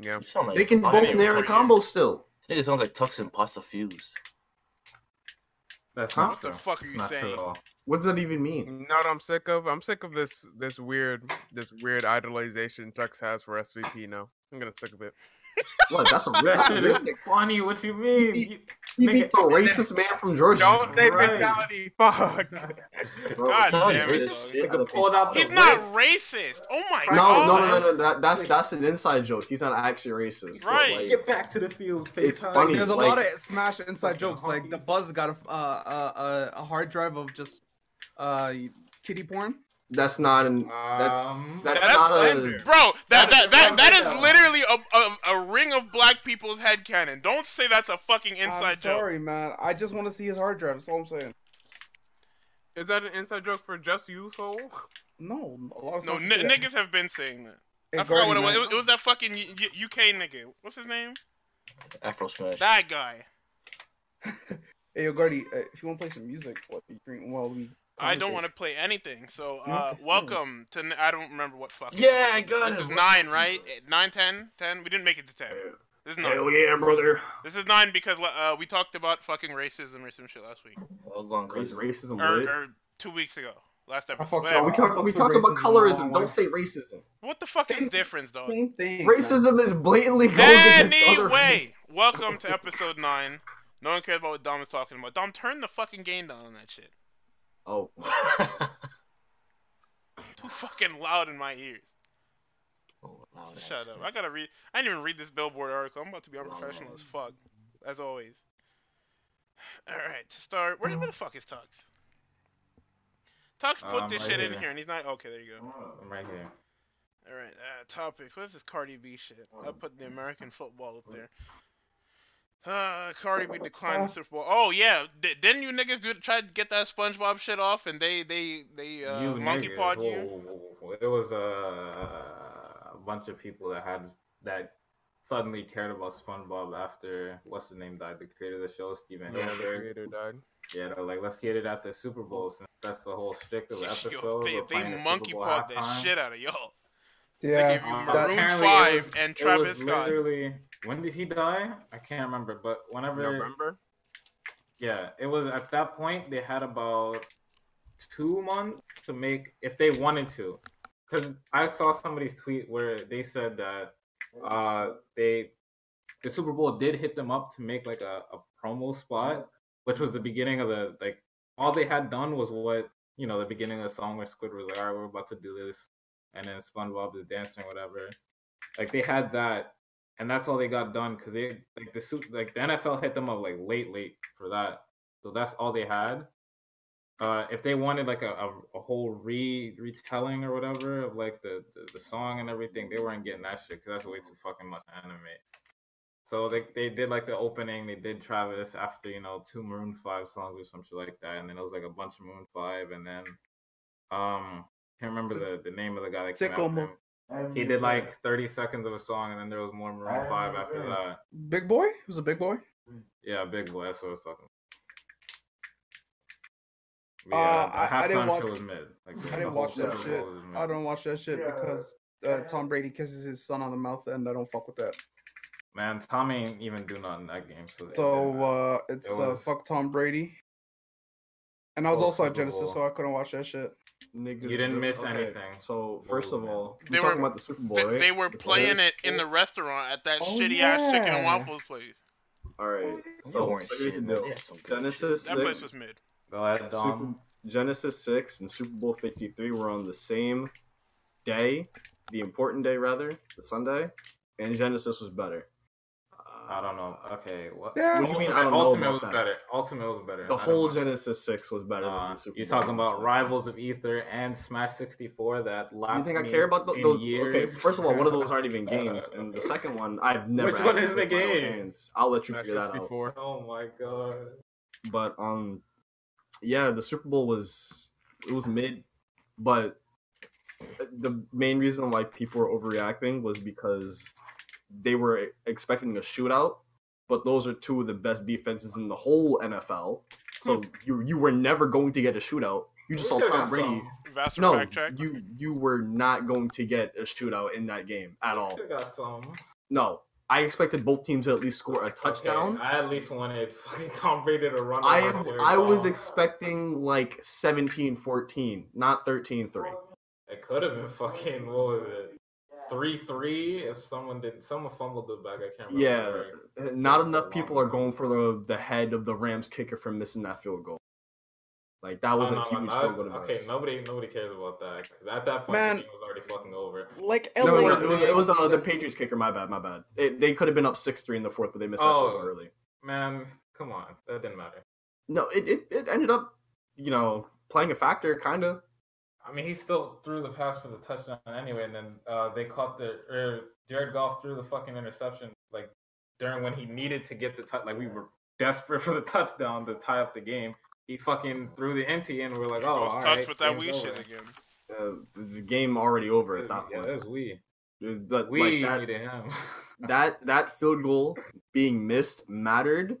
Yeah. You sound like They can I both mean, narrow like- combo still. I think it sounds like Tux and Pasta Fuse. That's Huh? not What the true. fuck are That's you not true saying? at all. What does that even mean? You know what I'm sick of? I'm sick of this this weird this weird idolization Tux has for SVP now. I'm gonna sick of it. What? That's a That shit is racist. funny. What you mean? You- He beat the racist man from Georgia. Don't say Right. mentality. Fuck. Bro, God tell you, damn this it, shit dog. out of pulled out the He's whip. not racist. Oh my No, god. no, no, no, no. That, that's that's an inside joke. He's not actually racist. Right. But, like, Get back to the fields, It's FaceTime. funny. There's a like- lot of Smash inside Fucking jokes. Like the honky. Buzz got a, uh, a a hard drive of just uh kitty porn. that's not an. That's Um, that's, that's not slander. a. Bro, That is that that that, that right is now. literally a, a a ring of black people's headcanon. Don't say that's a fucking I'm inside joke. sorry, man. I just want to see his hard drive. That's all I'm saying. Is that an inside joke for just you, soul? No, a lot of No, Smash n- is that. niggas have been saying that. Hey, I forgot what it Guardian, was. It man. was, it was that fucking U- U- UK nigga. What's his name? Afro Smash. That guy. Hey, yo, Guardy, uh, if you want to play some music while we, drink- while we I don't conversate. want to play anything. So, uh, Okay. welcome to. N- I don't remember what fucking. Yeah, I got This it. is nine, right? Eh, Nine, ten, ten. We didn't make it to ten. This is nine. yeah, brother. This is nine because uh, we talked about fucking racism or some shit last week, Hold on, Race, Oh, crazy. racism. or, lit. or two weeks ago, last fucks episode. Oh, up. we Whatever. talk, we Fuck talk racism in about the long colorism. way. Don't say racism. What the fuck Same- is difference, dog? Same thing. man. Racism is blatantly going against other. Anyway, races. welcome to episode nine. No one cares about what Dom is talking about. Dom, turn the fucking game down on that shit. Oh, Too fucking loud in my ears. Oh, loud Shut ass up. nigga. I gotta read. I didn't even read this Billboard article. I'm about to be unprofessional as fuck, as always. All right, to start, where, Hmm. where the fuck is Tux? Tux put Um, this right shit in here. here, and he's not. Okay, there you go. I'm right here. All right, uh, topics. What is this Cardi B shit? I Oh. put the American football up there. Uh, Cardi B declined the Super Bowl. Oh yeah, D- didn't you niggas do try to get that SpongeBob shit off, and they they they uh, you monkey niggas. pawed Whoa, you? whoa, whoa, whoa, whoa. It was uh, a bunch of people that had that suddenly cared about SpongeBob after what's the name died, the creator of the show, Steven Yeah, the Hillenburg. creator died. Yeah, they're like let's get it at the Super Bowl since that's the whole shtick of the episode. Yo, they We're playing the they Super monkey Bowl pawed the halftime. shit out of y'all. They Yeah. gave you Um, Maroon apparently it Uh, Five was- and It was Travis Scott. Literally, when did he die? I can't remember, but whenever November. Yeah, it was at that point they had about two months to make if they wanted to, because I saw somebody's tweet where they said that uh they the Super Bowl did hit them up to make like a, a promo spot, which was the beginning of the like all they had done was what you know the beginning of the song where Squid was like, all right, we're about to do this, and then SpongeBob is dancing or whatever. Like they had that, and that's all they got done because they like the suit like the NFL hit them up like late late for that, so that's all they had. Uh, if they wanted like a, a, a whole re retelling or whatever of like the, the, the song and everything, they weren't getting that shit because that's way too fucking much to animate. So they they did like the opening, they did Travis after you know two Maroon Five songs or some shit like that, and then it was like a bunch of Maroon Five, and then um can't remember the, the name of the guy that came Sicko out. with Mode. him. He did like thirty seconds of a song, and then there was more Oh, Maroon Five after that. Big boy? It was a big boy? Yeah, big boy. That's what I was talking. About. Uh, Yeah, the I- I didn't halftime watch- show was mid. Like, I didn't watch that shit. Mm. I don't watch that shit because uh, Tom Brady kisses his son on the mouth, and I don't fuck with that. Man, Tommy ain't even do nothing that game. So, it didn't So matter. uh, it's It uh, was- fuck Tom Brady. And I was Oh, also at Super Genesis, Bowl. so I couldn't watch that shit. niggas. You didn't miss okay, anything. So first Oh, of all, They we're talking were- about the Super Bowl. They, right? they were That's playing what it in the restaurant at that Oh, shitty ass chicken yeah. and waffles place. All right. So, So, so here's the deal. Genesis That place six, was mid. go ahead, Super, Dom. Genesis six, and Super Bowl fifty three were on the same day, the important day rather, the Sunday, and Genesis was better. Uh, I don't know. Okay, what? Yeah. What do you mean, Ultimate, I don't know Ultimate about was that? better. Ultimate was better. The I don't whole know. Genesis six was better than Uh, the Super you're Bowl. talking about So- Rivals of Ether and Smash 64 that last. You think I care about tho- those? Okay, first of all, one of those aren't even games, Uh, and the second one, I've never. Which one actually is the played by no game? hands. I'll let you Smash figure that out. 64. Oh my god. But um, yeah, the Super Bowl was it was mid, but the main reason why people were overreacting was because they were expecting a shootout, but those are two of the best defenses in the whole NFL. So Hmm. you you were never going to get a shootout. You just saw Tom Brady. Vassar No, backtrack. you you were not going to get a shootout in that game at all. got some. No, I expected both teams to at least score a touchdown. Okay, I at least wanted fucking Tom Brady to run. I over Jerry I was Ball. expecting like 17-14, not Oh, 13-3. It could have been fucking what was it? Three three if someone didn't someone fumbled the bag, I can't Yeah, remember. Uh, not That's enough a people lot. are going for the the head of the Rams kicker from missing that field goal. Like that was a huge field goal to Okay, miss. nobody nobody cares about that. 'cause at that point Man. the game was already fucking over. Like LA. No, it was, it was, it was the, the Patriots kicker. My bad, my bad. It, they could have been up six three in the fourth, but they missed Oh. that field goal early. Man, come on. That didn't matter. No, it, it, it ended up, you know, playing a factor, kind of. I mean he still threw the pass for the touchdown anyway, and then uh, they caught the or Jared Goff threw the fucking interception like during when he needed to get the touch like we were desperate for the touchdown to tie up the game. He fucking threw the NT and we're like, It oh, all goes touch right, with game's that wee over. shit again. Uh, the game already over at that Yeah, point. it was we. That- We like, that- needed him. that that field goal being missed mattered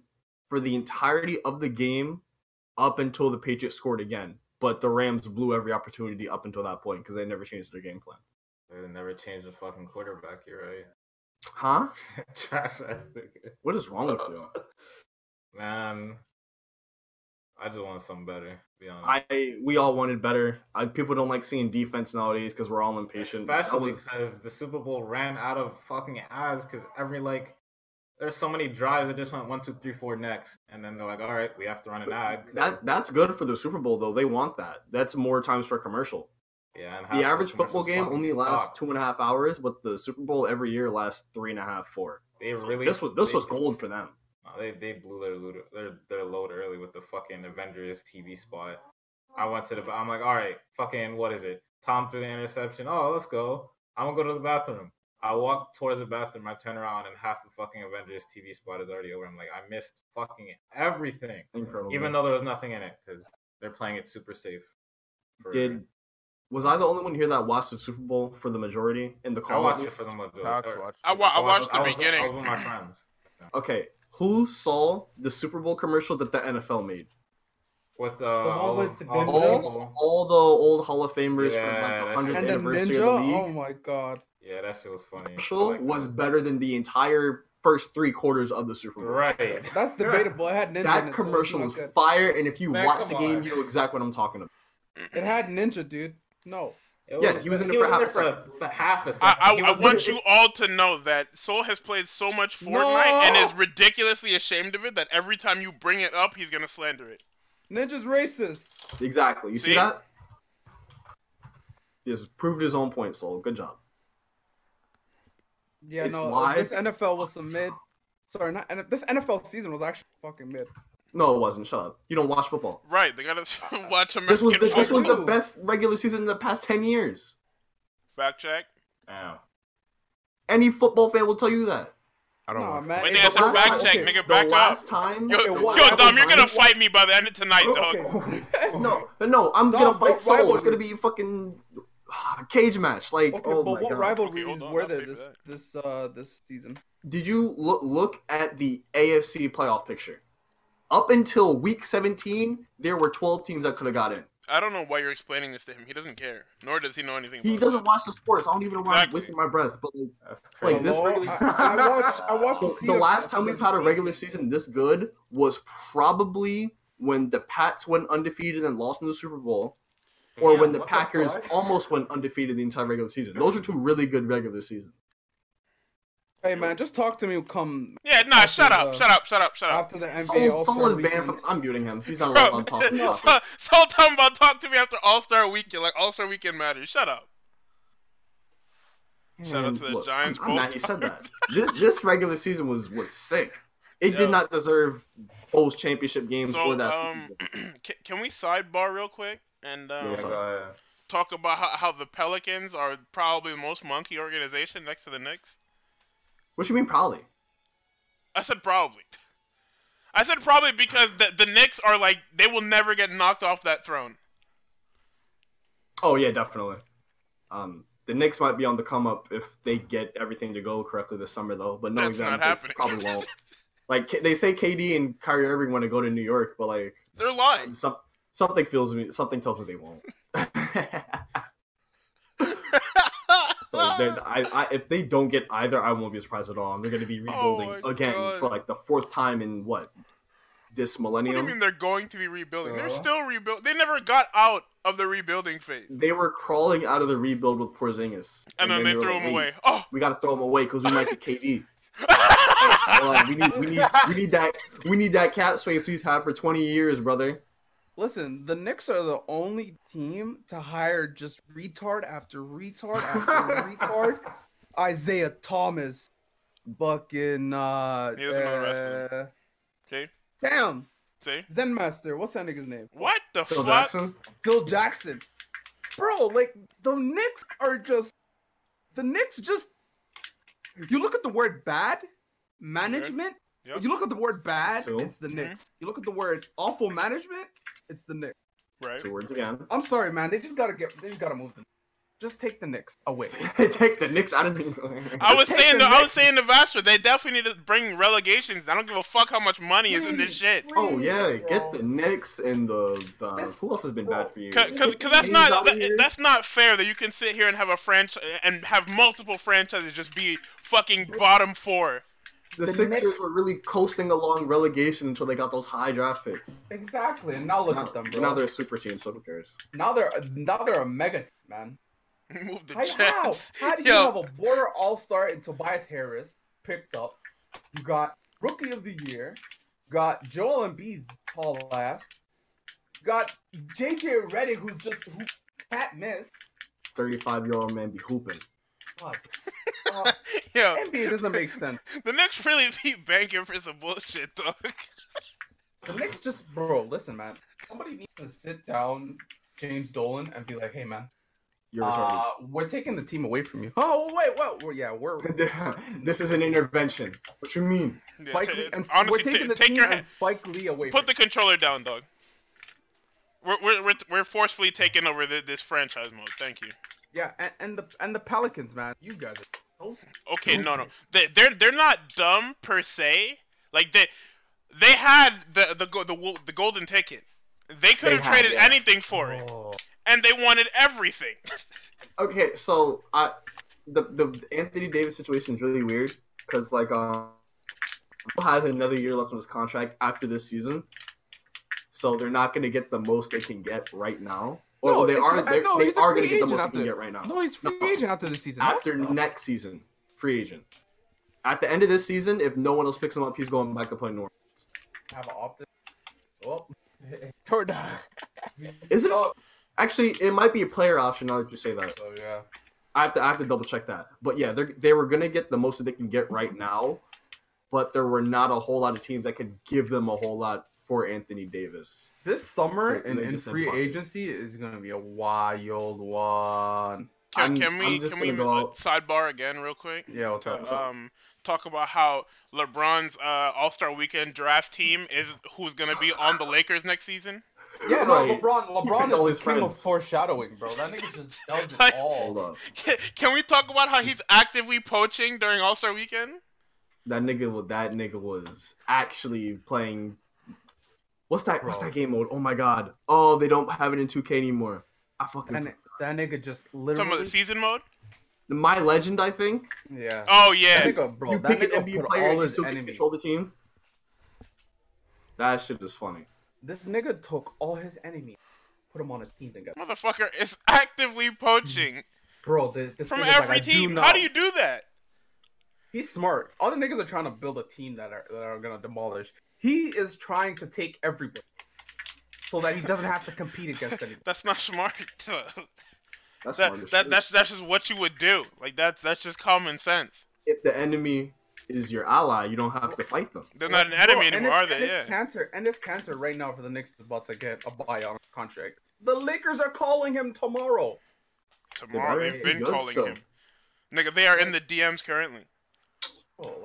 for the entirety of the game up until the Patriots scored again. But the Rams blew every opportunity up until that point because they never changed their game plan. they never changed the fucking quarterback. You're right. Huh? Trash ass nigga. What is wrong with you? Man, I just want something better. To be honest. I we all wanted better. I, people don't like seeing defense nowadays because we're all impatient. That Especially was- because the Super Bowl ran out of fucking eyes because every like there's so many drives that just went one, two, three, four next, and then they're like, all right, we have to run an ad. 'cause- that that's good for the Super Bowl though. They want that. That's more times for a commercial. yeah, and half The average commercials football game fucking only lasts suck. two and a half hours, but the Super Bowl every year lasts three and a half, four. They really This was this they- was gold for them. No, they they blew their load, their their load early with the fucking Avengers TV spot. I went to the. I'm like, all right, fucking what is it? Tom threw the interception. Oh, let's go. I'm gonna go to the bathroom. I walk towards the bathroom. I turn around, and half the fucking Avengers TV spot is already over. I'm like, I missed fucking everything, Incredible. even though there was nothing in it because they're playing it super safe. for- Did was I the only one here that watched the Super Bowl for the majority in the I call? watched at it for least? them? Like, Tox or- watched. I, wa- I was- watched the I was- I was beginning. with my friends. Okay, who saw the Super Bowl commercial that the NFL made? With uh, one all with of- the all of- Denzel? all- All the old Hall of Famers Yeah, that's from like the and true. 100th the anniversary ninja. of the league Oh my god. Yeah, that shit was funny. I commercial like that. was better than the entire first three quarters of the Super Bowl. right. That's debatable. It had ninja. in it, so That it's commercial not was good. fire, and if you Man, watch come the game, on. you know exactly what I'm talking about. It had ninja, dude. No. It Yeah, he was in it for half a for for half a second. I, He I, I was- want you all to know that Soul has played so much Fortnite and is ridiculously ashamed of it that every time you bring it up, he's gonna slander it. Ninja's racist. Exactly. You see, See? that? He has proved his own point, Soul. Good job. Yeah, It's no. uh, live. This NFL was some mid. Sorry, not N- this NFL season was actually fucking mid. No, it wasn't. Shut up. You don't watch football. Right? They gotta watch American Uh, This was the, this football. was the Ooh. best regular season in the past ten years. Fact check. Ow. Any football fan will tell you that. I don't Nah, Uh, watch. man. Wait, it they had was- some fact okay, check, okay, nigga. the Back last up. time, Yo, It was- yo, Dom, you're gonna Rivals- fight me by the end of tonight, Oh, dog. Okay. No, no, I'm No, gonna what fight Soul. rivalries? It's gonna be fucking ah, cage match. Like, Okay, oh but my what god. rivalries Okay, hold on, were I'll there pay for this that. this uh this season? Did you look look at the AFC playoff picture? Up until week 17, there were 12 teams that could have got in. I don't know why you're explaining this to him. He doesn't care, nor does he know anything. He about doesn't it. watch the sports. I don't even know why I'm Exactly. wasting my breath. But like, That's crazy. Wait, this Hello? regular- I, I watched. I watched the, CFL the last time we've had a season. regular season this good was probably when the Pats went undefeated and lost in the Super Bowl, or Yeah, when the what Packers fuck? almost went undefeated the entire regular season. Those are two really good regular seasons. Hey man, just talk to me. Come Yeah, nah. After Shut up. the- Shut up. Shut up. Shut up. after the NBA Saul, All-Star Saul is weekend. banned from. I'm muting him. He's not allowed Bro, on top. so, so tell him about talk to me after All Star Weekend. Like All Star Weekend matters. Shut up. Shout out to the Look, Giants. I'm, I'm both mad he said that. times. This this regular season was was sick. It Yeah. did not deserve those championship games So, or that. um, can, can we sidebar real quick and um, Yes, sir. Uh, talk about how, how the Pelicans are probably the most monkey organization next to the Knicks? what you mean probably? I said probably. I said probably because the the Knicks are like they will never get knocked off that throne. Oh yeah, definitely. Um, the Knicks might be on the come up if they get everything to go correctly this summer, though. But no, That's not exactly, happening. probably won't. Like K- they say, KD and Kyrie Irving want to go to New York, but like They're lying. some, something feels me, something tells me they won't. Like, they're- I, I, if they don't get either, I won't be surprised at all. And they're going to be rebuilding Oh my again God. for like the fourth time in what this What do you millennium. mean they're going to be rebuilding? They're Uh-huh. still rebuild. They never got out of the rebuilding phase, and, They were crawling out of the rebuild with Porzingis, then, they were threw like, him "Wait, away. Oh, We got to throw him away because we might get KD. We're like, we need, we need, we need that, we need that cap space we've had for twenty years, brother. Listen, the Knicks are the only team to hire just retard after retard after retard. Isaiah Thomas, fucking uh, He doesn't know uh wrestling. okay, damn see Zen Master. What's that nigga's name? what the Phil fuck? Jackson. Phil Jackson. Bro, like the Knicks are just the Knicks just you look at the word bad management. Mm-hmm. Yep. Mm-hmm. You look at the word bad, Two. it's the Knicks. You look at the word awful management, it's the Knicks. Right. Two words again. I'm sorry, man. They just gotta get they just gotta move them. Just take the Knicks away. Take the Knicks out of the. I was take saying the the, I was next- saying the Vastra, they definitely need to bring relegations. I don't give a fuck how much money is in this Please, shit. Oh please, yeah, bro. get the Knicks and the, the This- who else has been bad for you? Cause, cause, 'cause that's He's not out that- here. that's not fair that you can sit here and have a franchise and have multiple franchises just be fucking bottom four. The, The Sixers Knicks- were really coasting along relegation until they got those high draft picks. Exactly. And now look now, at them, now bro. they're a super team, so who cares? Now they're now they're a mega team, man. Move the Like, how? Jets. How do you Yo. have a border all star in Tobias Harris picked up? You got rookie of the year, got Joel Embiid's tall ass, got JJ Redick who's just who can't miss. Thirty-five year old man be hooping. God. Uh, Yo, NBA doesn't make sense. the Knicks really beat banking for some bullshit, dog. The Knicks just bro, listen, man. Somebody needs to sit down James Dolan and be like, hey man, You're uh, we're taking the team away from you. Oh wait, what? We're, yeah, we're retarded. this is an intervention. What you mean? Yeah, Spike ta- Lee, and honestly, we're ta- taking the take team your and hand. Spike Lee away. Put from the controller down, dog. We're we're we're, we're forcefully taking over thi- this franchise mode. Thank you. Yeah, and, and the and the Pelicans, man. You guys are so Okay, no, no, Okay. they, they're they're not dumb per se. Like they they had the the go- the wo- the golden ticket. They could They have had, traded yeah. anything for it, Oh. and they wanted everything. Okay, so I the the Anthony Davis situation is really weird because like um he has another year left on his contract after this season, so they're not going to get the most they can get right now. Or No, well, they it's are not- they, no, they he's a are free going to get the agent most they after- can get right now. No, he's free No. agent after the season. after next season, free agent. At the end of this season, if no one else picks him up, he's going back to play normal. have an opt-in. Well, Oh. Is it? Actually, it might be a player option now that you say that. so yeah. I have to I have to double check that. But yeah, they they were gonna get the most that they can get right now, but there were not a whole lot of teams that could give them a whole lot for Anthony Davis. This summer So in, they in just said free fuck it. agency is gonna be a wild one. Can, I'm- can we I'm just can we gonna go uh, out- sidebar again real quick? Yeah, what's to, up? um talk about how LeBron's uh, All Star Weekend draft team is who's gonna be on the Lakers next season. yeah, no, Right. LeBron. LeBron picked is all the his king of friends. foreshadowing, bro. That nigga just does Like- it all. Hold up. Can, can we talk about how he's actively poaching during All Star Weekend? That nigga wa- that nigga was actually playing What's that what's Bro. that game mode? Oh my god. Oh, they don't have it in 2K anymore. I fucking That, ni- that nigga just literally. Talking about the season mode. My Legend, I think. yeah. Oh That yeah, nigga, bro. you That pick an nigga NBA put player all and you his still can enemies. control the team. That shit is funny. This nigga took all his enemies, put them on a team together. motherfucker is actively poaching Bro, this, Mm-hmm. this from nigga's every like, I team. Do how know. do you do that? He's smart. Other niggas are trying to build a team that are that are gonna demolish. He is trying to take everybody so that he doesn't have to compete against anybody. That's not smart. That's smart as that, that shit. that's that's just what you would do. Like that's that's just common sense. if the enemy is your ally, you don't have to fight them. They're not an Bro, enemy and anymore, it's- are And they? it's Yeah. Cantor, and it's Cantor right now for the Knicks is about to get a buyout contract. The Lakers are calling him tomorrow. Tomorrow They're they've very been good calling still. him. Nigga, they are in the DMs currently. Oh,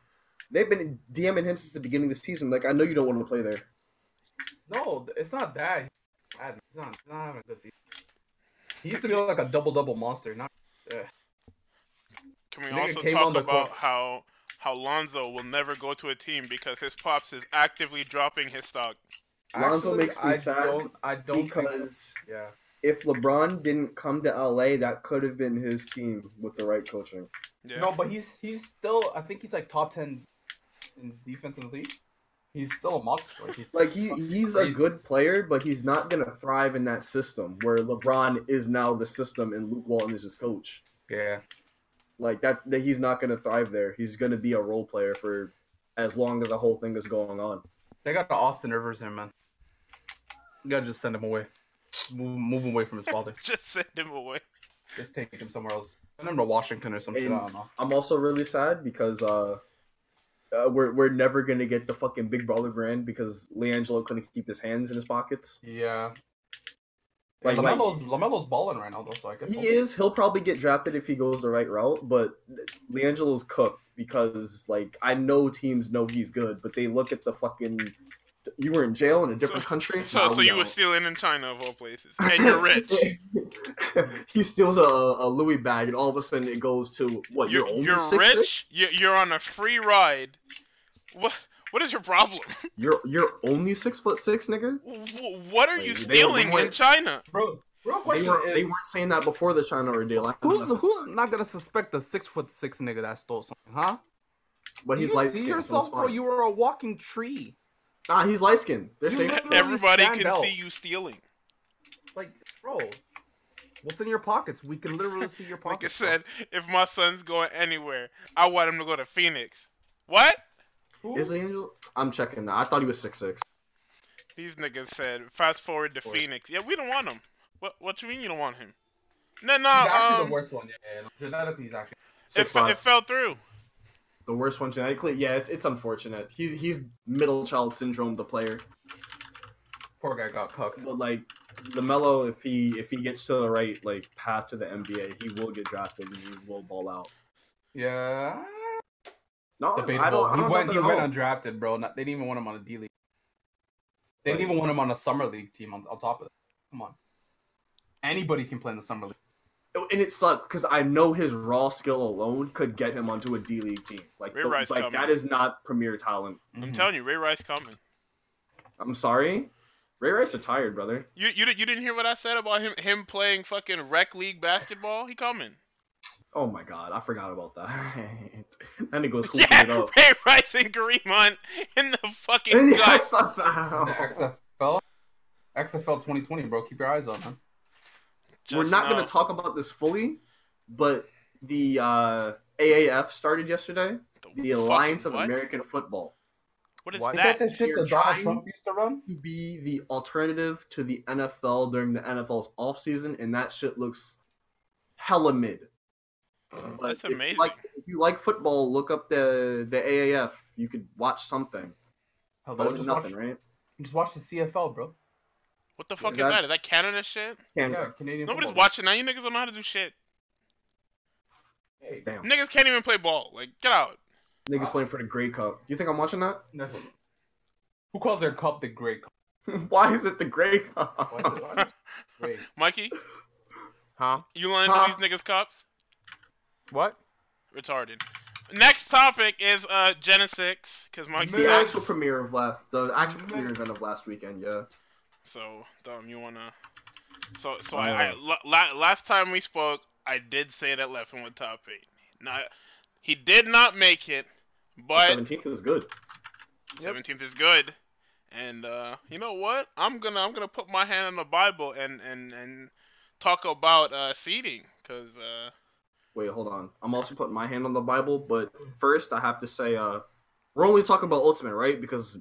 They've been DMing him since the beginning of the season. Like I know you don't want him to play there. no, it's not that. He's bad. He's not, he's not having a good season. He used to be like a double double monster. Not Can we Nigga also came talk on the about court. how how Lonzo will never go to a team because his pops is actively dropping his stock? Lonzo makes me I sad Don't, I don't think- because yeah. if LeBron didn't come to LA, that could have been his team with the right coaching. Yeah. No, but he's he's still. I think he's like top ten in defense in the league. He's still a monster. He's Like he he's a good player, but he's not gonna thrive in that system where LeBron is now the system and Luke Walton is his coach. yeah. Like that, that he's not gonna thrive there. He's gonna be a role player for as long as the whole thing is going on. They got the Austin Rivers in man. You gotta just send him away. Move, move him away from his father. Just send him away. just take him somewhere else. Send him to Washington or some shit. I don't know. I'm also really sad because uh, uh we're we're never gonna get the fucking Big Brother brand because Leangelo couldn't keep his hands in his pockets. Yeah. Like, like- Lamelo's Lamelo's balling right now though, so I guess. He is. He'll probably get drafted if he goes the right route, but Leangelo's cooked because, like, I know teams know he's good, but they look at the fucking. You were in jail in a different So- country. So, Nah, so we you were out. stealing in China of all places, and you're rich. he steals a, a Louis bag, and all of a sudden it goes to what? you're You're, only you're 6'6"? rich. You're, you're on a free ride. What what is your problem? You're you're only six foot six, nigga. Wh- What are Like, they you were- they stealing in weren't- China? Bro, real They question weren't is they weren't saying that before the China ordeal. I- who's who's not gonna suspect the six foot six nigga that stole something, huh? But Do he's you light see skinned. So yourself, it's bro? fine. You were a walking tree. Nah, he's light skinned. They're You safe. look- Literally Everybody stand can out. see you stealing. Like, bro, what's in your pockets? We can literally see your Like I pockets. bro. said, if my son's going anywhere, I want him to go to Phoenix. What? Who? Is Leangelo? I'm checking that. I thought he was six six. These niggas said, fast forward to Phoenix. Yeah, we don't want him. What What you mean you don't want him? No, no. He's actually Um, the worst one. Yeah, yeah, yeah. genetically, he's actually. it, Six fe- five. it fell through. the worst one genetically. Yeah, it's, it's unfortunate. He's he's middle child syndrome, the player. Poor guy got cucked. But like Lamelo, if he if he gets to the right like path to the NBA, he will get drafted and he will ball out. Yeah. No, I Debatable. don't. I he don't went. know He that went at all. undrafted, bro. Not, they didn't even want him on a D league. They didn't Right. even want him on a summer league team. On, on top of that, come on. Anybody can play in the summer league. and it sucked because I know his raw skill alone could get him onto a D League team. Like, Ray the- Rice like coming. that is not premier talent. I'm Mhm. telling you, Ray Rice coming. I'm sorry, Ray Rice retired, brother. You you di- you didn't hear what I said about him him playing fucking rec league basketball? He coming. Oh my god, I forgot about that. and he goes hooping it Yeah, up. Ray Rice and Kareem Hunt in the And fucking he got gut. stuff The XFL, XFL 2020, bro. Keep your eyes on him. Just we're not now. going to talk about this fully, but the uh, AAF started yesterday, the fucking Alliance of what? American Football, What is Why- Is that? that the shit You're that Donald trying- Trump used to run? to be the alternative to the NFL during the NFL's offseason, and that shit looks hella mid. But That's If amazing. you, like, if you like football, look up the the AAF. You could watch something, Hello, but it's just, nothing, watch, right? just watch the CFL, bro. What the fuck is that- that? Is that Canada shit? Can't Yeah, Canadian. Nobody's football. watching now. You niggas don't know how to do shit. Hey, Damn, Niggas can't even play ball. Like, get out. niggas playing for the Grey Cup. You think I'm watching that? that's- Who calls their cup the Grey Cup? Why is it the Grey Why is Cup? it- why is it Grey? Mikey, Huh? you lying Huh? to these niggas cops? What? Retarded. Next topic is uh Genesis, cause Mikey. The actual premiere of last, the actual premiere event of last weekend, yeah. So, Dom, you wanna? So, so Uh, I, I la- la- last time we spoke, I did say that Leffen would top eight. Not, he did not make it, but Seventeenth is good. seventeenth is good. And uh, you know what? I'm gonna I'm gonna put my hand on the Bible and and and talk about uh, seeding, cause uh, Wait, hold on. I'm also putting my hand on the Bible, but first I have to say, uh, we're only talking about Ultimate, right? Because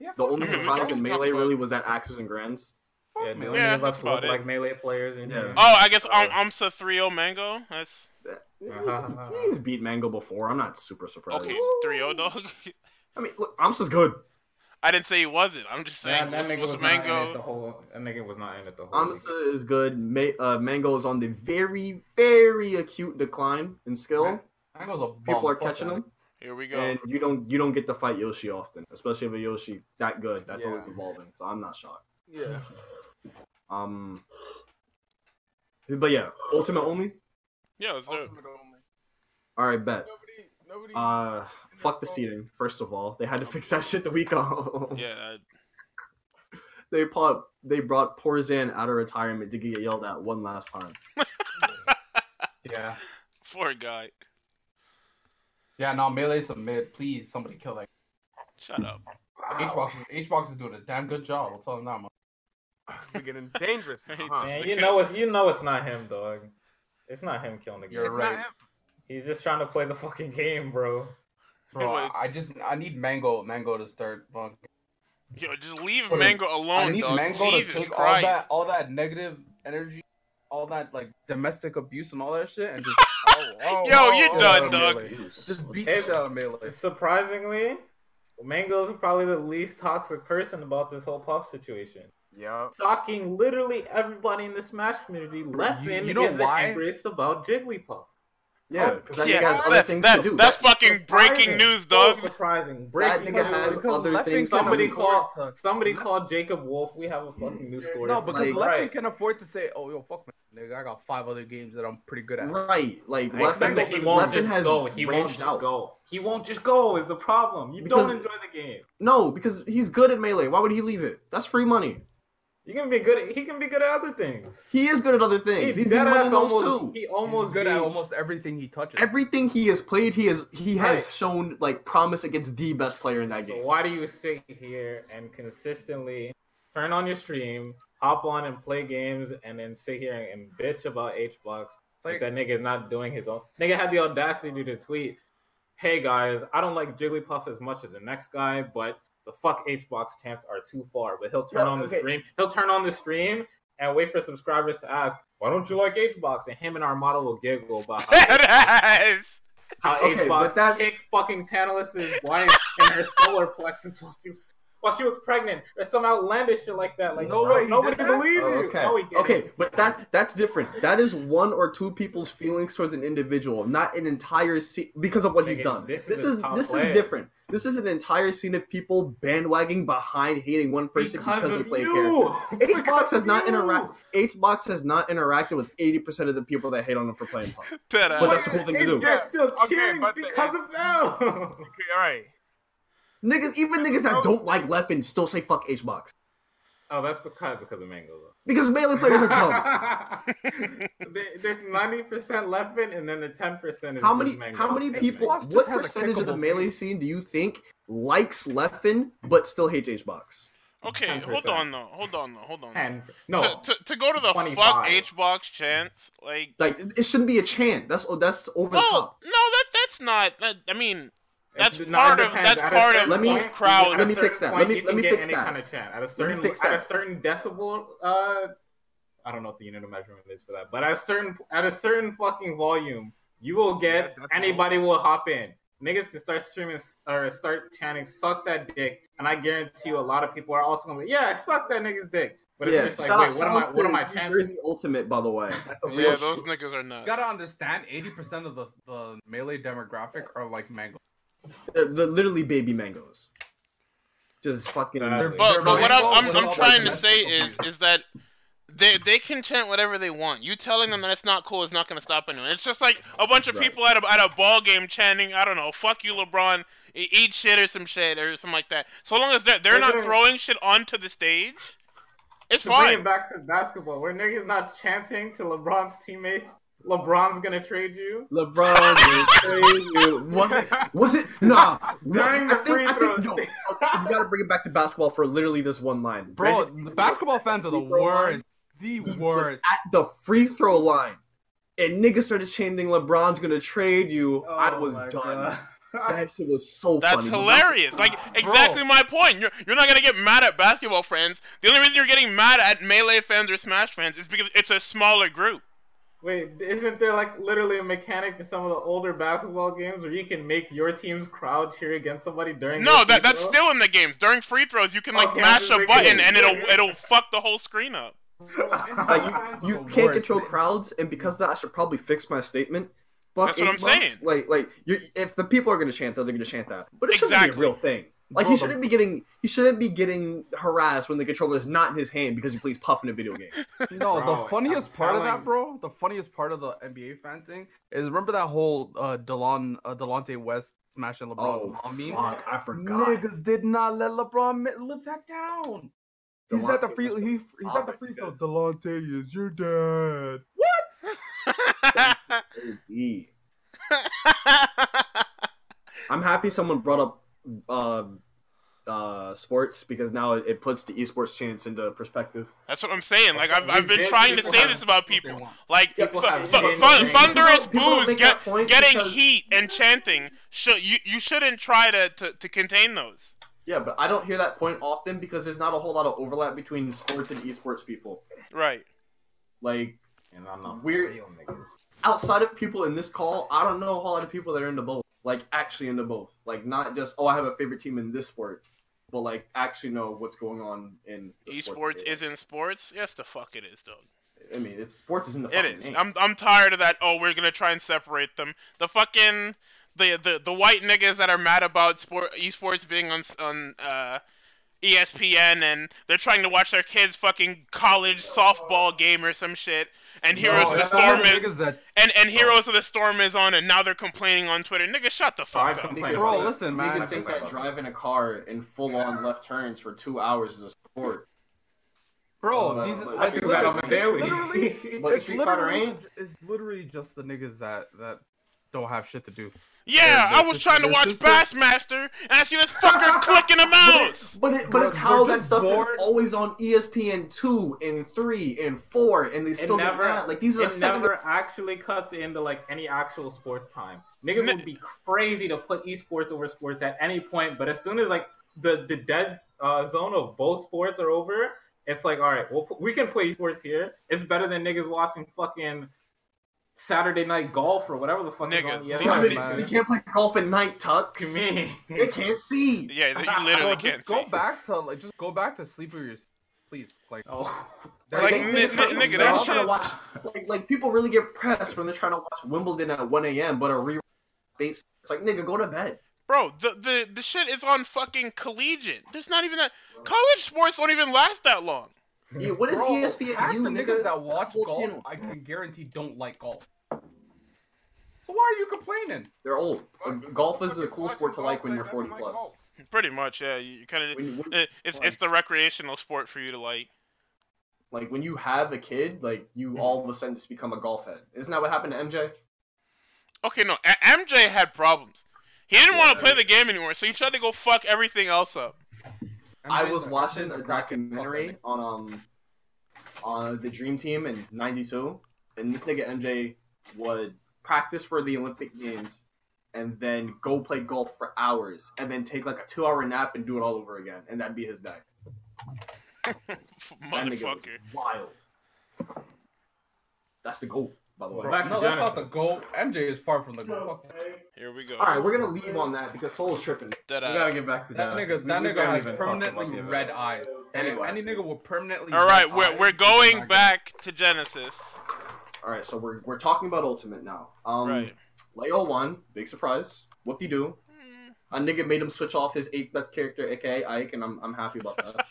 Yeah, the only Mhm, we surprise can in talk Melee about- really was that Axes and Grands. Yeah, Fuck do me. any Yeah, of that's us about look it. like melee players in Yeah. here? oh, I guess um, Amsa 3-0 Mango. That's He's, he's beat Mango before. I'm not super surprised. okay, oh, 3-0 dog. I mean, look, Amsa's good. I didn't say he wasn't. I'm just That, saying that what's, nigga what's was not in it the Mango. whole. That nigga was not in it the whole. week. Amsa is good. Ma- uh, Mango is on the very, very acute decline in skill. That was a bomb. People are Fuck catching that. him, Here we go. and you don't you don't get to fight Yoshi often, especially with Yoshi that good. That's Yeah. always evolving, so I'm not shocked. Yeah. Um, but yeah, Ultimate only. yeah, let's do it. Ultimate only. All right, bet. Nobody, nobody. Uh, fuck the seating. First of all, they had to fix that shit the week off. Yeah, they brought they brought Porzan out of retirement to get yelled at one last time. Yeah. Poor guy. Yeah, no, melee's a mid. Please, somebody kill that. Shut up. Hbox, is, Hbox is doing a damn good job. I'll tell him that much. We're getting dangerous. Uh-huh. now, huh? Man, Man, you know it's you know it's not him, dog. It's not him killing the You're girl. It's not right. him. He's just trying to play the fucking game, bro. Bro, Wait. I just I need Mango Mango to start. fuck. Yo, just leave Hold on. Mango I alone, need dog. Mango to Jesus take all that Christ. all that negative energy, all that like domestic abuse and all that shit, and just oh, oh, Yo, oh, you're oh, done, oh, dog. Melee. Abuse. Just beat Hey, the shit out of melee. Surprisingly, Mango's probably the least toxic person about this whole puff situation. Yeah. Shocking literally everybody in the Smash community left you- him you know is why? embraced about Jigglypuff. Yeah, because Oh, that Yeah, nigga has other that- things that- to do. That's That- fucking breaking Surprising. news, So dog. surprising. that Breaking nigga news. has other things. to somebody do. called- to, Somebody called Jacob Wolf. We have a fucking news story. No, for because that. Like- Leffing Right. can afford to say, "Oh, yo, fuck, me, nigga, I got five other games that I'm pretty good at." right, like I expect that Leffen, he won't Leffen just has go. He won't branched just out. go. He won't just go is the problem. You Because- don't enjoy the game. No, because he's good at melee. Why would he leave it? That's free money. You can be good. At, he can be good at other things. He is good at other things. He's good at deadass those almost, too. He He's almost good beat, at almost everything he touches. Everything he has played, he has he has Right. shown like promise against the best player in that So game. why do you sit here and consistently turn on your stream, hop on and play games, and then sit here and bitch about HBox? Like- Like that nigga's not doing his own. Nigga had the audacity to tweet, "Hey guys, I don't like Jigglypuff as much as the next guy, but the fuck HBox chants are too far." But he'll turn Yo, on the okay. stream. He'll turn on the stream and wait for subscribers to ask, "Why don't you like HBox?" And him and our model will giggle about. how- Badass. how Okay, Xbox but that's- kicked fucking Tantalus' wife in her solar plexus while she was while she was pregnant or some outlandish shit like that. Like No no way he nobody did that? believes Oh, you. okay. No, he didn't. Okay, but that that's different. That is one or two people's feelings towards an individual, not an entire scene because of what he's Nigga, done. this This, is a is top this player. is different. This is an entire scene of people bandwagging behind hating one person because, because they of play a character. you. Xbox has of not you. interact. Xbox has not interacted with eighty percent of the people that hate on them for playing pop. Badass. But that's the cool thing to And do. They're still Okay, cheering but the- because of them. Okay, all right. Niggas, even niggas that don't like Leffen still say fuck Xbox oh, that's because because of Mango. though. because melee players are dumb. There- There's ninety percent left in, and then the ten percent is How is many Mango. how many It's people? Mango. Xbox just What has a percentage of the clickable melee thing. scene do you think likes Leffen but still hates Xbox? Okay, hold 10%. on though. Hold on though. Hold on. Ten. No, To, to, to go to the fuck 25. HBox chance, like Like it shouldn't be a chant. That's oh, that's over the no, no, top. that that's not. That, I mean, that's It- part it of- depends. that's At a part of certain Let me- point- crowd. at a let me certain fix that. point, Let me- you let can me get fix any that. Kind of chant. At a certain fix at a that. certain decibel. Uh, I don't know what the unit of measurement is for that, but at a certain at a certain fucking volume, you will get Yeah, decibel. anybody will hop in. Niggas can start streaming or start chanting "suck that dick," and I guarantee you, a lot of people are also gonna be, "Yeah, suck that nigga's dick." But it's just like, shout wait, out- what am shout I? out What to am I New chanting? Jersey Ultimate, by the way. That's a real yeah, those niggas are You nuts. gotta understand, eighty percent of the, the melee demographic are like mango. They're, they're literally baby mangoes. Just fucking. They're- But, but what I'm, mango I'm, was I'm all trying like to say is messed up. is that they they can chant whatever they want. You telling them that it's not cool is not going to stop anyone. It's just like a bunch of Right. people at a at a ball game chanting, I don't know, fuck you, LeBron, e- eat shit or some shit or something like that. So long as they're they're They're not gonna- throwing shit onto the stage, it's to bring fine. it back to basketball, where niggas not chanting to LeBron's teammates, LeBron's gonna trade you. LeBron will trade you. What was it? Nah. During the I think, free I think, throws. yo, you gotta bring it back to basketball for literally this one line, Bro, Brandon the basketball fans are the free throw line. worst. The He was worst. at the free throw line, and niggas started chanting LeBron's gonna trade you. I was Oh my done. God. That shit was so That's funny. hilarious. Like exactly my point. You're you're not gonna get mad at basketball fans. The only reason you're getting mad at melee fans or smash fans is because it's a smaller group. Wait, isn't there like literally a mechanic in some of the older basketball games where you can make your team's crowd cheer against somebody during? No, their that free that's throw? still in the games. During free throws, you can like Okay, I'm mash just a making button sure. and it'll it'll fuck the whole screen up. Like, you, you can't control crowds, and because of that, I should probably fix my statement. Fuck That's what I'm Xbox. saying. Like, like you're, if the people are gonna chant that, they're gonna chant that. But it shouldn't be Exactly. a real thing. Bro, Like he the- shouldn't be getting he shouldn't be getting harassed when the controller is not in his hand because he plays puff in a video game. No, Bro, the funniest I'm part of telling that, bro, the funniest part of the NBA fan thing is remember that whole uh, Delon uh, Delonte West smashing LeBron's Oh mom meme. fuck, I forgot. Niggas did not let LeBron mi- live that down. He's at the Delonte free. was- He, he's at the Oh, free he throw. does. Delonte is your dad. OD. I'm happy someone brought up um, uh, sports because now it, it puts the esports chance into perspective. That's what I'm saying. Like I've, We I've been did- trying to people say have this about what they people. want. Like People fu- have fu- opinions fu- and- thunderous People don't- people don't boos, make get, that point getting because- heat and chanting. Should you you shouldn't try to, to, to contain those. Yeah, but I don't hear that point often because there's not a whole lot of overlap between sports and esports people. Right. Like And I'm not Weird. real niggas. outside of people in this call, I don't know a whole lot of people that are into both. Like actually into both. Like not just oh I have a favorite team in this sport, but like actually know what's going on in the sport Esports that they like. isn't sports. Yes, the fuck it is, dog. I mean, it's sports is in the Oh, It fucking is. name. I'm I'm tired of that. Oh, we're gonna try and separate them. The fucking the the, the white niggas that are mad about sport esports being on s- on uh, ESPN and they're trying to watch their kids fucking college softball game or some shit. And Heroes of the that's Storm not the is niggas that- and, and Heroes of the Storm is on and now they're complaining on Twitter. Nigga, shut the fuck I up. compl- Niggas Bro, think- listen, man. Niggas think that driving a car in full on left turns for two hours is a sport. Bro, Uh, these. I I I do that on my daily. literally- But it's Street Fighter literally- ain't. It's literally just the niggas that that don't have shit to do. Yeah, Their- I their was sister- trying to their watch sister- Bassmaster and I see this fucker clicking a mouse. But it, but Bro, it's how they're that just stuff bored. is always on E ESPN two and three and four, and they still get never- mad. Like these are the It second. never actually cuts into like any actual sports time. Niggas Ni- would be crazy to put esports over sports at any point, but as soon as like the the dead uh, zone of both sports are over, it's like all right, well we can play esports here. It's better than niggas watching fucking Saturday night golf or whatever the fuck Niggas, is stop Damn on E it, ESPN. it, you can't play golf at night, To Tux. me, They can't see. Yeah, you literally Bro, can't. just go see. back to like just go back to sleep with your please. Like oh, that- Like, They- they- n- n- nigga, they're that all trying to shit- watch- Like, like people really get pressed when they're trying to watch Wimbledon at one a.m. But a re. It's like nigga, go to bed. Bro, the, the the shit is on fucking collegiate. There's not even that college sports don't even last that long. Yeah, what is E Bro, half ESPN? You the niggas that watch Whole golf, channel. I can guarantee don't like golf. So why are you complaining? They're old. Golf is a cool sport to like when you're 40 plus. Pretty much, yeah. You, you kind of When, when, it, it's it's the recreational sport for you to like. like when you have a kid, like you all of a sudden just become a golf head. Isn't that what happened to MJ? Okay, no, a- MJ had problems. He didn't want to play the game anymore, so he tried to go fuck everything else up. I MJ's was a- watching MJ's a cracking documentary fuck, on um on the Dream Team in '92, and this nigga MJ would practice for the Olympic Games, and then go play golf for hours, and then take like a two-hour nap and do it all over again, and that'd be his day. F- That nigga was Motherfucker. wild. That's the goal, by the way. Bro, Back to no, that's Genesis. not the goal. MJ is far from the goal. Fuck that. Here we go. All right, we're gonna leave on that because Soul's tripping. That, we uh, gotta get back to That Genesis. nigga, We- that we nigga barely has even talked permanently about the red event. eyes. Anyway. Any nigga will permanently. All right, red we're eyes we're if he's not going good. back to Genesis. All right, so we're we're talking about Ultimate now. Um, Right. Leo won. Big surprise. Whoop de doo. Mm, A nigga made him switch off his eighth best character, aka Ike, and I'm I'm happy about that.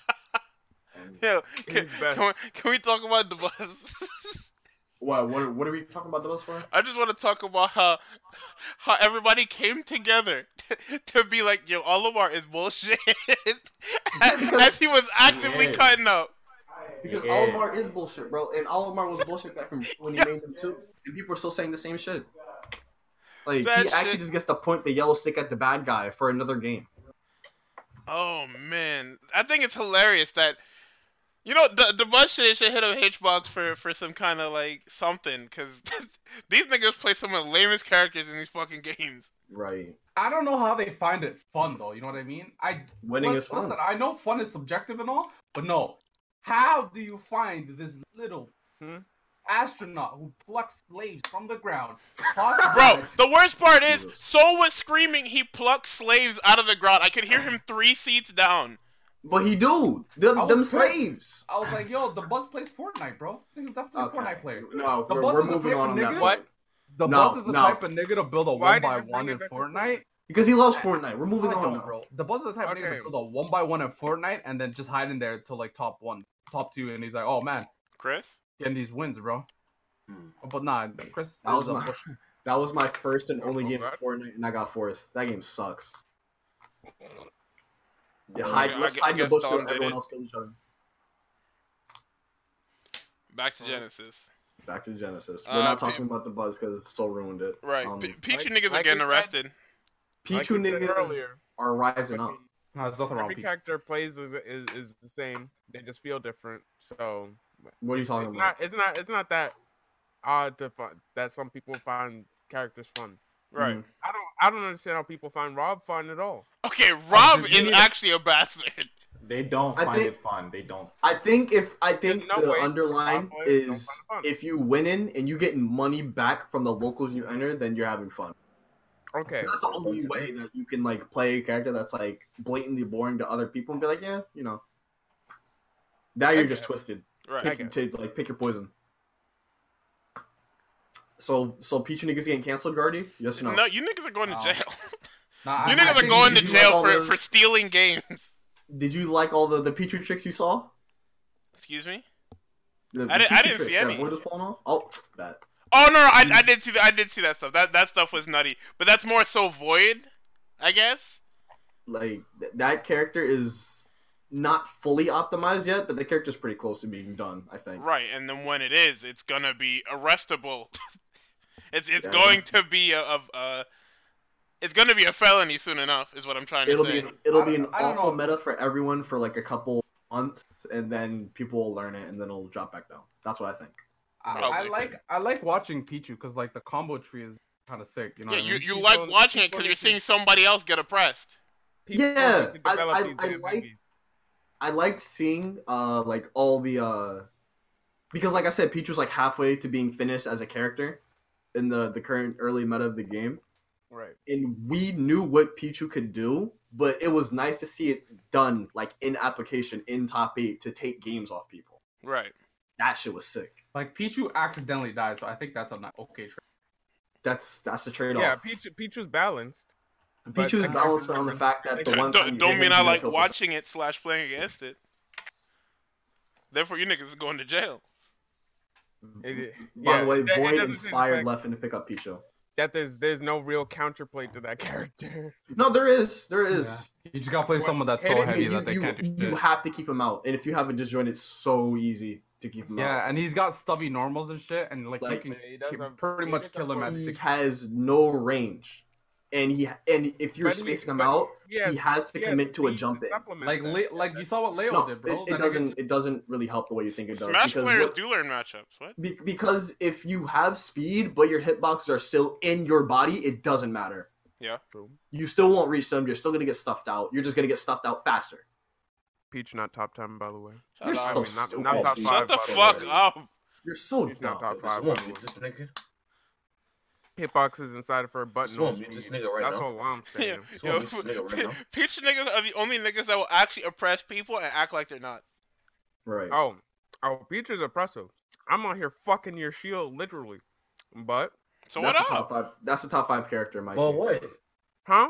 Yeah, He's can, best. can we, can we talk about the bus? what what are, what are we talking about the most for? I just want to talk about how how everybody came together to be like, yo, Olimar is bullshit. because- As he was actively Yeah. cutting up. Because Yeah. Olimar is bullshit, bro, and Olimar was bullshit back from when he Yeah. made him too, and people are still saying the same shit. Like That he actually shit- just gets to point the yellow stick at the bad guy for another game. Oh man, I think it's hilarious that you know the the bus shit should hit up HBox for for some kind of like something because these niggas play some of the lamest characters in these fucking games. Right. I don't know how they find it fun though. You know what I mean? I Winning Li- is fun. Listen, I know fun is subjective and all, but no. How do you find this little Hmm? astronaut who plucks slaves from the ground? possible- Bro, the worst part is Jesus. Soul was screaming he plucked slaves out of the ground. I could hear him three seats down. But he do them was them pissed. slaves. I was like, yo, the bus plays Fortnite, bro. He's definitely a Fortnite player. No, The we're, boss we're is a moving freaking on on nigga? that. What? point. The No, bus is the no. type of nigga to build a Why one did you by bring one it in back to Fortnite. Because he loves Fortnite. We're moving I on. know, now. bro. The bus is the type of nigga Okay. to build a one by one in Fortnite and then just hide in there till like top one, top two, and he's like, oh man, Chris, getting these wins, bro. Hmm. But nah, Chris That was is a my- bush- That was my first and only Oh, game of God. Fortnite, and I got fourth. That game sucks. Yeah, hide, I let's gu- I hide in the guess bush Dom till did everyone it. else kills each other. Back to Genesis. Back to Genesis. We're Uh, not Pe- talking about the buzz because Soul ruined it. Right. Um, P- Pichu like- niggas are like getting we said- arrested. Pichu Like we said niggas earlier, are rising up. No, there's nothing wrong Every with character plays is, is is the same. They just feel different. So What are you it's, talking it's about? not it's not it's not that odd to find that some people find characters fun. Right. Mhm. I don't I don't understand how people find Rob fun at all. Okay, Rob did you is need a- actually a bastard. They don't I find think- it fun. They don't. I think if I think no the way. underline Don't play it. Don't is find it fun. if you win in and you get money back from the locals you enter, then you're having fun. Okay. That's the only way that you can like play a character that's like blatantly boring to other people and be like, yeah, you know. Now you're just guess. twisted. Right. I Pick, to, like pick your poison. So so Pichu niggas getting canceled, Guardy? Yes or no? Um, No. you niggas are going to No. jail. Nah, you I- I niggas are think going to you jail have all for, the- for stealing games. Did you like all the the Pichu tricks you saw? Excuse me? The, the I di- I Pichu didn't see tricks that any. were just falling off? Oh, that. Oh no, no I, I did see that. I did see that stuff. That that stuff was nutty. But that's more so void, I guess. like th- that character is not fully optimized yet, but the character's pretty close to being done. I think. Right. And then when it is, it's gonna be arrestable. it's it's Yeah, going that's- to be a, of a. It's gonna be a felony soon enough, is what I'm trying It'll to say. be an, it'll I be an don't- I don't awful know. meta for everyone for like a couple months, and then people will learn it, and then it'll drop back down. That's what I think. I, I Probably. like I like watching Pichu because like the combo tree is kind of sick. You know yeah, what I you, mean? you People- like watching it people because you're need to- seeing somebody else get oppressed. Yeah, need to develop I- I- these I damn like- movies. I liked seeing uh like all the uh because like I said, Peach was like halfway to being finished as a character in the the current early meta of the game. Right. and we knew what Pichu could do, but it was nice to see it done like in application in top eight to take games off people. Right. That shit was sick. like Pichu accidentally dies, so I think that's a not okay trade. That's that's the trade Yeah, off. Peach Peach was balanced. but Pichu's I- balanced on the fact that the one time don't you don't hit mean him, I you like kill him. watching it slash playing against it. Therefore, you niggas is going to jail. It- it- By yeah, the way, it- it Void doesn't inspired seem like Leffen to pick up Pichu. that there's there's no real counterplay to that character. No, there is, there is. You just gotta play What? someone that's Hit so it, You- heavy you, that they you- can't do you shit. have to keep him out, and if you have a disjoint, it's so easy to keep him out. Yeah, and he's got stubby normals and shit, and like, Like, you he can does ki- have- pretty he much does kill have him at he six. has no range, and he and if you're But he- spacing him but- out, Yes, he has to yes, commit to a speed jump in. supplement Like that. Le- like you saw what Leo No, did, bro. it, it That nigga doesn't. just- It doesn't really help the way you think it does. Smash because players what- do learn matchups. What? be- because if you have speed but your hitboxes are still in your body, it doesn't matter. True. You still won't reach them. You're still gonna get stuffed out. You're just gonna get stuffed out faster. Peach not top ten by the way. You're Shut I so up. mean, not, stupid. not top Shut five. Shut the by fuck way. up. You're so He's not dumb. top This five. by won't the mute way. this nigga. Hitboxes inside of her button. This won't on mute this speed. nigga right That's now. all I'm Yeah, saying. This yo, won't mute this nigga right now. Peach niggas are the only niggas that will actually oppress people and act like they're not. Right. Oh, oh, Peach is oppressive. I'm out here fucking your shield literally. But So that's a what top up? five. That's a top five character, Mike. But what? huh?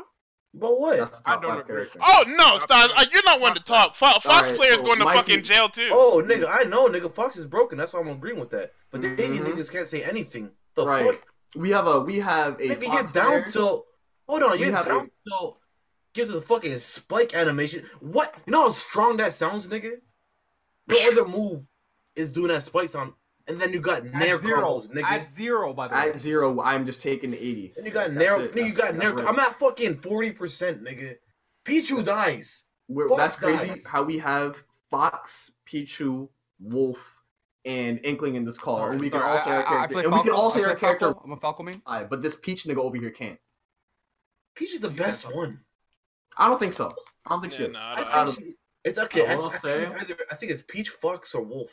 But That's what? a I top don't five agree. character. Oh no, Top Styles, five. uh, you're not one to Top talk. Fo- Fox Alright, players so going to Mikey- fucking jail too. Oh, nigga, I know, nigga. Fox is broken. That's why I'm agreeing with that. But then these Mhm. niggas can't say anything. The Right. fuck? We have a. We have a. Nigga, you're Fox down player. till. Hold on, We you're have down till. Gives it the fucking spike animation. What? You know how strong that sounds, nigga? No other move is doing that spike sound. And then you got nair at zero, combos, nigga. at zero, by the way. At zero, I'm just taking eighty. And you got That's narrow. it. Nigga, you That's- got that's narrow. right. I'm at fucking forty percent, nigga. Pichu dies. We're, Fox that's crazy guys. how we have Fox, Pichu, Wolf, and Inkling in this call, and we can Sorry, all say I- our I- I character. play and we can Falco- all say I play our character. Falco. I'm a Falco main. Aye, but this Peach nigga over here can't. Peach is the Yeah, best but- one. I don't think so. I don't think Yeah, she is. no, I don't- I, I don't- think she, it's okay. I will think- say- think either- I think it's Peach, Fox, or Wolf.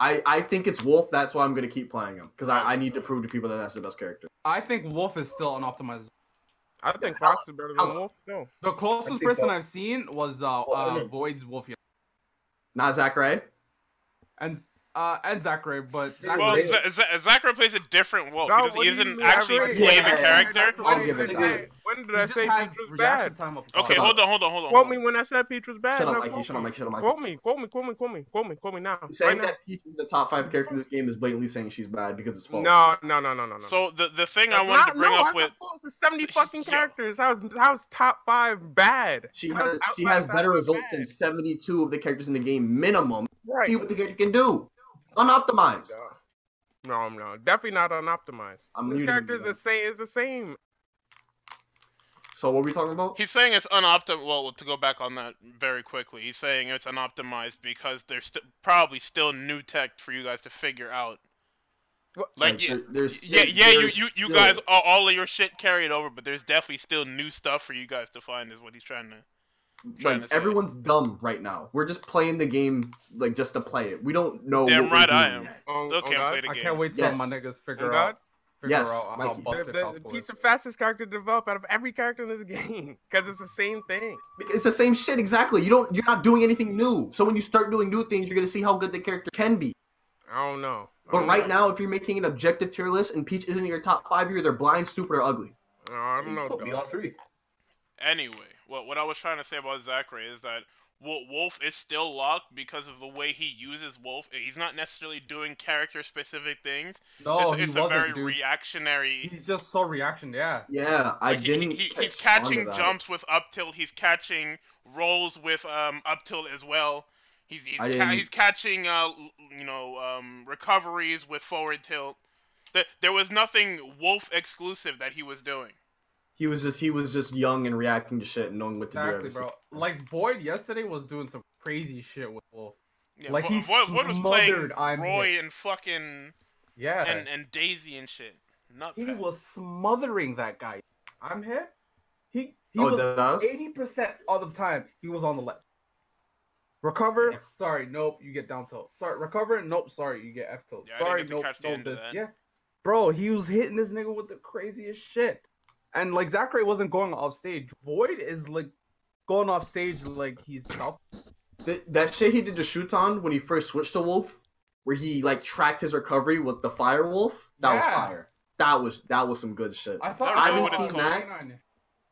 I, I think it's Wolf. That's why I'm gonna keep playing him because I, I need to prove to people that that's the best character. I think Wolf is still unoptimized. I think Fox is Oh. better than How- Wolf still. The closest think person that's- I've seen was uh, Oh, I uh know. Void's Wolf, yeah. Not Zachary. and uh and Zachary, but Well, Well, Zach- Z- Z- Zachary plays a different wolf. No, Oh, He doesn't- what do he you doesn't mean? actually Every- play Yeah, the character. I'll give it When did that. I- When did he I just say has Peach was reaction bad? time up. Okay, Shut up. hold on, hold on, hold on. Quote Hold me on. when I said Peach was bad. Shut Now up, Mikey. quote Shut up, me. Mikey. Shut up, Mikey. Quote me, quote me, quote me, quote me, quote me, quote me now. Saying right that Peach is the top five character in this game is blatantly saying she's bad because it's now. false. No, no, no, no, no, no. So the the thing That's I wanted not- to bring no, up how's with that false? It's seventy fucking Yo. characters. How's how's top five bad? She How's has she outside has top better five results bad? than 72 of the characters in the game minimum. See Right. what the character can do. Unoptimized. No, I'm not. Definitely not unoptimized. I'm this muting character is you, the though. same. Is the same. So what are we talking about? He's saying it's unoptim. Well, to go back on that very quickly, he's saying it's unoptimized because there's st- probably still new tech for you guys to figure out. What- Like, yeah, there- there's yeah, there- yeah, you, there's you, you still- guys, all, all of your shit carried over, but there's definitely still new stuff for you guys to find. Is what he's trying to. trying to like say. everyone's dumb right now. We're just playing the game like just to play it. We don't know. Damn what right we're I doing am. yet. On, Still on can't God? play the I game. can't wait till Yes. my niggas On figure God? out figure Yes, out how Mikey. The, busted the, Falco he's is. the fastest character to develop out of every character in this game because it's the same thing. It's the same shit exactly. You don't. You're not doing anything new. So when you start doing new things, you're gonna see how good the character can be. I don't know. I But Oh, don't right know. now, if you're making an objective tier list and Peach isn't in your top five, you're either blind, stupid, or ugly. No, I don't know. You could be dog. all three. Anyway, what what I was trying to say about Zachary is that Wo- Wolf is still locked because of the way he uses Wolf. He's not necessarily doing character specific things. No, it's Oh, he it's a wasn't, very dude. reactionary. He's just so reaction. Yeah. Yeah, I Like, he- didn't. he- he- he's catch on to catching that. jumps with up tilt. He's catching rolls with um up tilt as well. He's he's, I ca- didn't- he's catching uh l- you know um recoveries with forward tilt. The, there was nothing Wolf exclusive that he was doing. He was just he was just young and reacting to shit and knowing what to do. Exactly, every bro. single- Like Void yesterday was doing some crazy shit with Wolf. Yeah, Like, Vo- he Vo- Void was playing smothered Iron Roy and fucking Yeah, and, and Daisy and shit. Not he was smothering that guy. I'm here. He he Oh, was that us? eighty percent all the time. He was on the left. Recover. Sorry, nope. You get down tilt. Sorry, recover. Nope. Sorry, you get F tilt. Yeah, I didn't sorry, get to nope. catch the no end of this. that. Yeah, bro. He was hitting this nigga with the craziest shit, and like Zachary wasn't going off stage. Void is like going off stage like he's up. Th- that shit he did to Shuton when he first switched to Wolf, where he like tracked his recovery with the Fire Wolf. That was Yeah. fire. That was that was some good shit. I Mm-hmm. saw. I don't it know on what it's the called. that. 29.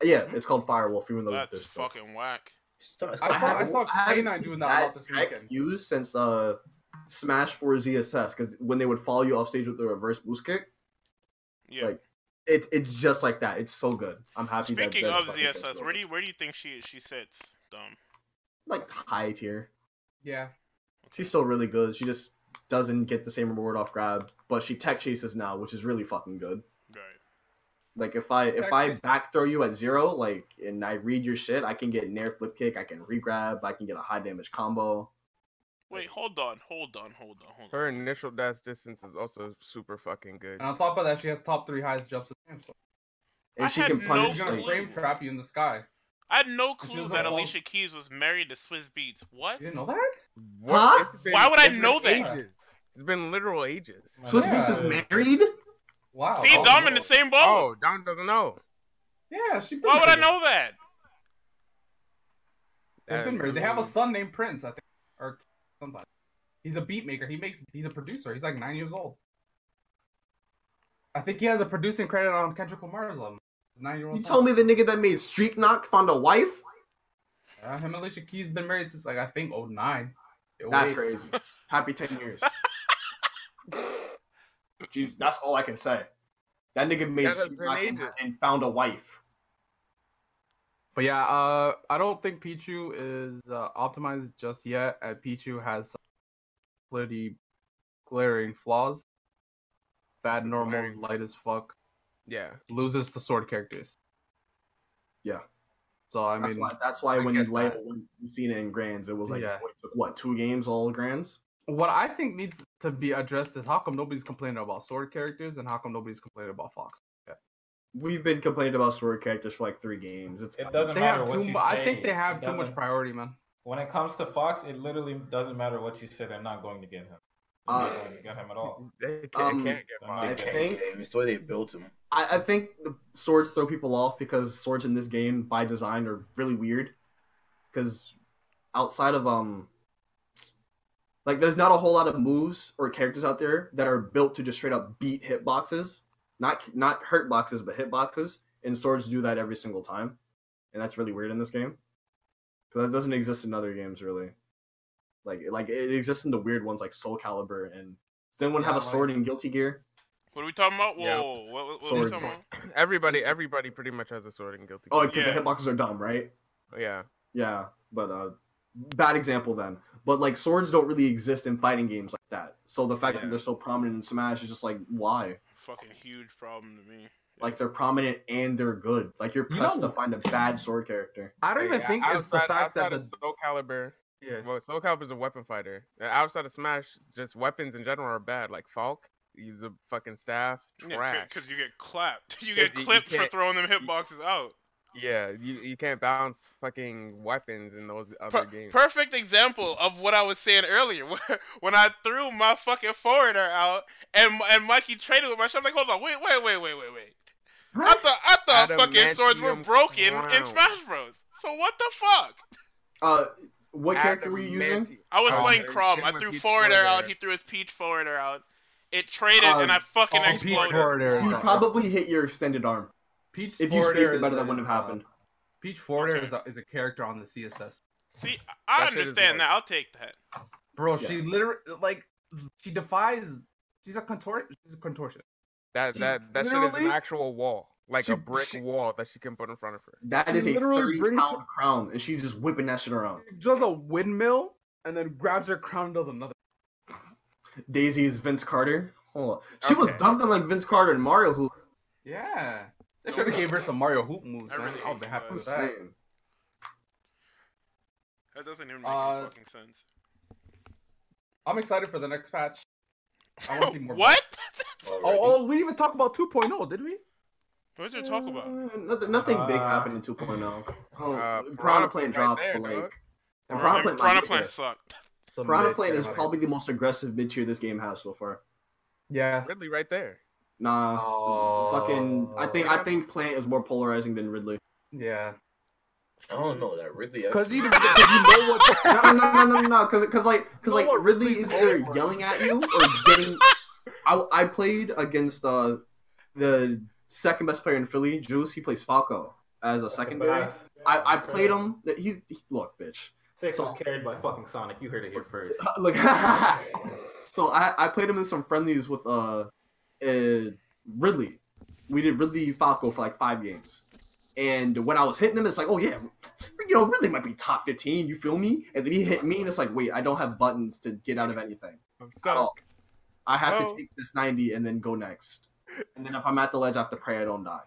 yeah, it's called Fire Wolf, even though That's it's digital. fucking whack. Stop- I saw- haven't- I saw haven't K9 seen doing that a lot this tech weekend. Used since uh, Smash for ZSS because when they would follow you off stage with the reverse boost kick, Yeah. Like, it, it's just like that. It's so good. I'm happy. that- Speaking that of fucking ZSS, thing. where do you, where do you think she she sits? Dumb. like high tier. Yeah. She's still really good. She just doesn't get the same reward off grab, but she tech chases now, which is really fucking good. Right. Like if I if Tech I chase. back throw you at zero, like and I read your shit, I can get an air flip kick, I can regrab, I can get a high damage combo. Wait, hold on, hold on, hold on, hold on. Her initial dash distance is also super fucking good. Uh, And on top of that, she has top three highest jumps in the game. So And I she had can no punish she's clue. gonna like frame trap you in the sky. I had no She clue was that on- Alicia Keys was married to Swizz Beats. What? You didn't know that? What? Huh? It's been- Why would I it's been know that? Ages. It's been literal ages. Swiss Beats is Yeah. married? Wow. See, Oh, Dom in no. the same boat. Oh, Don doesn't know. Yeah, she. been Why would I married. know that? They've been That- mm, married. They have I a mean, son named Prince, I think, or somebody. He's a beat maker. He makes. He's a producer. He's like nine years old. I think he has a producing credit on Kendrick Lamar's album. His nine-year-old. You son. told me the nigga that made Street Knock found a wife? Uh, him and Alicia Keys been married since like I think 09. That's 08. crazy. Happy ten years. Jeez, that's all I can say. That nigga made That's Street been Knock and, ages. and found a wife. But yeah, uh, I don't think Pichu is uh, optimized just yet. And Pichu has some pretty glaring flaws. Bad normals, Glaring. light as fuck. Yeah. Loses the sword characters. Yeah. So I That's mean, why, that's why I when you get lay that. when you seen it in grands, it was like Yeah. what, what, two games all grands? what I think needs to be addressed is how come nobody's complaining about sword characters and how come nobody's complaining about Fox. We've been complaining about sword characters for like three games. It's It doesn't They matter have what too. you Mu- say. I think they have It too much doesn't- priority, man. When it comes to Fox, it literally doesn't matter what you say. They're not going to get him. They're Uh, not going to get him at all. They can't, Um, can't get I Fox. I Okay. think Yeah, It's the way they built him. I, I think the swords throw people off because swords in this game by design are really weird. Because outside of um, like there's not a whole lot of moves or characters out there that are built to just straight up beat hitboxes, not not hurt boxes but hitboxes, and swords do that every single time, and that's really weird in this game. So that doesn't exist in other games really. Like like it exists in the weird ones like Soul Calibur and does anyone have Yeah, a sword in Guilty Gear? What are we talking about? Whoa, Yeah. whoa, whoa, what, what are we Swords. talking about? Everybody, everybody pretty much has a sword in Guilty Oh, Gear. because Yeah. the hitboxes are dumb, right? yeah. Yeah, but uh, bad example then. But like swords don't really exist in fighting games like that. So the fact Yeah. that they're so prominent in Smash is just like why? Fucking huge problem to me. Like they're prominent and they're good. Like you're You pressed know- to find a bad sword character. I don't even Like, think it's the outside- fact outside that the- of Soul Calibur, yeah. well, Soul Calibur is a weapon fighter. Uh, Outside of Smash, just weapons in general are bad. Like Falk, use a fucking staff, trash. because you get clapped. You Yeah, get you- you clipped for can't- throwing them hitboxes out. Yeah, you, you can't balance fucking weapons in those other Per- games. perfect example of what I was saying earlier. where- when I threw my fucking foreigner out and and Mikey traded with my shit, I'm like, hold on, wait, wait, wait, wait, wait, wait. I thought I thought fucking swords were Adamantium broken in crown. Smash Bros. So what the fuck? Uh what character were you Adamantium. using? I was Oh, playing there you Crom. go. I threw Peach foreigner forwarder. out. He threw his Peach foreigner out. It traded Um, and I fucking Oh, Peach exploded. Forwarder. is You a- probably hit your extended arm. Peach If you Forwarder spaced is it better, a- that wouldn't have uh, happened. Peach Forwarder Okay. is, a, is a character on the CSS. See, I I That shit is hard. understand that. I'll take that. Bro, Yeah. she literally like she defies. She's a contort. She's a contortionist. That She that that shit is literally- an actual wall, like she- a brick she- wall that she can put in front of her. That She is a literally thirty brings- pound crown, and she's just whipping that shit around. She does a windmill and then grabs her crown and does another. Daisy is Vince Carter. Hold on. She was Okay. dunking like Vince Carter and Mario who Yeah, they should have gave her some Mario hoop moves. I Man. really I'll hate be happy that. with was that. saying. That doesn't even make Uh, any fucking sense. I'm excited for the next patch. I want to see more. what? Oh, oh, we didn't even talk about 2.0, did we? What did you talk about? Uh, Nothing, nothing big Uh, happened in 2.0. Oh, uh, Piranha Piranha Plant Plant right dropped, there, but like, dog. and Piranha, Piranha Plant, Piranha like, Plant uh, sucked. Some Piranha mid Plant is chaotic. probably the most aggressive mid tier this game has so far. yeah. Ridley right there. Nah, Oh. fucking. I think I think Plant is more polarizing than Ridley. Yeah. I don't know that Ridley. Because actually- you, 'cause you know what. No, no, no, no, no, because because like because No, like what Ridley Ridley's is either over. yelling at you or getting. I I played against uh the second best player in Philly, Juice. He plays Falco as a secondary. But I, I played him. He, he look, bitch. Six So- was carried by fucking Sonic. You heard it here first. Uh, Look, so I, I played him in some friendlies with uh, uh Ridley. We did Ridley Falco for like five games, and when I was hitting him, it's like, oh yeah, you know Ridley might be top fifteen. You feel me? And then he hit me, and it's like, wait, I don't have buttons to get out of anything I'm at all. stuck. I have Oh. to take this ninety and then go next. And then if I'm at the ledge, I have to pray I don't die.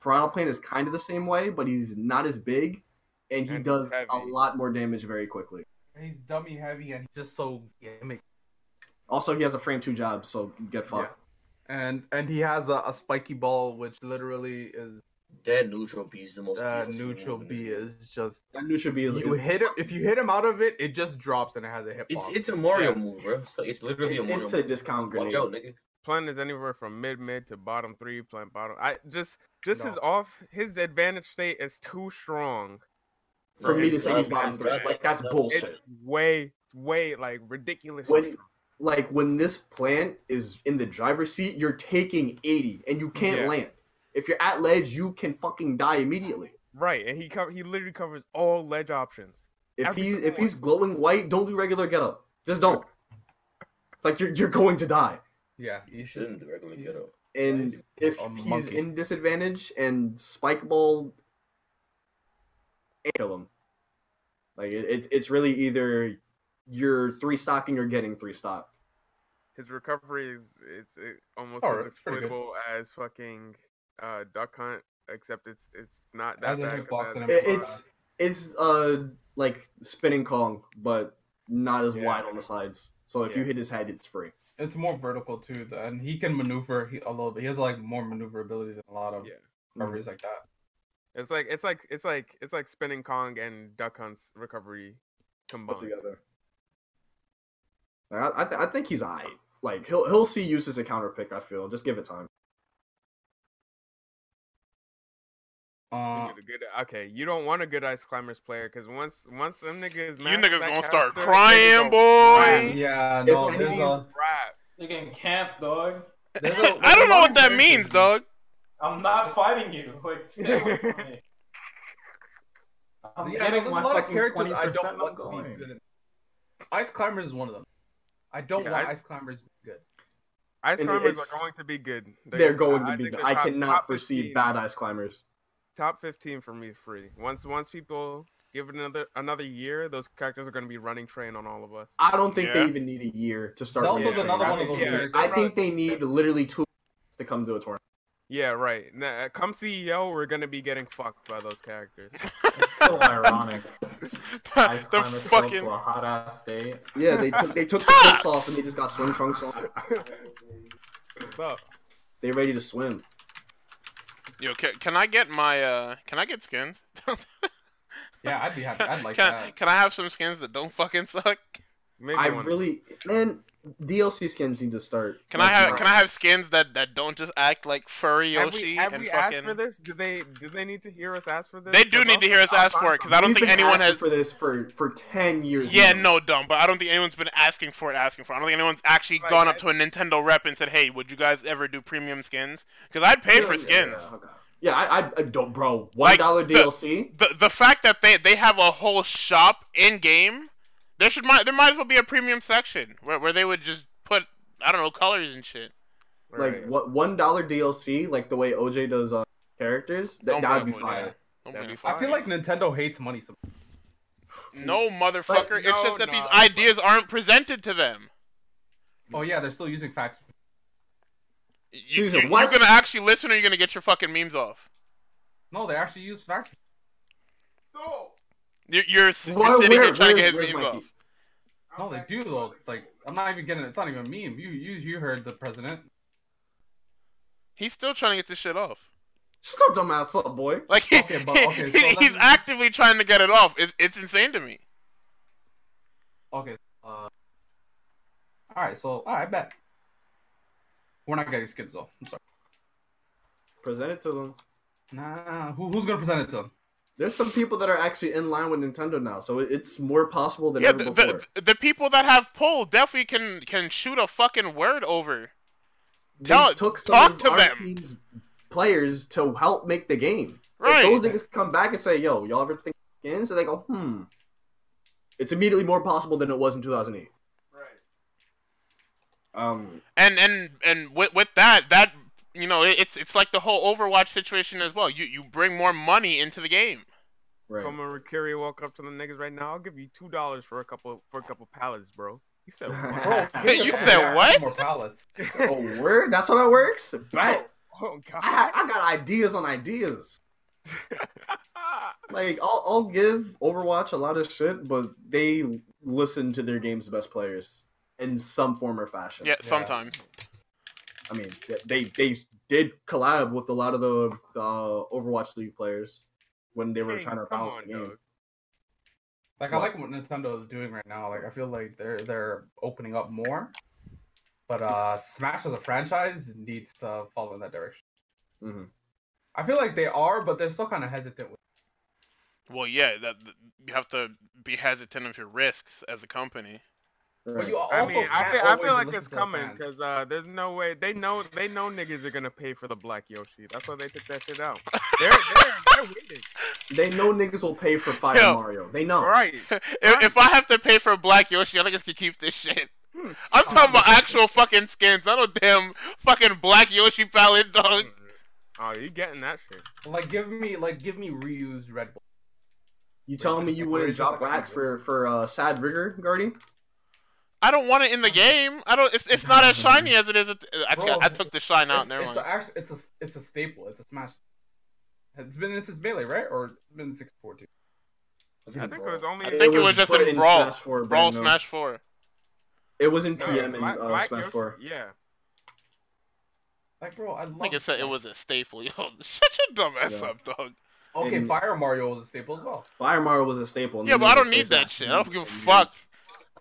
Piranha Plane is kind of the same way, but he's not as big, and And he he's does a heavy. lot more damage very quickly. He's dummy heavy and he's just so gimmick. Also, he has a frame two job, so get fucked. And and he has a, a spiky ball, which literally is That neutral B is the most. uh, DLC neutral move in B this game. is just That new should be is, you is- hit him if you hit him out of it, it just drops and it has a hip It's block. it's a Mario Yeah. move, bro. So it's literally it's, a Mario it's a move. discount Watch grenade. out, nigga. Plant is anywhere from mid mid to bottom three. Plant bottom. I just just No. his off his advantage state is too strong. For me to It's say not he's bottom bad, three, bro. like that's bullshit. It's way way like ridiculous. When like when this plant is in the driver's seat, you're taking eighty and you can't Yeah. land. If you're at ledge, you can fucking die immediately. Right, and he co- he literally covers all ledge options. If Every he single if he's glowing white, don't do regular get up. Just don't. Like you're you're going to die. yeah, you She doesn't should. do regular he's- ghetto. And if a he's monkey. in disadvantage and spike ball, kill him. Like it, it, it's really either you're three stocking or getting three stock. His recovery is it's it, almost Oh, as it's pretty good. exploitable as fucking uh, Duck Hunt, except it's it's not that Has a bad. hitbox compared- and a It, it's it's uh like spinning Kong, but not as Yeah. wide on the sides. So if you Yeah. hit his head, it's free. It's more vertical too, th- and he can maneuver he, a little bit. He has like more maneuverability than a lot of Yeah. recoveries like that. It's like it's like it's like it's like spinning Kong and Duck Hunt's recovery Put combined. together. Like, I I, th- I think he's alright. Like he'll he'll see use as a counter pick. I feel. Just give it time. Uh, You get a good- okay, you don't want a good ice climbers player because once once them niggas You max niggas that gonna start character, niggas crying, boy. gonna yeah, If no, it there's a, means- crap. They can camp, dog. there's a I don't know what that means, though. dog. I'm not fighting you. Like, stay away from me. I'm Yeah, no, getting there's my a lot of fucking characters 20% I don't I'm want to be going. good in. Ice climbers is one of them. I don't Yeah, want I- ice climbers to be good. Ice And climbers it's- are going to be good. They- They're going to I be. think good. they're I top- cannot top foresee 15. bad ice climbers. Top fifteen for me free. Once once people Give it another another year. Those characters are going to be running train on all of us. I don't think Yeah. they even need a year to start. Zelda's retraining. another I one of think- those. yeah, characters. I think they need literally two to come to a tournament. Yeah, right. Now, come CEO, we're going to be getting fucked by those characters. It's so ironic. I the climbed myself to fucking a hot ass day. Yeah, they took they took the clips off and they just got swim trunks on. so, They ready to swim. yo, can, can I get my uh? Can I get skins? Yeah, I'd be happy. I'd like can, that. Can I have some skins that don't fucking suck? maybe I one- really man, DLC skins need to start. Can I have Can I have skins that that don't just act like furry Have Yoshi we, have and we fucking? asked for this? Do they do they need to hear us ask for this? They do 'Cause need I'll- to hear us I'll ask find for it because I don't We've think been anyone asking has. for this for for ten years. Yeah, now. no, dumb. But I don't think anyone's been asking for it, asking for. it. I don't think anyone's actually Right, gone I- up to a Nintendo rep and said, "Hey, would you guys ever do premium skins?" Because I'd pay Yeah, for yeah, skins. Yeah, okay. Yeah, I, I, I don't, bro. One dollar the- DLC. The the fact that they they have a whole shop in game, there should might there might as well be a premium section where where they would just put I don't know colors and shit. Like what one dollar DLC, like the way OJ does uh, characters, that Don't that'd be blame OJ. fire. Don't That'd blame be I fine. feel like Nintendo hates money. Some No, motherfucker. But it's no, just that these no. ideas aren't presented to them. Oh yeah, they're still using fax. You, Jeez, you, are what? gonna actually listen, or you're gonna get your fucking memes off. No, they actually use fax. So, You're, you're s- Where- sitting where- here trying to where's- get where's his memes Mikey? off. No, they do though. Like I'm not even getting it. It's not even a meme. You you you heard the president. He's still trying to get this shit off. Shut up, dumbass little boy. Like he, Okay, but- okay, so he- let he's me- actively trying to get it off. It's, it's insane to me. Okay. Uh, all right. So all right, bet. We're not getting skins though. I'm sorry. Present it to them. Nah. Who, who's gonna present it to them? There's some people that are actually in line with Nintendo now, so it- it's more possible than Yeah, ever the, before. the the people that have pull definitely can can shoot a fucking word over. They tell- took some talk of to our them. team's players to help make the game. Right. If those niggas come back and say, "Yo, y'all ever think skins?" and they go, "Hmm," it's immediately more possible than it was in 2008. Um, and and and with with that that you know it, it's it's like the whole Overwatch situation as well. You you bring more money into the game. Right. Come on, Rikiri walk up to the niggas right now. I'll give you two dollars for a couple for a couple pallets, bro. He said, "What?" Hey, you said what? More pallets. oh, word? That's how that works? Bet. "Oh I, God." ha- I got ideas on ideas. Like, I'll, I'll give Overwatch a lot of shit, but they listen to their game's best players in some form or fashion. Yeah, sometimes. I mean, they they did collab with a lot of the uh, Overwatch League players when they were Hey, trying to come balance on, the game. dog. Like I like what Nintendo is doing right now. Like I feel like they're they're opening up more. But uh Smash as a franchise needs to follow in that direction. Mhm. I feel like they are, but they're still kind of hesitant. With Well, yeah, that you have to be hesitant of your risks as a company. But you also I mean, I can't feel, I always feel like listen it's to the coming fans. because uh, there's no way they know they know niggas are gonna pay for the black Yoshi. That's why they took that shit out. They're they're, they're waiting. They know niggas will pay for Fire Yo. Mario. They know. All right. if, if I have to pay for Black Yoshi, I think I can keep this shit. I'm talking about actual fucking skins, not no damn fucking Black Yoshi palette, dog. Oh, you getting that shit? Like give me like give me reused Red Bull. You telling me you wouldn't Just drop like- wax for for uh, Sad Rigger, Guardy? I don't want it in the game. I don't. It's, it's not as shiny as it is. At the, actually, I, I took the shine out. it's, Never it's a, mind. act- it's a it's a staple. It's a Smash. It's been since Melee, right? Or it's been six four two. I think it was only. I I think it was was just put in in Brawl. Smash 4, Brawl Brando. Smash Four. It was in no, PM and Black- uh, Black Smash Yoshi- Four. Yeah. Like bro, I love. Like I said, it Smash. was a staple. Yo, shut your dumb ass Yeah. up, dog. okay. in- Fire Mario was a staple as well. Fire Mario was a staple. and Yeah, then but I they don't need replaced that shit. I don't give a Yeah. fuck.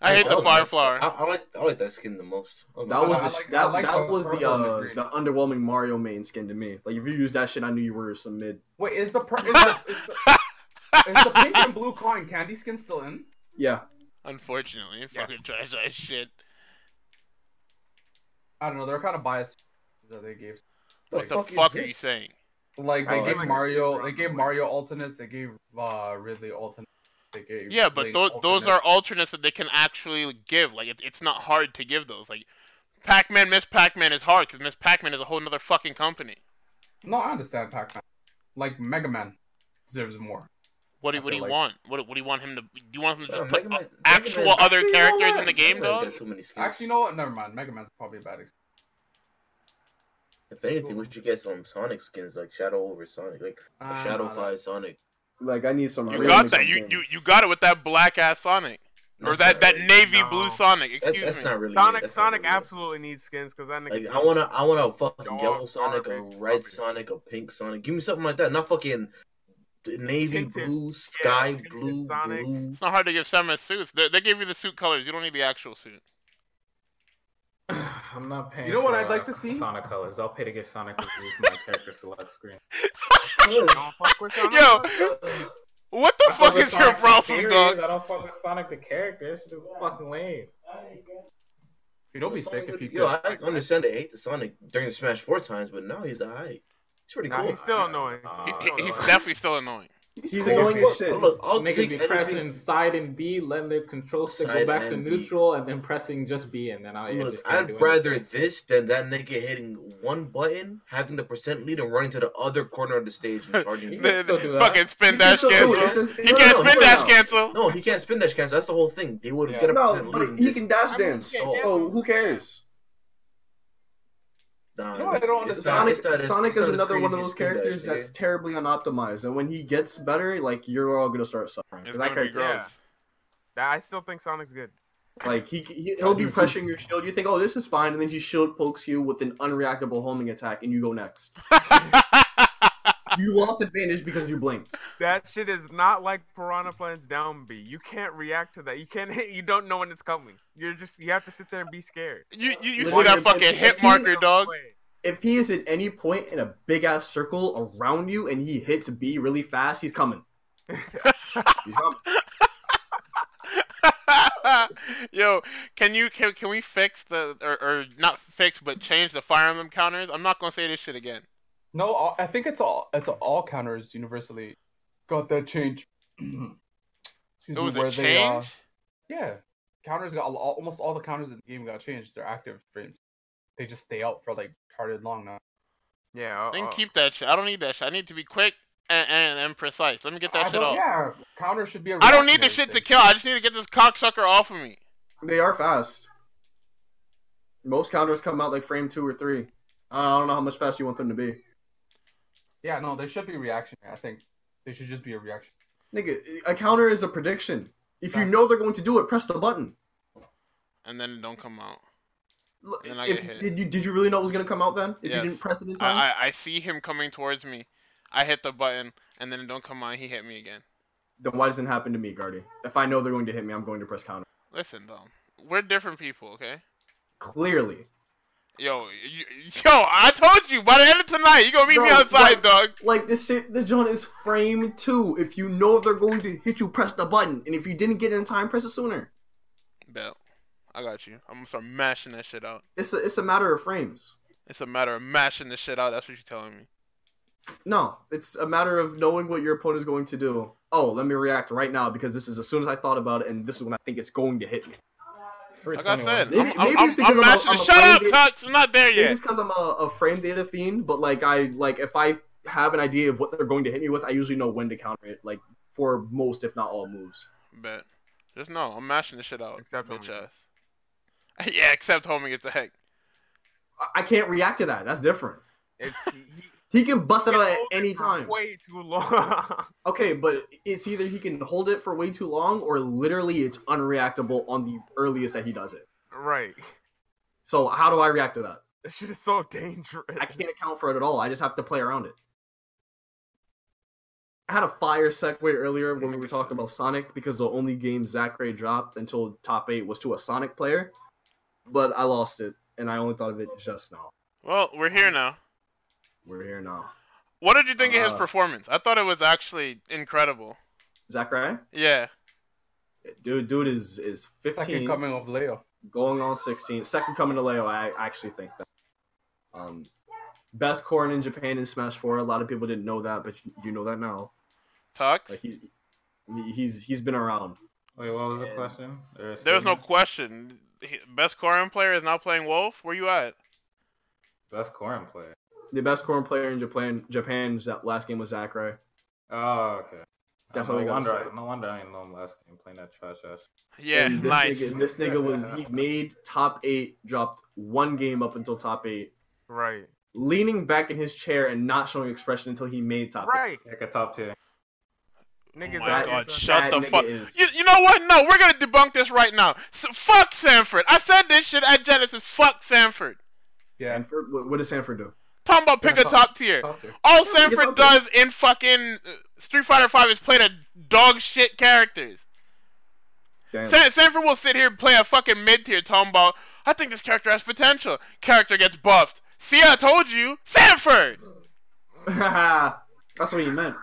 I hate the love fire that. flower. I, I like I like that skin the most. Oh, That was I the, like- that, I like that the was the purple and uh, green. the underwhelming Mario main skin to me. Like if you used that shit, I knew you were some mid. Wait, is the per- is the, is the, is the pink and blue coin candy skin still in? Yeah, Unfortunately, fucking trash ass shit. I don't know. They're kind of biased that they gave. What Like, the fuck is fuck are you this? saying? like I they like gave this. Mario, they gave Mario alternates, they gave uh, Ridley alternates, they gave Yeah, but Link those those are alternates. alternates that they can actually give. Like it, it's not hard to give those. Like Pac-Man, Miss Pac-Man is hard because Miss Pac-Man is a whole nother fucking company. No, I understand Pac-Man. Like Mega Man deserves more. What do, I what do feel you like- want? What, what do you want him to? Do you want him to just Uh, put Mega Man- Mega actual Man- other Actually, you know characters what? in the game, Mega Man's dog? got Too many skills. Actually, you know what? Never mind. Mega Man's probably a bad excuse. if anything, we should get some Sonic skins like Shadow over Sonic, like Ah, Shadow nah, Five Sonic. Like I need some. You real got niggas that. You, games. you you got it with that black ass Sonic or That's that not that really- navy No. blue Sonic. That, Excuse that's me. not really. it. Sonic That's not Sonic really it. absolutely needs skins because that nigga. Like I wanna, I want a fucking Dog yellow Sonic, a garbage, red garbage. Sonic, a pink Sonic. Give me something like that. Not fucking d- navy Tinted. blue, sky tinted blue, Sonic. blue. It's not hard to give Samus suits. They, they give you the suit colors. You don't need the actual suit. I'm not paying. know what for, I'd like uh, to see? Sonic colors. I'll pay to get Sonic reviews from my character select screen. Don't fuck with Sonic. Yo, what the I fuck fuck with is your Sonic the problem, series, dog? I don't fuck with Sonic the character. It's just fucking lame. It'll be sick if he Yo, could. I understand they hate the Sonic during the Smash four times, but now he's alright. He's pretty Nah, cool. he's still annoying. Nah. He, He's he- still he's annoying. definitely still annoying. He's Cool annoying as as fuck. shit. Look, I'll Niggas Oh, take be anything. pressing side and B, letting the control stick go Side back to and B. neutral, and then pressing just B, and then I it Look, just can't do I'd anything. rather this than that nigga hitting one button, having the percent lead, and running to the other corner of the stage and charging. You people. can still do that. Fucking spin dash It's just- cancel. it's just- He no, can't no, spin no, dash no. cancel. no, he can't spin dash cancel. That's the whole thing. They would Yeah. get a No, percent lead. but and he just- can dash I mean, dance. yeah, yeah. So who cares? Nah, No, I don't it's not- Sonic, it's not as- Sonic it's not is as another one crazy of as those Spin Dash, characters nigga. that's terribly unoptimized, and when he gets better, like you're all gonna start suffering. It's 'Cause that gonna be character, Yeah. gross. That- I still think Sonic's good. like he, he he'll be You too. pressuring your shield. You think, oh, this is fine, and then he shield pokes you with an unreactable homing attack, and you go next. you lost advantage because you blinked. That shit is not like Piranha Plant's down B. You can't react to that. You can't. You don't know when it's coming. You're just. You have to sit there and be scared. You you, you Look see at that him. fucking If hit he- marker, dog? If he is at any point in a big ass circle around you, and he hits B really fast, he's coming. he's coming. Yo, can you can, can we fix the or, or not fix but change the fire emblem counters? I'm not gonna say this shit again. No, all- I think it's all it's all counters universally got that change. Excuse It me, was a where change. They, uh, yeah, counters got all, almost all the counters in the game got changed. They're active frames. They just stay out for like retarded long now. Yeah. Then uh, keep that shit. I don't need that shit. I need to be quick and and, and precise. Let me get that I shit don't- off. Yeah, counter should be. a I don't need this shit reactionary to thing. kill. I just need to get this cocksucker off of me. They are fast. Most counters come out like frame two or three. I don't know how much fast you want them to be. Yeah, no, they should be reactionary. I think they should just be a reaction. Nigga, a counter is a prediction. If you know they're going to do it, press the button. And then it don't come out. L- And I if- get hit. Did, you, did you really know it was going to come out then? If Yes. you didn't press it in time? I, I I see him coming towards me. I hit the button and then it don't come out. He hit me again. Then why doesn't it happen to me, Guardy? If I know they're going to hit me, I'm going to press counter. Listen though, we're different people, okay? Clearly. Yo, you, yo, I told you by the end of tonight, you gonna meet me Bro, outside, what? dog. Like, this shit, the John is frame two. If you know they're going to hit you, press the button. And if you didn't get it in time, press it sooner. Bell, I got you. I'm gonna start mashing that shit out. It's a, it's a matter of frames. It's a matter of mashing the shit out. That's what you're telling me. No, it's a matter of knowing what your opponent is going to do. Oh, let me react right now because this is as soon as I thought about it, and this is when I think it's going to hit me. For Like I 21. said, Maybe- I'm, I'm, maybe I'm, it's because I'm I'm a- mashing. I'm the- a Shut up, friendly- Tux. I'm not there Maybe yet. it's because I'm a, a frame data fiend, but like I like if I have an idea of what they're going to hit me with, I usually know when to counter it. Like for most, if not all moves. Bet. Just know I'm mashing the shit out. Except bitch homie. ass. yeah, except homie gets the heck. I, I can't react to that. That's different. It's, he, he He can bust it can out at hold it any for time. Way too long. Okay, but it's either he can hold it for way too long, or literally it's unreactable on the earliest that he does it. right. So how do I react to that? That shit is so dangerous. I can't account for it at all. I just have to play around it. I had a fire segue earlier when we were talking about Sonic because the only game Zach Ray dropped until top eight was to a Sonic player, but I lost it and I only thought of it just now. Well, we're here now. We're here now. What did you think of his Uh, performance? I thought it was actually incredible. Zach Ray, Yeah. dude, dude is is Second fifteen, coming of Leo. going on sixteen. Second coming to Leo, I actually think that. Um, best corn in Japan in Smash Four. A lot of people didn't know that, but you, you know that now. Tux? Like he, he- he's he's been around. Wait, what was the And- question? Or a There's no statement? question. He- Best Korean player is now playing Wolf. Where you at? best Korean player. the best corn player in Japan. Japan's that last game was Zachary. Oh, okay. That's no all we gotta wonder. say. No wonder I ain't know him last game playing that trash ass. Yeah, And this nice. Nigga, this nigga was he made top eight, dropped one game up until top eight, Right. leaning back in his chair and not showing expression until he made top eight. Right. Like a top tier. Niggas Oh my out here That- God, doing- shut that the nigga fuck- is- You, you know what? No, we're gonna debunk this right now. S fuck Sanford. I said this shit at Genesis. Fuck Sanford. Yeah. Sanford, what, what does Sanford do? Talking about pick Yeah, a top- top tier. Top tier. Oh. All Yeah, we Sanford get up does in fucking uh, Street Fighter Five is play the dog shit characters. Damn. San- Sanford will sit here and play a fucking mid tier talking about, I think this character has potential. Character gets buffed. See, I told you, Sanford, That's what he meant.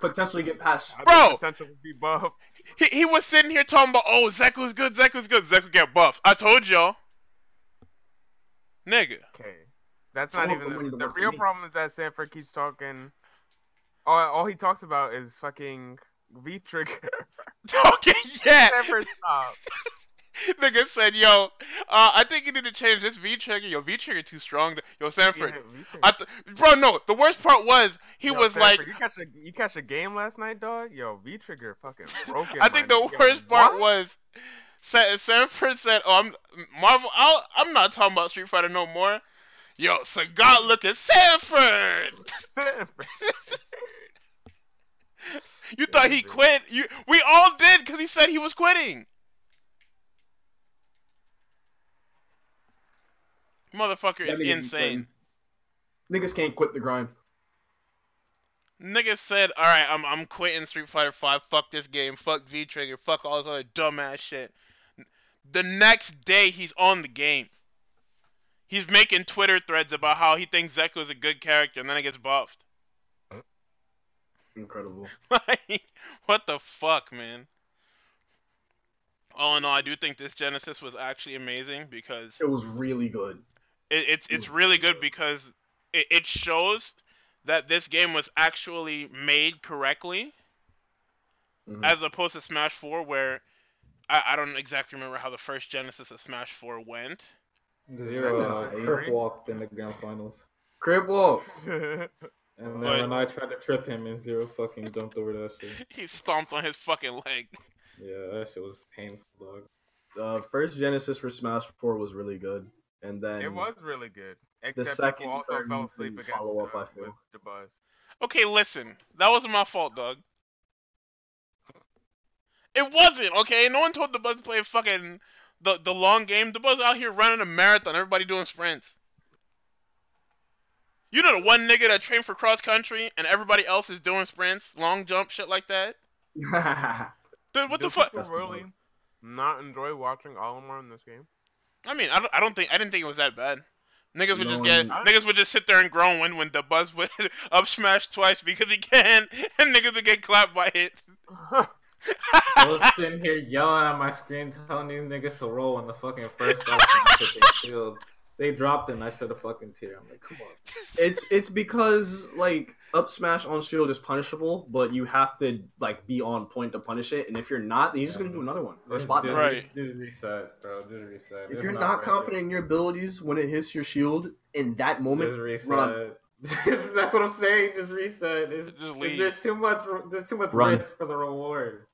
Potentially get past. I think Bro! Potential to be buffed. he he was sitting here talking about, oh Zeku's good, Zeku's good, Zeku get buffed. I told y'all, nigga. Okay. That's I not want the even money the, to the work for real me. problem is that Sanford keeps talking. All, all he talks about is fucking V trigger. Okay, yeah. Sanford, stop. Nigga said, yo, uh, I think you need to change this V trigger. Yo, V trigger too strong. Yo, Sanford. Yeah, V-trigger. I th- bro, no. The worst part was he Yo, was Sanford, like, you catch a you catch a game last night, dog. Yo, V trigger fucking broken. I think my the nigga. worst part What? was Sa- Sanford said, "Oh, I'm Marvel. I'll, I'm not talking about Street Fighter no more." Yo, Sagat look at Sanford. Sanford. You thought he dude. quit? You, we all did because he said he was quitting. Motherfucker That is nigga be insane. quitting. Niggas can't quit the grind. Nigga said, "All right, I'm I'm quitting Street Fighter Five. Fuck this game. Fuck V Trigger. Fuck all this other dumbass shit." The next day, he's on the game. He's making Twitter threads about how he thinks Zeko is a good character, and then he gets buffed. Incredible. like, what the fuck, man? All in all, I do think this Genesis was actually amazing because It was really good. it, it's it's Ooh. really good because it, it shows that this game was actually made correctly Mhm. as opposed to smash 4 where I, I don't exactly remember how the first genesis of smash 4 went Zero. That Uh, was Kirk great. walked in the grand finals, Crib walk. and then But- when I tried to trip him, and Zero fucking dumped over that shit. he stomped on his fucking leg Yeah, that shit was painful, dog. Uh, first Genesis for Smash Four was really good, and then it was really good. Except second, people also third, fell and asleep the against follow-up, uh, I feel. with the buzz. okay listen that wasn't my fault dog it wasn't okay no one told the buzz to play fucking the, the long game the buzz out here running a marathon everybody doing sprints you know the one nigga that trained for cross country and everybody else is doing sprints long jump shit like that Dude, what Do the fuck people That's the really not enjoy watching Olimar in this game? I mean, I don't, I don't think I didn't think it was that bad. Niggas would just No, get I- niggas would just sit there and groan when, when the buzz would up smash twice because he can, and niggas would get clapped by it. I was sitting here yelling at my screen, telling these niggas to roll in the fucking first option field. They dropped him. I should have fucking tear. I'm like, come on. it's it's because like up smash on shield is punishable, but you have to like be on point to punish it, and if you're not, then you're just gonna do another one or spot Just- dodge. Right. Just, just reset, bro. Just reset. If It's you're not right. confident in your abilities when it hits your shield in that just moment, reset. run. That's what I'm saying. Just reset. It's, Just If leave. There's too much. There's too much Run. risk for the reward.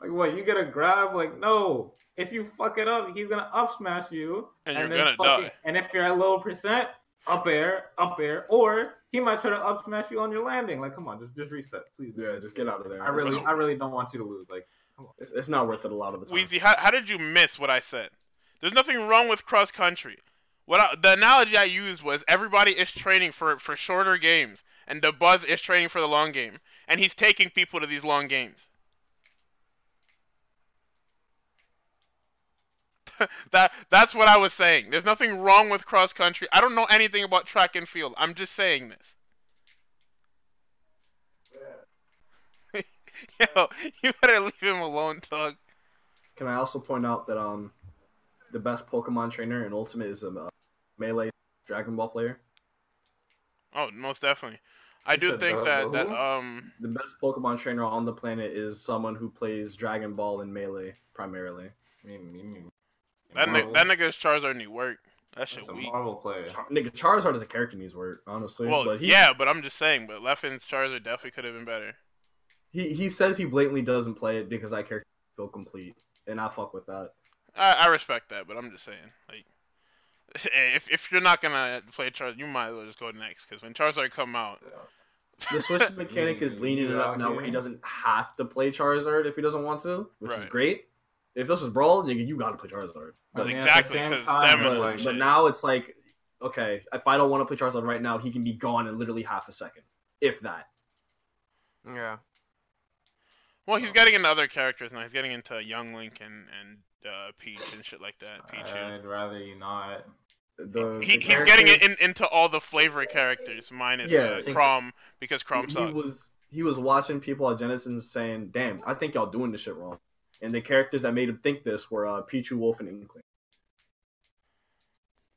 Like what? You get a grab? Like no. If you fuck it up, he's gonna up smash you, And you're then gonna fucking, die. And if you're at low percent, up air, up air, or he might try to up smash you on your landing. Like come on, just just reset, please. yeah, just get out of there. I really, I really don't want you to lose. Like it's, it's not worth it a lot of the time. Weezy, how, how did you miss what I said? There's nothing wrong with cross country. What I, the analogy I used was everybody is training for for shorter games, and the buzz is training for the long game, and he's taking people to these long games. that that's what I was saying. There's nothing wrong with cross country. I don't know anything about track and field. I'm just saying this. Yo, you better leave him alone, Tug. Can I also point out that um, the best Pokemon trainer in Ultimate is a uh, melee Dragon Ball player. Oh, most definitely. I It's do a "Uh, think that, that double. um The best Pokemon trainer on the planet is someone who plays Dragon Ball and melee primarily. me, me, me. that ni- Marvel. that nigga's Charizard need work. That shit That's a weak. Marvel player. Char- nigga, Charizard is a character in these words, honestly. Well, but he, yeah, but I'm just saying. But Leffen's Charizard definitely could have been better. He he says he blatantly doesn't play it because I characters feel complete, and I fuck with that. I, I respect that, but I'm just saying, like, hey, if if you're not gonna play Charizard, you might as well just go next, because when Charizard come out, The Switch mechanic is leaning enough now where he doesn't have to play Charizard if he doesn't want to, which is Right. great. If this is Brawl, nigga, you gotta play Charizard. But But, yeah, at the exactly, same 'cause time, damage but- like but, shit. now it's like, okay, if I don't want to play Charizard right now, he can be gone in literally half a second, if that. Yeah. well, he's getting into other characters now. He's getting into Young Link and and uh, Peach and shit like that. Pichu. I'd rather you not. The, he, the he's getting it in, characters- into all the flavor characters minus Yeah, I uh, think- Crom because Crom he sucks. was he was watching people at Genesis saying, "Damn, I think y'all doing this shit wrong." And the characters that made him think this were uh, Pichu, Wolf, and Inkling.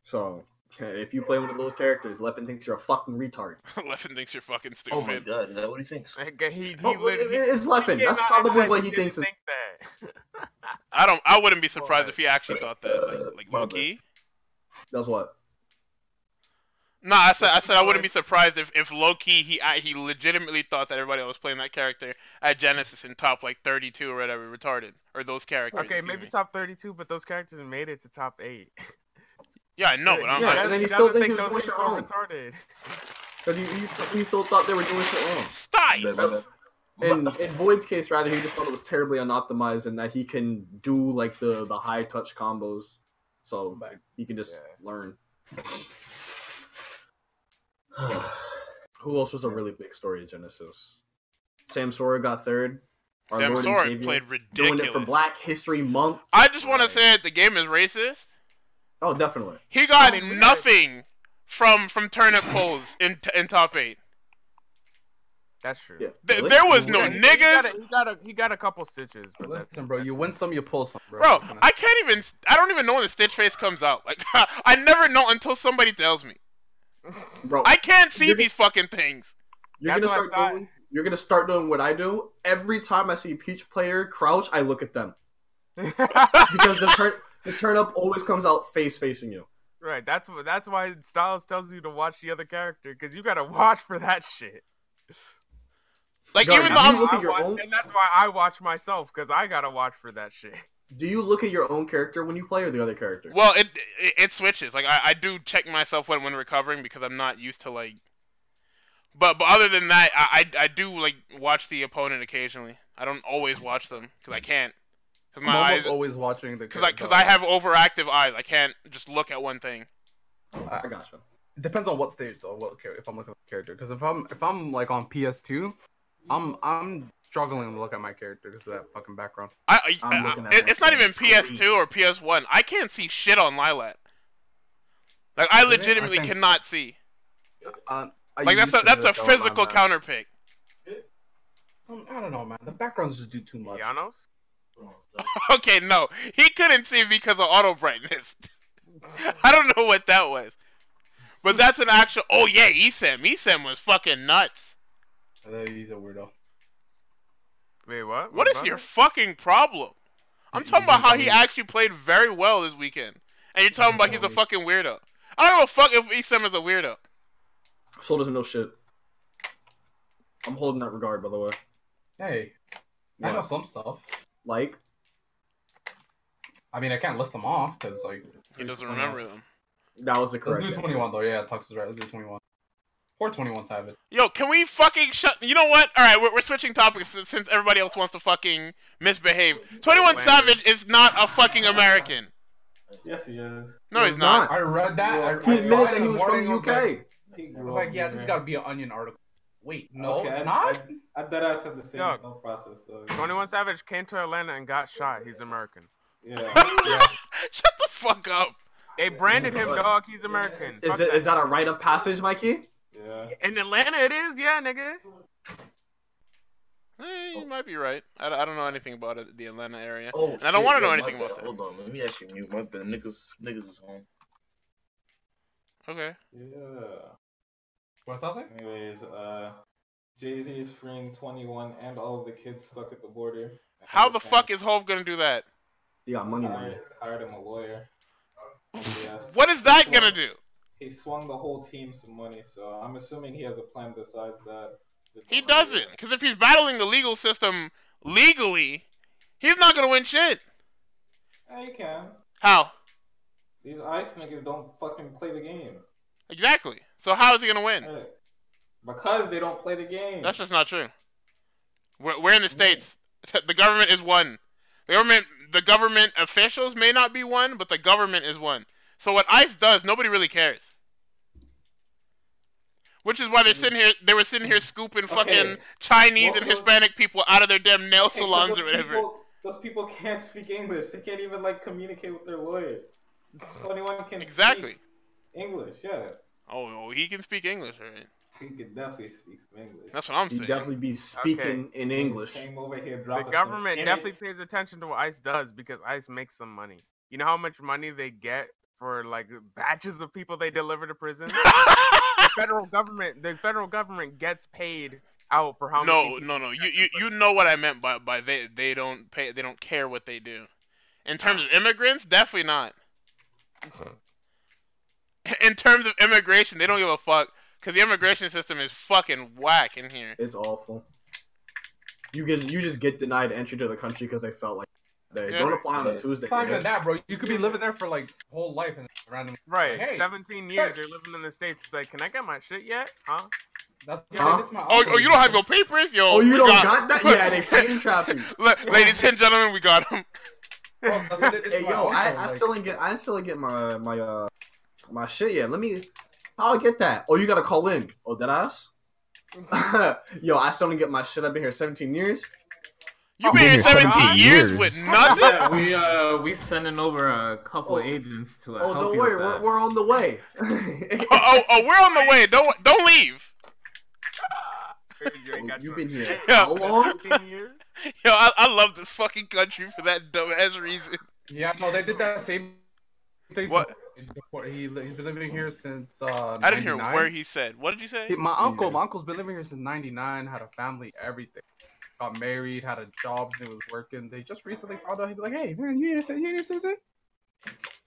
So, if you play one of those characters, Leffen thinks you're a fucking retard. Leffen thinks you're fucking stupid. Oh my god, is that what he thinks? Like, He, he, Oh, lit- it- he- it's he Leffen. came That's out and probably said what he he didn't thinks. Is, Think that. I don't. I wouldn't be surprised if he actually thought that. Like, like My low bad. key. that's what. No, I said. I said I wouldn't be surprised if, if low key he I, he legitimately thought that everybody that was playing that character at Genesis in top like 32 or whatever retarded or those characters. Okay, excuse maybe me. top 32, but those characters made it to top 8. Yeah, I know, but I'm Yeah, like, and then he doesn't still thinks he was those doing people are it retarded. Because he, he, still- he still thought they were doing shit wrong. Stice. In, in Void's case, rather, he just thought it was terribly unoptimized and that he can do like the, the high touch combos, so he can just learn. Oh, Who else was a really big story of Genesis? Sam Sora got third. Our Sam Lord and Sorin Savior, played doing ridiculous. it for Black History Month. I just want to say that the game is racist. Oh, definitely. He got I mean, we are- nothing from from turnip poles in in top eight. That's true. Yeah. Th- Really? there was no Yeah, he- He got, Oh, niggas, a, he, got a, he got a couple stitches, but that's- Listen, bro, you win some, you pull some, bro. bro. I can't even. I don't even know when the stitch face comes out. Like I never know until somebody tells me. Bro, I can't see You're- these fucking things. You're That's gonna what I start thought. doing. You're gonna start doing what I do. Every time I see a Peach player crouch, I look at them because the turn the turn up always comes out face facing you. right. That's wh- that's why Styles tells you to watch the other character because you gotta watch for that shit. Like Yo, even you though I'm look at I your watch- own- and that's why I watch myself because I gotta watch for that shit. Do you look at your own character when you play or the other character? well, it it, it switches. Like I, I do check myself when when recovering because I'm not used to like. But but other than that, I I, I do like watch the opponent occasionally. I don't always watch them because I can't. Because my I'm eyes. almost always watching the. Because I, cause I have overactive eyes. I can't just look at one thing. I gotcha. It depends on what stage though. What char- if I'm looking at the character? Because if I'm if I'm like on PS2, I'm I'm struggling to look at my character because of that fucking background. I, I, I'm looking I at it, that it's not thing even PS2 or PS1. I can't see shit on Lilat. Like I Really? I legitimately think- cannot see. Um, I Like that's used a to that's do a it, though, man, physical man. counter pick. Um, I don't know, man. The backgrounds just do too much. Janos? Okay, no, he couldn't see because of auto brightness. I don't know what that was, but that's an actual. Oh yeah, Esam. Esam was fucking nuts. Uh, He's a weirdo. Wait, what? What is about your it? fucking problem? I'm talking about how he Mhm. actually played very well this weekend, and you're talking about he's a fucking weirdo. I don't give a fuck if Esam is a weirdo. Soul doesn't know shit. I'm holding that regard, by the way. Hey, I know some stuff. Like, I mean, I can't list them off because like He doesn't Yeah. remember them. that was the Let's correct. do answer. 21 though. Yeah, Tux is right. Let's do 21. Or 21 Savage. Yo, can we fucking shut? You know what? All right, we're, we're switching topics since since everybody else wants to fucking misbehave. Twenty One Landon. Savage is not a fucking American. Yes, he is. No, He's he's not. I read Yeah. that. He I, I admitted saw it that in he the was from morning, I the like- UK. He I grew was up like, yeah, in this there. has got to be an Onion article. Wait, no, Okay, it's I- not. I, I bet I said the same Doug. thought process though. 21 Savage came to Atlanta and got shot. He's American. Yeah. Shut the fuck up. They branded him, dog. He's American. Is Fuck it that. is that a rite of passage, Mikey? Yeah. In Atlanta, it is, yeah, nigga. Eh, you might be right. I, I don't know anything about it, the Atlanta area. Oh, I don't shit, wanna know yeah, my anything bad. about that. Hold on, let me actually mute my bad. Niggas, niggas is home. Okay. Yeah. What's that say? Anyways, uh, Jay Z is freeing 21 and all of the kids stuck at the border. How the fuck is Hove gonna do that? You got money, man. hired, hired him a lawyer? Yes. What is that gonna do? He swung the whole team some money, so I'm assuming he has a plan besides that. He doesn't, because if he's battling the legal system legally, he's not gonna win shit. Yeah, you can. How? These ice niggas don't fucking play the game. Exactly. So how is he gonna win? Right. Because they don't play the game. That's just not true. We're, we're in the states. The government is one. The government, the government officials may not be one, but the government is one. So what ICE does, nobody really cares. Which is why they're sitting here. They were sitting here scooping Mm-hmm. Okay. fucking Chinese Most and of those- Hispanic people out of their damn nail Hey, 'cause salons those or whatever. people- Those people can't speak English. They can't even like communicate with their lawyer. Anyone can Exactly. speak English. Yeah, Oh, oh, he can speak English, alright. he could definitely speak some English. That's what I'm He'd saying. definitely be speaking in English. Came over here, The dropped us some government image. definitely pays attention to what ICE does because ICE makes some money. You know how much money they get for like batches of people they deliver to prison? the federal government the federal government gets paid out for how many no, people- no, no. You, you you know what I meant by by they they don't pay they don't care what they do. In terms of immigrants, definitely not. In terms of immigration, they don't give a fuck because the immigration system is fucking whack in here. It's awful. You get you just get denied entry to the country because they felt like they Yeah. don't apply on a Tuesday. It's not even nigga. that, bro. You could be living there for like whole life and randomly. Right. Hey. 17 years you're living in the States. It's like, can I get my shit yet? Huh? That's Huh? that's my. Oh, oh you don't have your papers, yo. Oh, you we don't got that? Yeah, they frame trap you. La- Ladies and gentlemen, we got him. Hey, yo, I, I still ain't get I still ain't get my my uh my shit yet. Let me. How I get that? Oh, you gotta call in. Oh, that ass. yo, I still didn't get my shit. I've been here 17 years. You've Oh, been here goodness, 17 God. years with nothing. Yeah, we uh we sending over a couple Oh. agents to uh, Oh, help don't you worry, with we're, that. we're on the way. Oh, oh, oh, we're on the way. Don't don't leave. You ain't got You've your- been here Yeah. how long? 17 years? Yo, I, I love this fucking country for that dumb ass reason. Yeah, no, they did that same thing. to- What? He, he's been living here since. Uh, I didn't hear 99. where he said. What did you say? He- my uncle, my uncle's been living here since '99. Had a family, everything. Got married, had a job, and was working. They just recently found out. He'd be like, "Hey, man, you ain't a citizen. You ain't a citizen."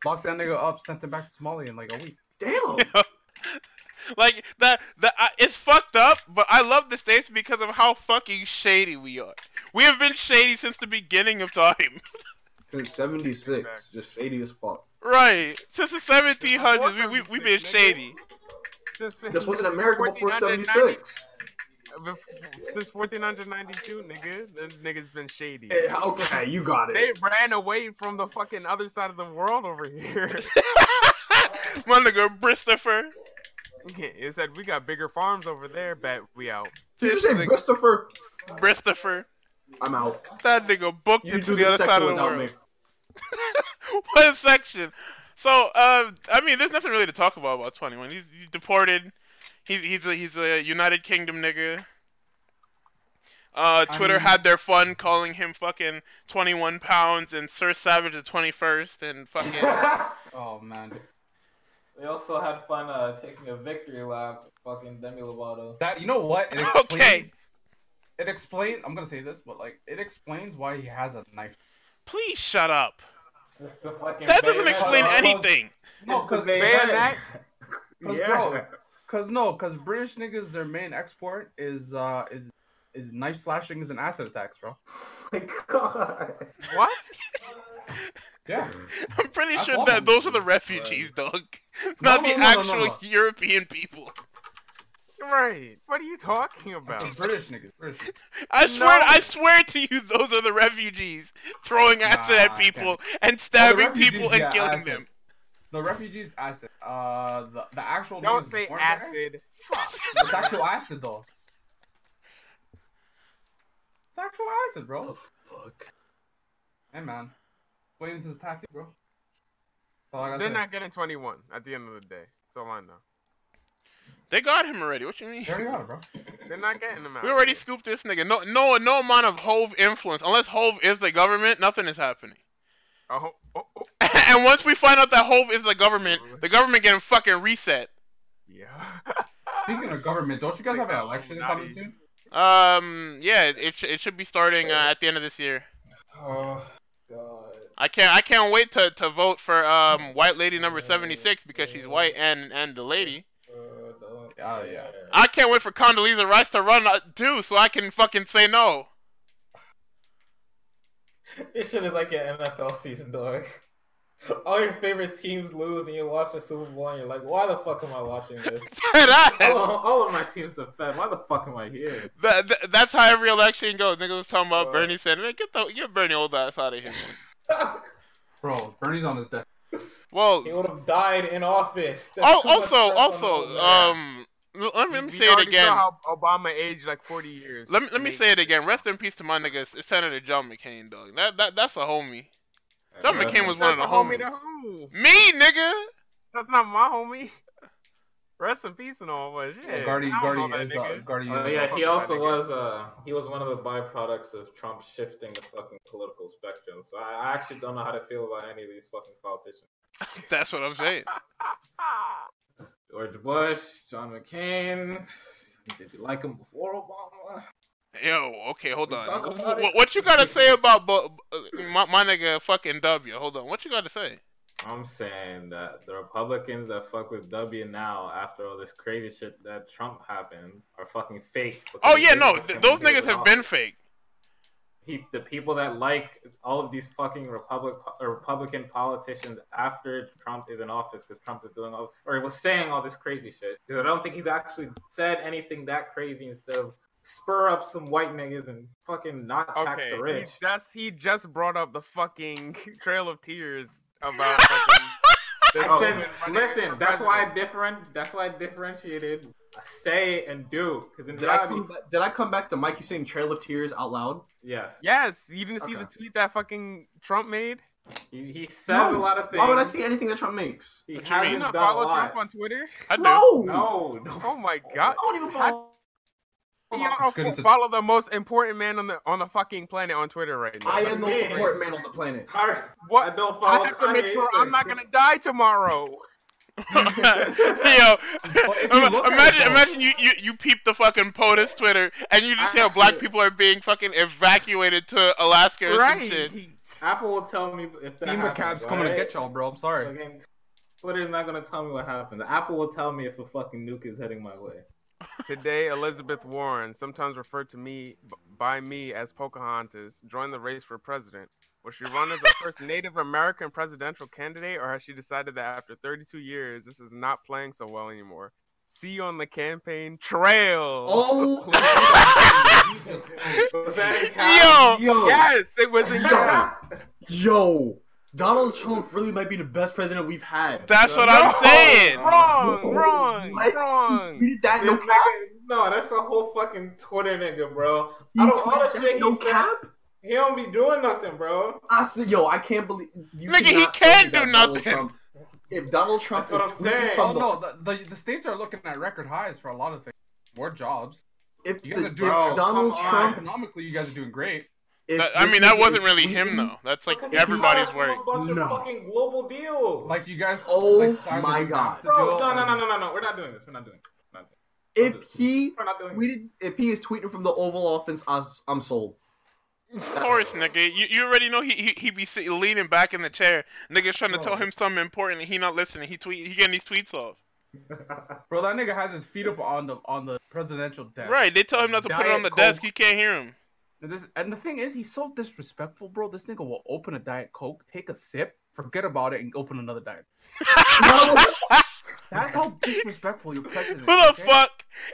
Locked that nigga up, sent him back to Somalia in like a week. Damn. Like that, that I, it's fucked up. But I love the states because of how fucking shady we are. We have been shady since the beginning of time. Since 76. Just shady as fuck. Right, since the 1700s, we we we've been 1476, nigga. shady. Since This wasn't America before 1490 76. uh, Since 1492, nigga. This nigga's been shady. Hey, okay, you got They it. ran away from the fucking other side of the world over here. My nigga, Christopher. it said we got bigger farms over there, bet we out. Did you say Christopher? Christopher. I'm out. That nigga booked You do it to the this other side section of the without me. world. One section. So, uh, I mean, there's nothing really to talk about about 21. He's, he's deported. He's he's a, he's a United Kingdom nigga. Uh, I Twitter mean- had their fun calling him fucking 21 pounds and Sir Savage the 21st and fucking. Oh man, we also had fun uh taking a victory lap. Fucking Demi Lovato. That you know what? It Okay. explains- It explains. I'm gonna say this, but like, it explains why he has a knife. Please shut up. It's the fucking That doesn't Bayonetta. explain It's anything. No, the because Bayonetta. bro, because no, because British niggas, their main export is uh is is knife slashings and acid attacks, bro. My God. What? Yeah. I'm pretty That's sure all that I'm those are the doing. refugees, dog. Not no, no, the no, no, actual no. European people. Right. What are you talking about? Some British niggas. British. niggas. I swear, No. I swear to you, those are the refugees throwing acid Nah, at people and stabbing refugees, people and yeah, killing acid. them. The refugees acid. Uh, the, the actual. Don't niggas say born there, acid. Fuck. It's actual acid though. It's actual acid, bro. Fuck. Hey man, Wayne's his tattoo, bro. That's all I gotta They're say. not getting 21 at the end of the day. That's all I know. They got him already. What you mean? There you are, bro. They're not getting them out. We already here. scooped this nigga. No, no, no amount of Hove influence. Unless Hove is the government, nothing is happening. Oh, oh, oh. and once we find out that Hove is the government, the government getting fucking reset. Yeah. Speaking of government, don't you guys have an election coming Illuminati. soon? Um, yeah, it it, sh- it should be starting uh, at the end of this year. Oh god. I can't I can't wait to, to vote for um white lady number seventy six because she's white and and the lady. Uh, dog. Oh yeah. I can't wait for Condoleezza Rice to run uh, too, so I can fucking say no. This shit is like an NFL season, dog. All your favorite teams lose, and you watch the Super Bowl, and you're like, "Why the fuck am I watching this?" that all, of, all of my teams are fed. Why the fuck am I here? That, that, that's how every election goes. Niggas was talking about Bernie Sanders. Get the get Bernie old ass out of here. Bro, Bernie's on his death. Well, he would have died in office. There's oh, too much also, stress on also, him, man. um, l- let me, let me We say it already again. Saw how Obama aged like 40 years. Let me let me Make- say it again. Rest in peace to my niggas. It's Senator John McCain, dog. That that that's a homie. John That's- McCain was one of the That's a homies. homie to who? Me, nigga. That's not my homie. Rest in peace and all, but shit. Guardy, I don't know Guardy that is uh, nigga. Guardy. Oh is- yeah, he Fuck also that nigga. was uh he was one of the byproducts of Trump shifting the fucking political spectrum. So I, I actually don't know how to feel about any of these fucking politicians. That's what I'm saying. Ah. George Bush, John McCain. Did you like him before Obama? Yo, okay, hold We on. talk Wh- about wh- it? what you gotta say about bu- bu- my, my nigga fucking W? Hold on. What you gotta say? I'm saying that the Republicans that fuck with W now after all this crazy shit that Trump happened are fucking fake. Oh because yeah, they no, want th- him to those be niggas have without been it. fake. He, the people that like all of these fucking Republic, Republican politicians after Trump is in office because Trump is doing all or he was saying all this crazy shit because I don't think he's actually said anything that crazy instead of spur up some white niggas and fucking not tax Okay, the he rich. just he just brought up the fucking Trail of Tears about. fucking the I woman said, running listen, for that's why I president. different. That's why I differentiated say and do because in Did I, Dobby, come back, did I come back to Mikey saying Trail of Tears out loud? yes, Yes, you didn't see Okay. the tweet that fucking Trump made. he, he says No, a lot of things. Why would I see anything that Trump makes? He What you You mean? hasn't not done follow a lot. Trump on Twitter? I do. No! No, no. Oh my I god! don't even follow. You Couldn't don't t- follow the most important man on the on the fucking planet on Twitter right now. I That's am the most crazy. important man on the planet. I, I What? don't I follow. have to make Kanye sure either. I'm not gonna die tomorrow. Yo, if you look at it, imagine, though- imagine you, you you peep the fucking POTUS Twitter and you just hear black Absolutely. people are being fucking evacuated to Alaska or some shit. Right? Apple will tell me if that FEMA happens, cab's coming to alright? get y'all, bro. I'm sorry. Fucking Twitter's not gonna tell me what happens. Apple will tell me if a fucking nuke is heading my way. Today, Elizabeth Warren, sometimes referred to me by me as Pocahontas, joined the race for president. Will she run as the first Native American presidential candidate, or has she decided that after 32 years, this is not playing so well anymore? See you on the campaign trail. Oh, Was that in cap? Yo, yo, yes, it was in Yeah. yeah. yo, Donald Trump really might be the best president we've had. that's what I'm No. saying. Wrong, No. wrong, What? wrong. He did that This no cap. nigga, no, that's a whole fucking Twitter nigga, bro. He I don't all tweeted the that shit no he said. cap. He don't be doing nothing, bro. I said, yo, I can't believe. You Nigga, he cannot tell me can do that Donald nothing. Trump- if Donald Trump That's what is I'm tweeting saying. from the, Oh no, the, the the states are looking at record highs for a lot of things. More jobs. if, the, You guys are if doing Bro, Donald come on. Trump, Economically, you guys are doing great. if That- I this mean, nigga that is wasn't really tweeting- him though. That's like Because he everybody's bought us from work. A bunch No. of fucking global deals. Like you guys. Oh like, signed my a new God. NAFTA bro, deal no, no, and- no, no, no, no. We're not doing this. We're not doing. This. We're not doing. If he This. We're not doing. This. tweeted, if he is tweeting from the Oval Office, I'm, I'm sold. Of course, nigga. You, you already know he, he he be sit, leaning back in the chair. Niggas trying to Bro. tell him something important and he not listening. He tweet he getting these tweets off. Bro, that nigga has his feet up on the on the presidential desk. Right? They tell him not to put it Diet on the Coke. desk. He can't hear him. And, this, and the thing is, he's so disrespectful, bro. This nigga will open a diet coke, take a sip, forget about it, and open another diet. That's how disrespectful your president. Who is, the okay? fuck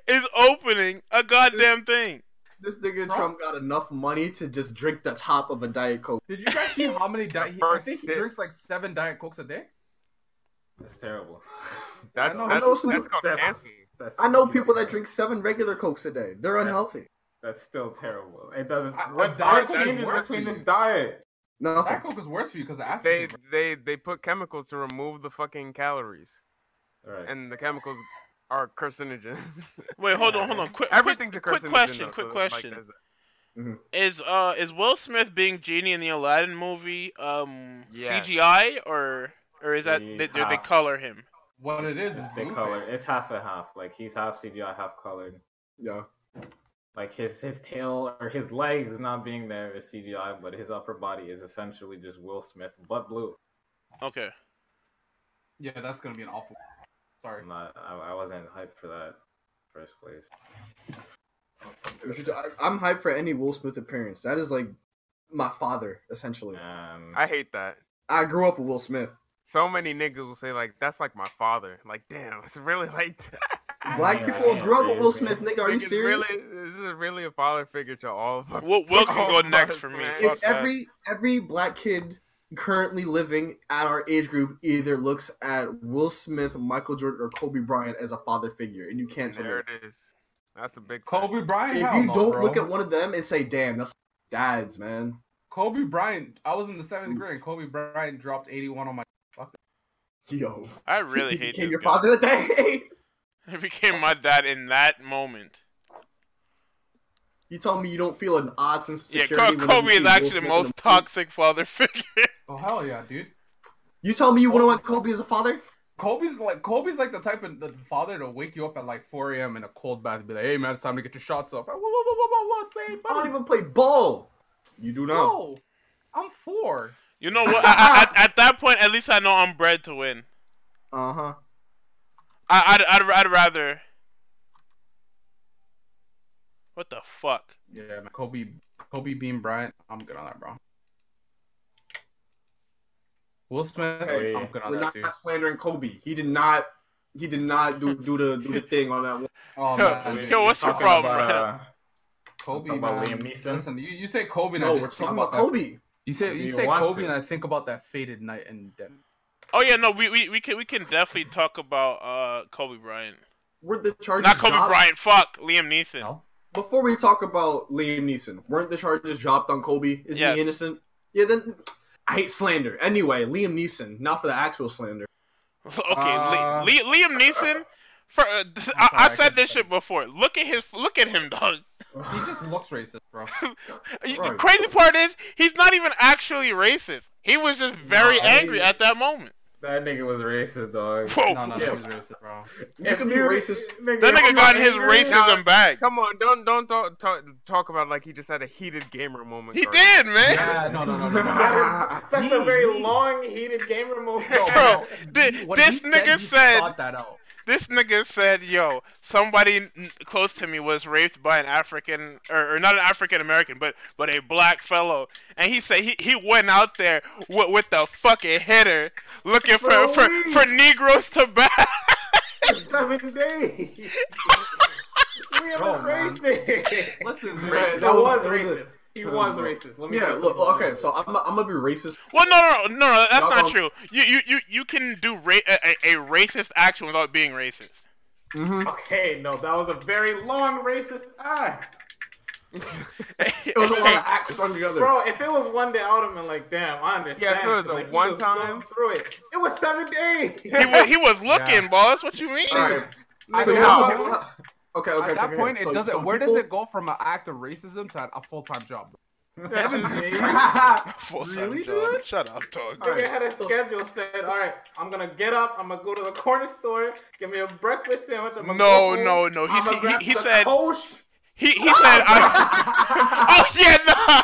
is opening a goddamn thing? This nigga Trump got enough money to just drink the top of a diet coke. Did you guys see how many diet? He, I First think he sip. drinks like seven diet cokes a day. That's terrible. That's, I know, that's, I know some- that's called that's- fancy. That's I know fucking people that terrible. drink seven regular cokes a day. They're unhealthy. That's still terrible. It doesn't. I- what a diet diet coke is changes worse between for this you. diet? Nothing. Diet coke is worse for you because the They after. they they put chemicals to remove the fucking calories, All right. and the chemicals are carcinogens. Wait, hold on, hold on. Quick, Everything's a quick, carcinogen. quick question. though, Quick so, like, question. there's- Is uh is Will Smith being genie in the Aladdin movie um Yes. CGI or or is that He they, they, Ah. they half. color him? What it is is It's blue big color. It's half and half. Like he's half CGI, half colored. Yeah. Like his his tail or his legs not being there is CGI, but his upper body is essentially just Will Smith, but blue. Okay. Yeah, that's gonna be an awful. Sorry. I'm not. I, I wasn't hyped for that. first place. We should- I- I'm hyped for any Will Smith appearance. That is like my father, essentially. Um, I hate that. I grew up with Will Smith. So many niggas will say like, "That's like my father." Like, damn, it's really like that. Black Yeah, people yeah, grew up with yeah, Will yeah. Smith, nigga. Are you Like, it's serious? Really, this is really a father figure to all of us. Will, Will Oh, can go next for me. man. Fuck If that. every every black kid currently living at our age group either looks at Will Smith, Michael Jordan, or Kobe Bryant as a father figure, and you can't tell me There it is. That's a big. Kobe Bryant. if hell you no, don't bro. look at one of them and say, "Damn, that's dads, man." Kobe Bryant, I was in the seventh grade. Kobe Bryant dropped 81 on my. Yo, I really he hate became this your guy. father that day. He became my dad in that moment. you tell me you don't feel an odd sense of Yeah, security. whenever Ko- you Kobe see is Will actually Smith the in most a- toxic father figure. Oh hell yeah, dude. You tell me you wouldn't want Kobe as a father? Kobe's like Kobe's like the type of the father to wake you up at like 4 a.m. in a cold bath and be like, "Hey man, it's time to get your shots up." Like, whoa, whoa, whoa, whoa, whoa, whoa, wait, I don't buddy, even play ball. You do now. no, I'm four. You know what? I, I, at, at that point, at least I know I'm bred to win. Uh huh. I, I'd, I'd, I'd rather. What the fuck? Yeah, man. Kobe, Kobe Bean Bryant. I'm good on that, bro. Will Smith. Hey, I'm good on We're that not too. slandering Kobe. He did not. He did not do do the do the thing on that one. Oh Yo, man, dude. yo, what's your talking problem, about, bro? uh, Kobe, talking about man. Liam Neeson? Listen, you, you say Kobe, and No, I we're just think talking about about that. Kobe. You say Do you, you say want Kobe, to? and I think about that faded night in Denver. Oh yeah, no, we, we, we can we can definitely talk about uh Kobe Bryant. Weren't the Chargers Not Kobe dropped- Bryant. Fuck Liam Neeson. No. Before we talk about Liam Neeson, weren't the Chargers dropped on Kobe? Is Yes. he innocent? Yeah. Then I hate slander. Anyway, Liam Neeson. Not for the actual slander. okay, Uh, Li- Li- Liam Neeson. For uh, th- I, sorry, I I said couldn't this think. shit before. Look at his. Look at him, dog. He just looks racist, bro. You- The Right. crazy part is he's not even actually racist. He was just very No, I angry mean- at that moment. that nigga was racist, dog. Whoa, No, no, Yeah. he's racist, bro. You can be racist. that nigga got his racism back. Come on, don't don't talk, talk talk about like he just had a heated gamer moment. He Cardi. did, man. Yeah, no, no, no, no. no. That is, that's a very long, heated game remote. Bro, thi- What this he nigga he said, thought that out. this nigga said, yo, somebody n- close to me was raped by an African, or, or not an African American, but but a black fellow, and he said he, he went out there with, with the fucking hitter looking for Bro, for, we- for Negroes to bat. seven days. Liam Bro, was man. racist. Listen, Right, man. that was That was it. racist. He was racist. Let me Yeah. Look. Okay. So I'm. I'm gonna be racist. Well, no, no, no, no, no that's Y'all not gon- true. You, you, you, you can do ra- a, a- a racist action without being racist. Mm-hmm. okay, no, that was a very long racist act, It was a lot of acts on the other. bro. If it was one day, I would have been like, damn, I understand. Yeah, if it was a 'cause, like, he one was time- going through it, it was seven days. he was, he was looking, Yeah. boss. What you mean? All right. I So know. now- okay. Okay. At that okay, point, so- it doesn't. so where does people- it go from an act of racism to a full time job? Seven days. Full-time Really, job. dude? Shut up, dog. All Nigga right, had a so- schedule said, all right, I'm gonna get up, I'm gonna go to the corner store, give me a breakfast sandwich. I'm gonna No, go home, no, no. He, I'ma grab he, he, he the said, Coach. he, he said, I. Oh yeah, nah.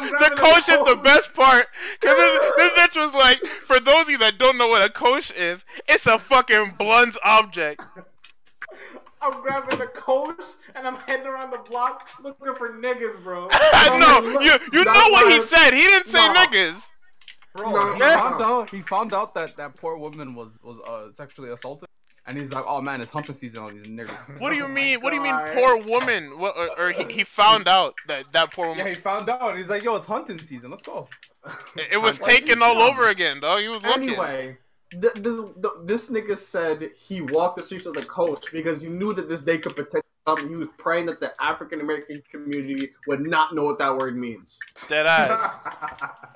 the the grabbing a coach is the Coke. best part. Cause this, this bitch was like, for those of you that don't know what a coach is, it's a fucking blunt object. I'm grabbing the coach and I'm heading around the block looking for niggas, bro. no, you you That know what he was- said. He didn't say Nah. niggas. Bro, No, he no. found out. He found out that that poor woman was was uh, sexually assaulted, and he's like, "Oh man, it's humping season on these niggas." What do you Oh my mean? What do you mean, God. poor woman? What, or or he, he found out that that poor Yeah, woman. he found out. He's like, "Yo, it's hunting season. Let's go." it was taken all over again, though. He was looking. Anyway, th- th- th- this nigga said he walked the streets with a coach because he knew that this day could potentially come. He was praying that the African American community would not know what that word means. Dead eyes.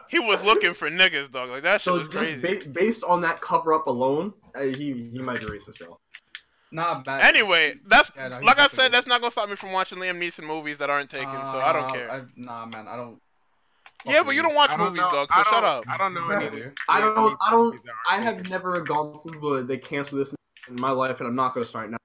He was looking for niggas, dog. Like that shit So was crazy. just ba- based on that cover up alone, uh, he he might be racist, y'all. Nah, man. Anyway, that's Yeah, no, he's like I definitely- said, that's not gonna stop me from watching Liam Neeson movies that aren't taken. so I don't Uh, care. I- nah, man, I don't. yeah, but you don't watch I don't movies, know. dog. I So don't- shut up. I don't know Yeah, any. dude. I don't. I don't. I These have never gone through the they cancel this in my life, and I'm not gonna start now.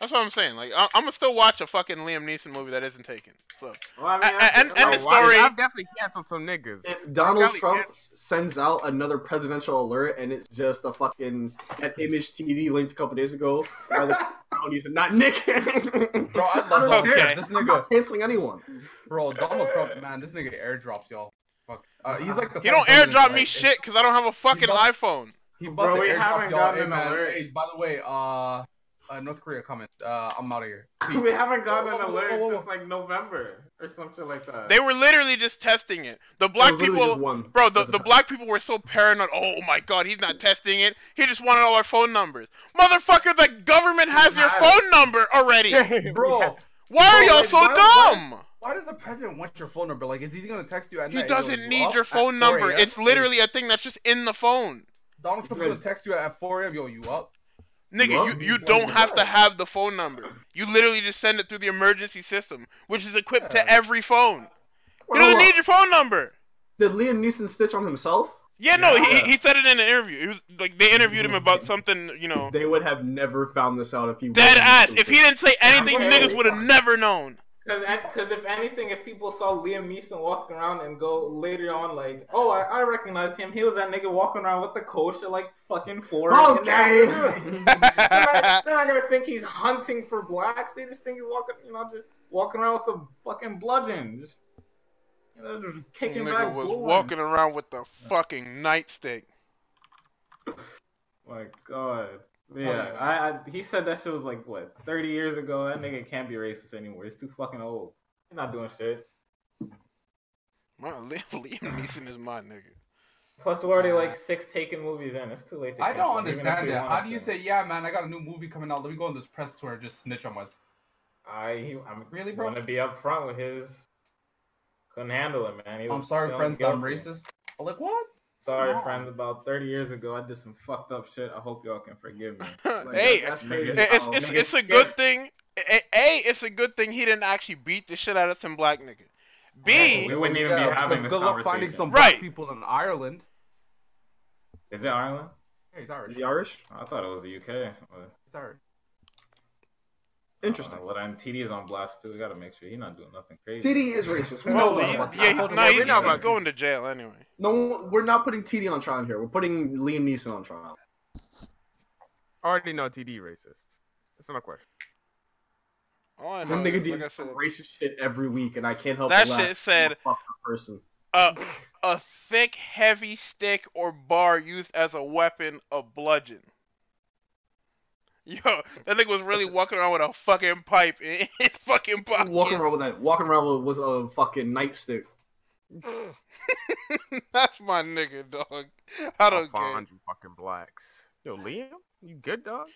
That's what I'm saying. Like I- I'm gonna still watch a fucking Liam Neeson movie that isn't taken. So Well, I mean, A- a- and- I- I- and the aren't story- taken. I've definitely canceled some niggas. If Donald Kelly Trump canceled- sends out another presidential alert, and it's just a fucking that image TV linked a couple days ago, by the brownies and not Nick. Bro, I love I don't Donald care. Trump. This I'm nigga, not canceling anyone. bro, Donald Trump, man, this nigga airdrops y'all. Fuck. Uh, he's like the He don't president, airdrop me right? shit because I don't have a fucking about- iPhone. He about Bro, to we airdrop haven't y'all. gotten Hey, an man, alert. Hey, by the way, uh, uh, North Korea coming. Uh, I'm out of here. Peace. we haven't gotten an Whoa, whoa, whoa, alert whoa, whoa. since like November or something like that. They were literally just testing it. The black people, bro, the, the black people were so paranoid. Oh my god, he's not testing it. He just wanted all our phone numbers. Motherfucker, the government has your phone number already. Bro, Why are Bro, y'all like, so why- why- dumb? why does the president want your phone number? Like, is he gonna text you at He night? doesn't Yo, need up your at phone 4 number. a.m.? It's literally a thing that's just in the phone. Donald Trump's gonna text you at 4 a.m. Yo, you up? Nigga, Love you, you me. don't have to have the phone number. You literally just send it through the emergency system, which is equipped to every phone. You don't need your phone number. Did Liam Neeson stitch on himself? Yeah, no, Yeah. he, he said it in an interview. It was like they interviewed him about something, you know, They would have never found this out if he dead wasn't ass. If stupid. he didn't say anything, Okay. niggas would have never known. Because if anything, if people saw Liam Neeson walking around and go later on, like, oh, I, I recognize him. He was that nigga walking around with the coach at like fucking four. in the Okay. afternoon." they're, not, they're not gonna think he's hunting for blacks. They just think he's walking, you know, just walking around with a fucking bludgeon, just, you know, just kicking Nigga back. was bullets. walking around with the fucking nightstick. My God. Yeah, I, I he said that shit was like what thirty years ago. That nigga can't be racist anymore. He's too fucking old. He's not doing shit. My, Liam Neeson is my nigga. Plus, we're already like six taken movies in. It's too late. To I cancel, even don't if understand we that. wanted How do you to. say, yeah, man, I got a new movie coming out. Let me go on this press tour and just snitch on myself. I he, I'm Really, really bro? going to be upfront with his. Couldn't handle it, man. He I'm was sorry, feeling friends, that I'm guilty. racist. I'm like, what? Sorry, No. friends. About 30 years ago, I did some fucked up shit. I hope y'all can forgive me. Like, hey, that's nigga, crazy. It- it's Oh, it's, niggas it's a scared. good thing. A, A- it's a good thing he didn't actually beat the shit out of some black nigga. B, We wouldn't even Yeah, be having because this good luck conversation. finding some Right. black people in Ireland. Is it Ireland? Hey, he's Irish. Is he Irish? I thought it was the UK. but- He's Irish. Interesting. Uh, Well, then TD's on blast too. We gotta make sure he's not doing nothing crazy. TD is racist. We know well, that. he, fuck. Oh, I yeah, told he- no, you that. he's, We know he's about going to jail anyway. No, we're not putting TD on trial here. We're putting Liam Neeson on trial. already know TD racist. It's not a question. All I That know nigga is, did like I said, racist shit every week, and I can't help That but laugh. shit said- Fuck the person. a, a thick, heavy stick or bar used as a weapon of bludgeon. Yo, that nigga was really walking around with a fucking pipe in his fucking pocket. Walking around with that. Walking around with, with a fucking nightstick. That's my nigga, dog. I don't I'll care. find you fucking blacks. Yo, Liam, you good dog?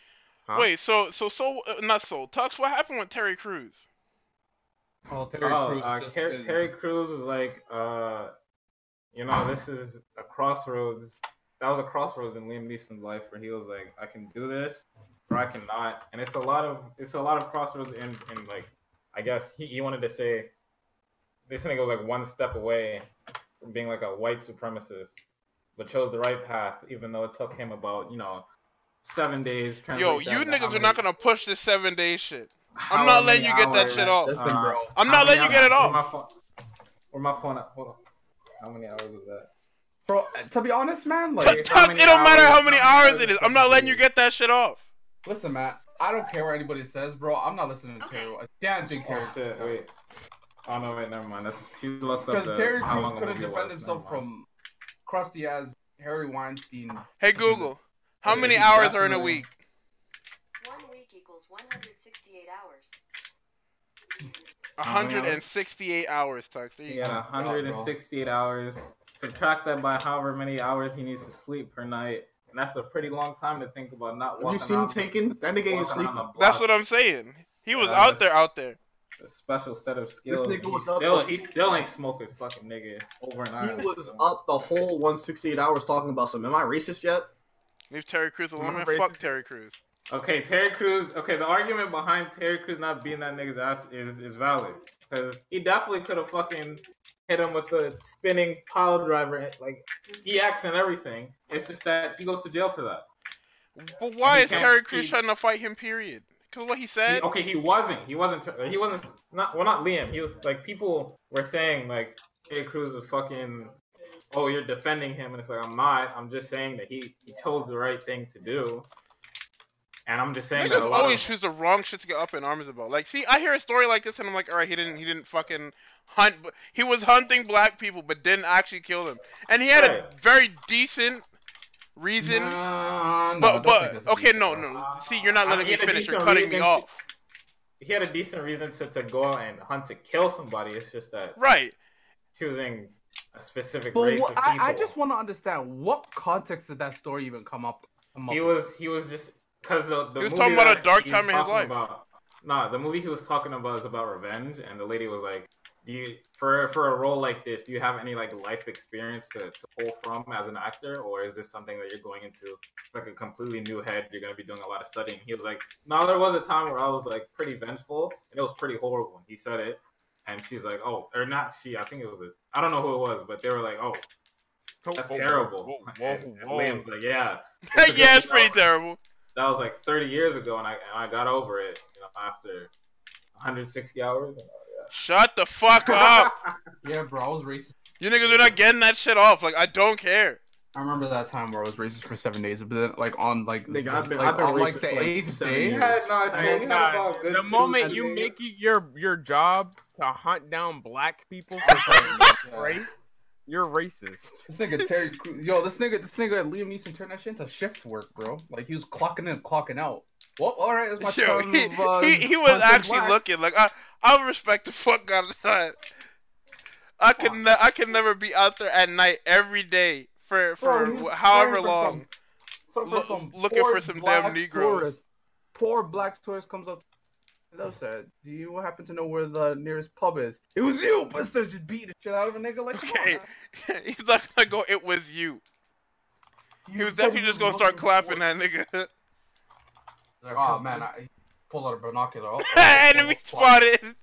Huh? Wait, so so so uh, not so Tux. What happened with Terry Crews? Oh, Terry Oh, Crews uh, just Ter- is- Terry Crews was like, uh, you know, this is a crossroads. That was a crossroads in Liam Neeson's life where he was like, I can do this or I cannot. And it's a lot of it's a lot of crossroads and and like, I guess he, he wanted to say, this nigga was like one step away from being like a white supremacist, but chose the right path even though it took him about you know seven days. translate Yo, that you to how niggas are many- not gonna push this seven day shit. how I'm not many letting you get that hours. shit off. Listen, Uh, bro. I'm not letting you get it Where off. my phone? Where my phone? At? Hold on. How many hours is that? Bro, to be honest, man, Tux, like, it How don't many matter hours- how many how many hours it hours is. is I'm not it? letting you get that shit off. listen, man, I don't care what anybody says, bro. I'm not listening to Terry. I Damn, think Terry. Oh shit! Wait. Oh no! Wait, never mind. That's she looked up. Because the- Terry how Crews long the couldn't movie defend was. himself Never mind. from crusty as Harry Weinstein. Hey Google, how Yeah, many he's hours are in a definitely- week? One week equals 168 hours. How many hours? 168 hours, Tux. There you He had go. 168 hours. Subtract that by however many hours he needs to sleep per night, and that's a pretty long time to think about not Have you walking. seen out- Taken? That nigga ain't walking sleeping. on the That's block. what I'm saying. He was Yeah, that's- out there, out there. A special set of skills. nigga He was up still, like- he still ain't smoking, fucking nigga, over an He hour. was up the whole 168 hours talking about some. Am I racist yet? Leave Terry Crews alone. Man, Remember fuck racist- Terry Crews. Okay, Terry Crews. Okay, the argument behind Terry Crews not beating that nigga's ass is is valid because he definitely could have fucking hit him with the spinning pile driver, like EX and everything. It's just that he goes to jail for that. But why he is can't- Terry Crews he- trying to fight him? Period. Cause what he He, said. okay, he wasn't. He wasn't. He wasn't. Not well, not Liam. He was like people were saying like Terry Crews is fucking. Oh, you're defending him, and it's like I'm not. I'm just saying that he he chose the right thing to do. And I'm just saying that a Niggas lot always of choose the wrong shit to get up in arms about. Like, see, I hear a story like this and I'm like, all right, he didn't, he didn't fucking hunt. But he was hunting black people, but didn't actually kill them. And he had a Right. very decent reason. Nah, no, but, I don't think that's but a okay, decent no, reason. no. See, you're not I letting mean, me it's a finish. You're decent cutting me reason to- off. he had a decent reason to, to go out and hunt to kill somebody. It's just that Right. choosing a specific But race of what, people. I, I just want to understand what context did that story even come up? Come up he was he was just because the, the He was movie talking about that a dark he time was in his talking life. About, nah, the movie he was talking about is about revenge, and the lady was like, "Do you for for a role like this? Do you have any like life experience to, to pull from as an actor, or is this something that you're going into like a completely new head? You're gonna be doing a lot of studying." He was like, "No, there was a time where I was like pretty vengeful, and it was pretty horrible." He said it, and she's like, "Oh, or not she? I think it was a I don't know who it was, but they were like, "Oh, that's terrible." Whoa, And- whoa, and whoa. Liam's like, "Yeah." yeah, it's pretty terrible. that was like 30 years ago, and I and I got over it. You know, after 160 hours. oh, Shut the fuck up. yeah, bro, I was racist. you niggas are not getting that shit off. Like, I don't care. I remember that time where I was racist for seven days, but then like on like Nigga, the- I've been- like, I've been on, like racist the for, like, eighth seven day. years. yeah, no, it's Thank you God. had about good The two, moment three you years. make it your your job to hunt down black people for something, right? You're racist. This nigga Terry, Crew- yo, this nigga, this nigga Liam Neeson turned that shit into shift work, bro. Like he was clocking in, and clocking out. Well, all right, that's my Yo, time he, of, uh, he, he was hunting actually blacks. looking like I I respect the fuck out of that. I can ne- I can never be out there at night every day for for Bro, he was wh- however praying for long. some- Look- looking poor for some damn black Negroes. tourist- Poor black tourist comes up. Hello, sir. Do you happen to know where the nearest pub is? It was you, Buster. Just beat the shit out of a nigga like. come on, Okay, man. he's not gonna go. It was you. He was said definitely you just were gonna start looking for- clapping that nigga. Like, oh man, I he pulled out a binocular. Oh, oh, Enemy oh, fuck. spotted.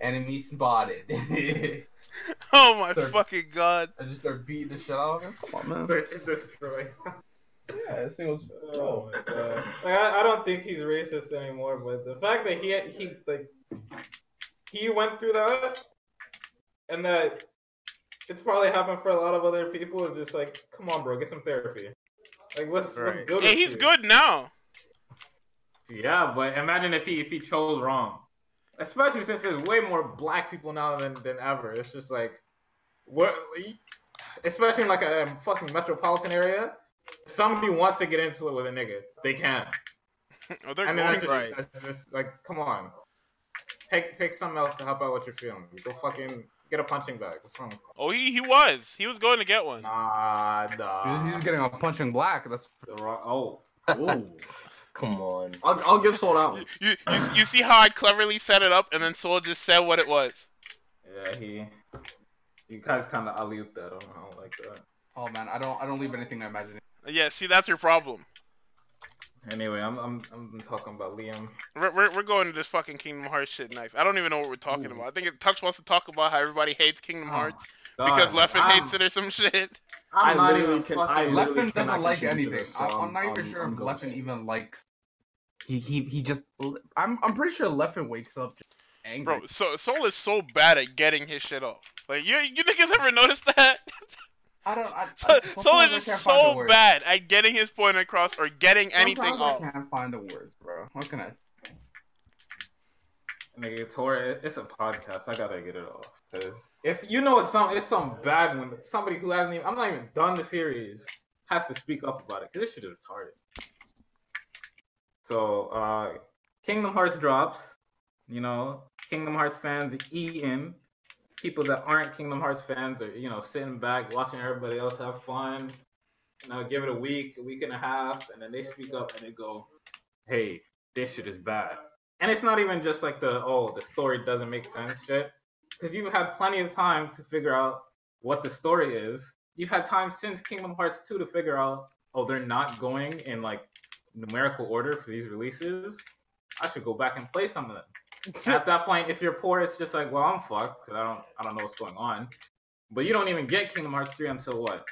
Enemy spotted. I oh my Sir. fucking god. just started beating the shit out of him. Come on, man. Search and destroy. Yeah, this thing was. uh, Oh my god! Like, I, I don't think he's racist anymore, but the fact that he he like he went through that, and that it's probably happened for a lot of other people. Is just like, come on, bro, get some therapy. Like, what's, Right. what's good? Yeah, with he's you? good now. Yeah, but imagine if he if he chose wrong, especially since there's way more black people now than than ever. It's just like, what? Especially in like a um, fucking metropolitan area, somebody wants to get into it with a nigga, they can. Oh, they're I mean, going that's just, right. that's just like, come on, pick pick something else to help out what you're feeling. Go fucking get a punching bag. What's wrong? With Oh, he he was. He was going to get one. you? Nah, He was- he nah. was getting a punching black. That's The wrong- oh, Ooh. Come on. I'll, I'll give Soul that one. You, you you see how I cleverly set it up and then Soul just said what it was. yeah, he. You guys kind of alley that. I don't know, I don't like that. oh man, I don't I don't leave anything to imagination. Yeah, see that's your problem. Anyway, I'm I'm I'm talking about Liam. We're, we're, we're going to this fucking Kingdom Hearts shit next. I don't even know what we're talking about. I think it, Tux wants to talk about how everybody hates Kingdom Oh, Hearts God, because Leffen I'm- hates it or some shit. I'm I not literally even can- fucking- I literally- Leffen doesn't cannot like contribute to anything. this, I, so I'm not I'm- even I'm- sure I'm if going Leffen to- even likes. He he he just. I'm I'm pretty sure Leffen wakes up just angry. Bro, so Soul is so bad at getting his shit off. Like you you niggas ever noticed that? I don't. I, So, I, Soul sometimes I is can't just find the so words. bad at getting his point across or getting anything Sometimes off. I can't find the words, bro. What can I say? Nigga, Tori, it's a podcast. I gotta get it off. Cause if you know it's some, it's some bad when somebody who hasn't even, I'm not even done the series, has to speak up about it. Cause this shit is retarded. So, uh, Kingdom Hearts drops. You know, Kingdom Hearts fans eating. People that aren't Kingdom Hearts fans are, you know, sitting back watching everybody else have fun. You know, give it a week, a week and a half, and then they speak up and they go, "Hey, this shit is bad." and it's not even just like the oh the story doesn't make sense shit because you've had plenty of time to figure out what the story is you've had time since kingdom hearts 2 to figure out oh they're not going in like numerical order for these releases i should go back and play some of them And at that point if you're poor it's just like well i'm fucked because i don't i don't know what's going on but you don't even get kingdom hearts 3 until what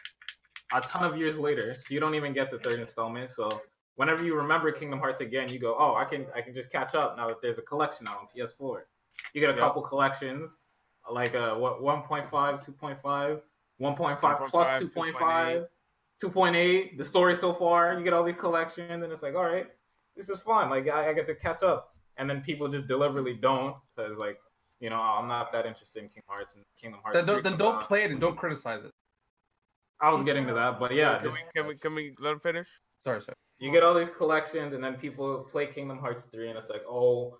a ton of years later so you don't even get the third installment so whenever you remember Kingdom Hearts again, you go, "Oh, I can I can just catch up now that there's a collection out on PS4." You get a couple collections, like uh what 1.5, 2.5, 1.5 plus 1.5, 2.5, 2.8, the story so far. You get all these collections, and it's like, all right, this is fun. Like I, I get to catch up. And then people just deliberately don't because like you know I'm not that interested in Kingdom Hearts and Kingdom Hearts. Then don't, 3 then come don't out. play it and don't criticize it. I was getting to that, but yeah, Can just- we, can we can we let him finish? Sorry, sorry. you get all these collections, and then people play Kingdom Hearts 3, and it's like, oh,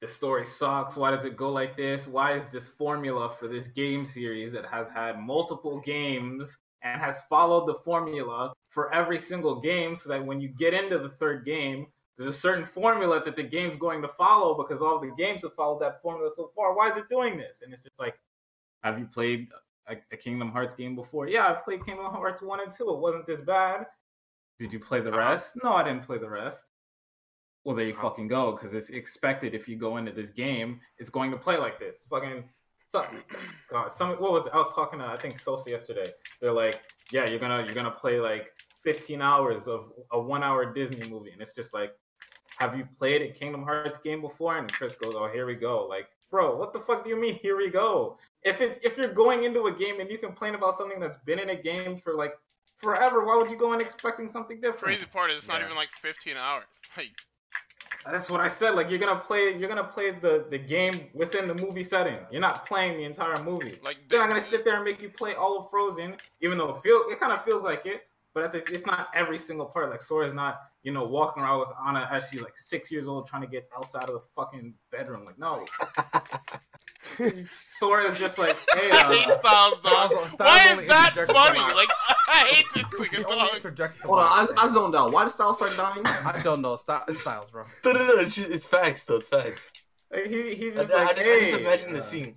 the story sucks. Why does it go like this? Why is this formula for this game series that has had multiple games and has followed the formula for every single game so that when you get into the third game, there's a certain formula that the game's going to follow because all the games have followed that formula so far. Why is it doing this? And it's just like, have you played a, a Kingdom Hearts game before? Yeah, I played Kingdom Hearts 1 and 2. It wasn't this bad. Did you play the rest? No, I didn't play the rest. Uh-huh. Well, there you fucking go, because it's expected if you go into this game, it's going to play like this. Fucking, so- God, some what was I was talking to I think Sosa yesterday. They're like, yeah, you're gonna you're gonna play like 15 hours of a one hour Disney movie, and it's just like, have you played a Kingdom Hearts game before? And Chris goes, oh, here we go. Like, bro, what the fuck do you mean here we go? If it's if you're going into a game and you complain about something that's been in a game for like forever, why would you go in expecting something different? Crazy part is it's not Yeah. even like 15 hours. Like, That's what I said. Like you're gonna play, you're gonna play the the game within the movie setting. You're not playing the entire movie. like They're not gonna sit there and make you play all of Frozen, even though it feel it kind of feels like it. But at the, it's not every single part. Like Sora's not, you know, walking around with Anna as she's like six years old trying to get Elsa out of the fucking bedroom. Like no, Sora's just like, hey, I hate uh, Styles dog. Styles- Styles Why only is that interjects a funny? lot. Like, I hate this He nigga only dog. interjects the Hold on, last I, I thing. zoned out. Why did Styles start dying? I don't know. Sty- it's Styles, bro. No, no, no. It's, just, it's facts, though. It's facts. like, he, he's I, just I like, just, hey. I just imagine uh, the scene.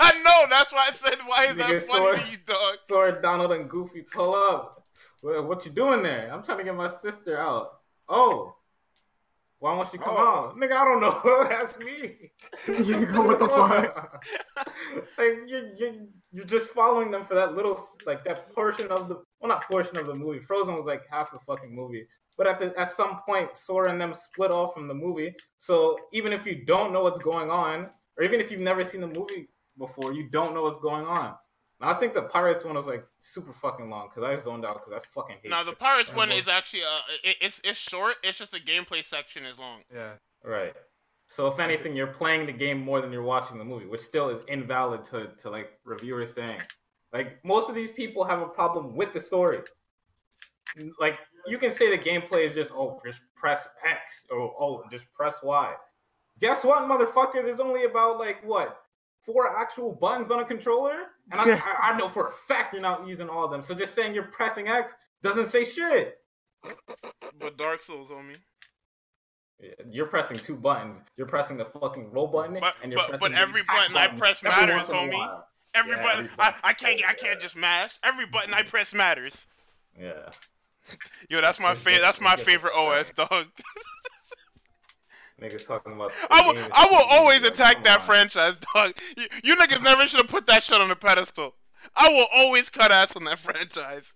I know. That's why I said, why is Nigga that sore. funny to you, dog? Sword Donald and Goofy pull up. What, what you doing there? I'm trying to get my sister out. Oh, why won't she come out? Nigga, I don't know. That's me. you go, what the fuck? like you, you, you're just following them for that little, like that portion of the, well, not portion of the movie. Frozen was like half the fucking movie. But at the, at some point, Sora and them split off from the movie. So even if you don't know what's going on, or even if you've never seen the movie before, you don't know what's going on. And I think the Pirates one was like super fucking long because I zoned out because I fucking hate. Now the shit. Pirates one Rainbow. is actually uh, it, it's it's short. It's just the gameplay section is long. Yeah. Right. So if anything, you're playing the game more than you're watching the movie, which still is invalid to, to like reviewers saying. Like most of these people have a problem with the story. Like you can say the gameplay is just oh just press X or oh just press Y. Guess what, motherfucker? There's only about like what four actual buttons on a controller, and I, I, I know for a fact you're not using all of them. So just saying you're pressing X doesn't say shit. But Dark Souls, homie. You're pressing two buttons. You're pressing the fucking roll button, But- and you're but- but pressing the every attack button I press every once matters, in a homie. while. Every Yeah, button, every I, button. I can't I can't just mash. Every button I press matters. Yeah. Yo, that's my fa- that's my favorite OS, dog. Niggas talking about. I will the game I will is- always like, attack come that on. franchise, dog. You, you niggas never should have put that shit on a pedestal. I will always cut ass on that franchise.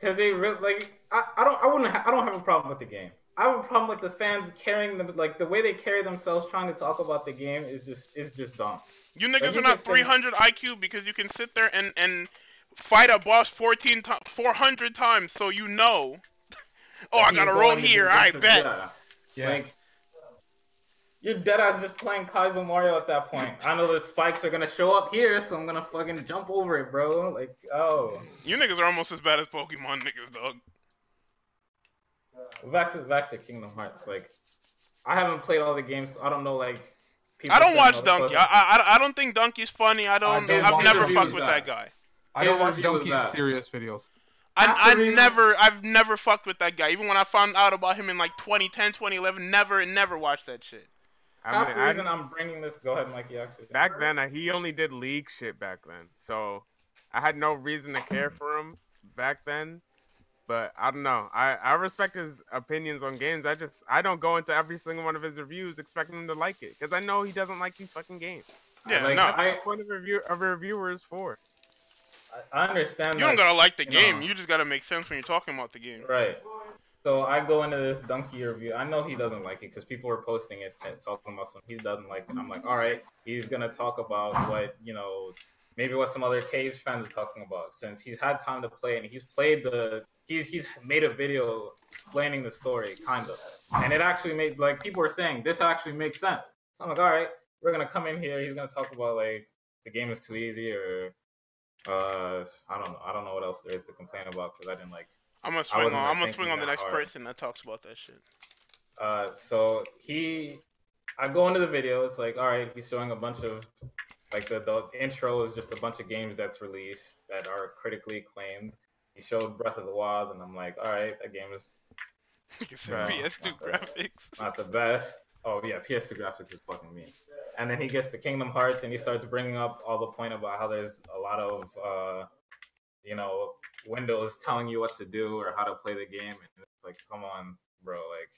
Cause they really like I, I don't I wouldn't ha- I don't have a problem with the game. I have a problem with the fans carrying them like the way they carry themselves trying to talk about the game is just is just dumb. You Like, niggas you are not can sit- 300 IQ because you can sit there and and fight a boss 14 to- 400 times, so you know. Oh, I He's gotta going roll to do here. this I and bet. that. Yeah. Like, you're dead ass just playing Kaizo Mario at that point. I know the spikes are gonna show up here, so I'm gonna fucking jump over it, bro. Like, oh, You niggas are almost as bad as Pokemon niggas, dog. back to back to Kingdom Hearts. Like, I haven't played all the games. So I don't know. Like, people I don't saying all watch the Donkey. I, stuff. I I- I don't think Donkey's funny. I don't. don't I've watch never reviews fucked with of that that. guy. I His don't watch review was Donkey's that. serious videos. I, I After reading- never. I've never fucked with that guy. Even when I found out about him in like 2010, 2011, never, never watched that shit. I Half mean, the I- reason I'm bringing this. Go ahead, Mikey. Actually, back then I, he only did league shit back then, so I had no reason to care for him back then. But I don't know. I, I respect his opinions on games. I just I don't go into every single one of his reviews expecting him to like it because I know he doesn't like these fucking games. Yeah, like, no. That's I, the point of review of a reviewer is for. I understand. you that, don't gotta like the you game. know. You just gotta make sense when you're talking about the game. Right. So I go into this donkey review. I know he doesn't like it because people were posting it, sa- talking about something he doesn't like. And I'm like, all right, he's gonna talk about what you know maybe what some other Cage fans are talking about, since he's had time to play and he's played the he's he's made a video explaining the story, kind of, and it actually made like people were saying this actually makes sense. So I'm like, all right, we're gonna come in here. He's gonna talk about like the game is too easy or uh I don't know I don't know what else there is to complain about because I didn't like I'm gonna swing on. wasn't, like, I'm gonna thinking swing on the that next hard. person that talks about that shit. Uh, so he, I go into the video. It's like, all right, he's showing a bunch of, like the, the intro is just a bunch of games that's released that are critically acclaimed. He showed Breath of the Wild, and I'm like, all right, that game is It's Bro, PS2 not bad. graphics. not the best. Oh yeah, PS2 graphics is fucking me. And then he gets the Kingdom Hearts, and he starts bringing up all the point about how there's a lot of, uh, you know, Windows telling you what to do or how to play the game. And it's like, come on, bro. Like,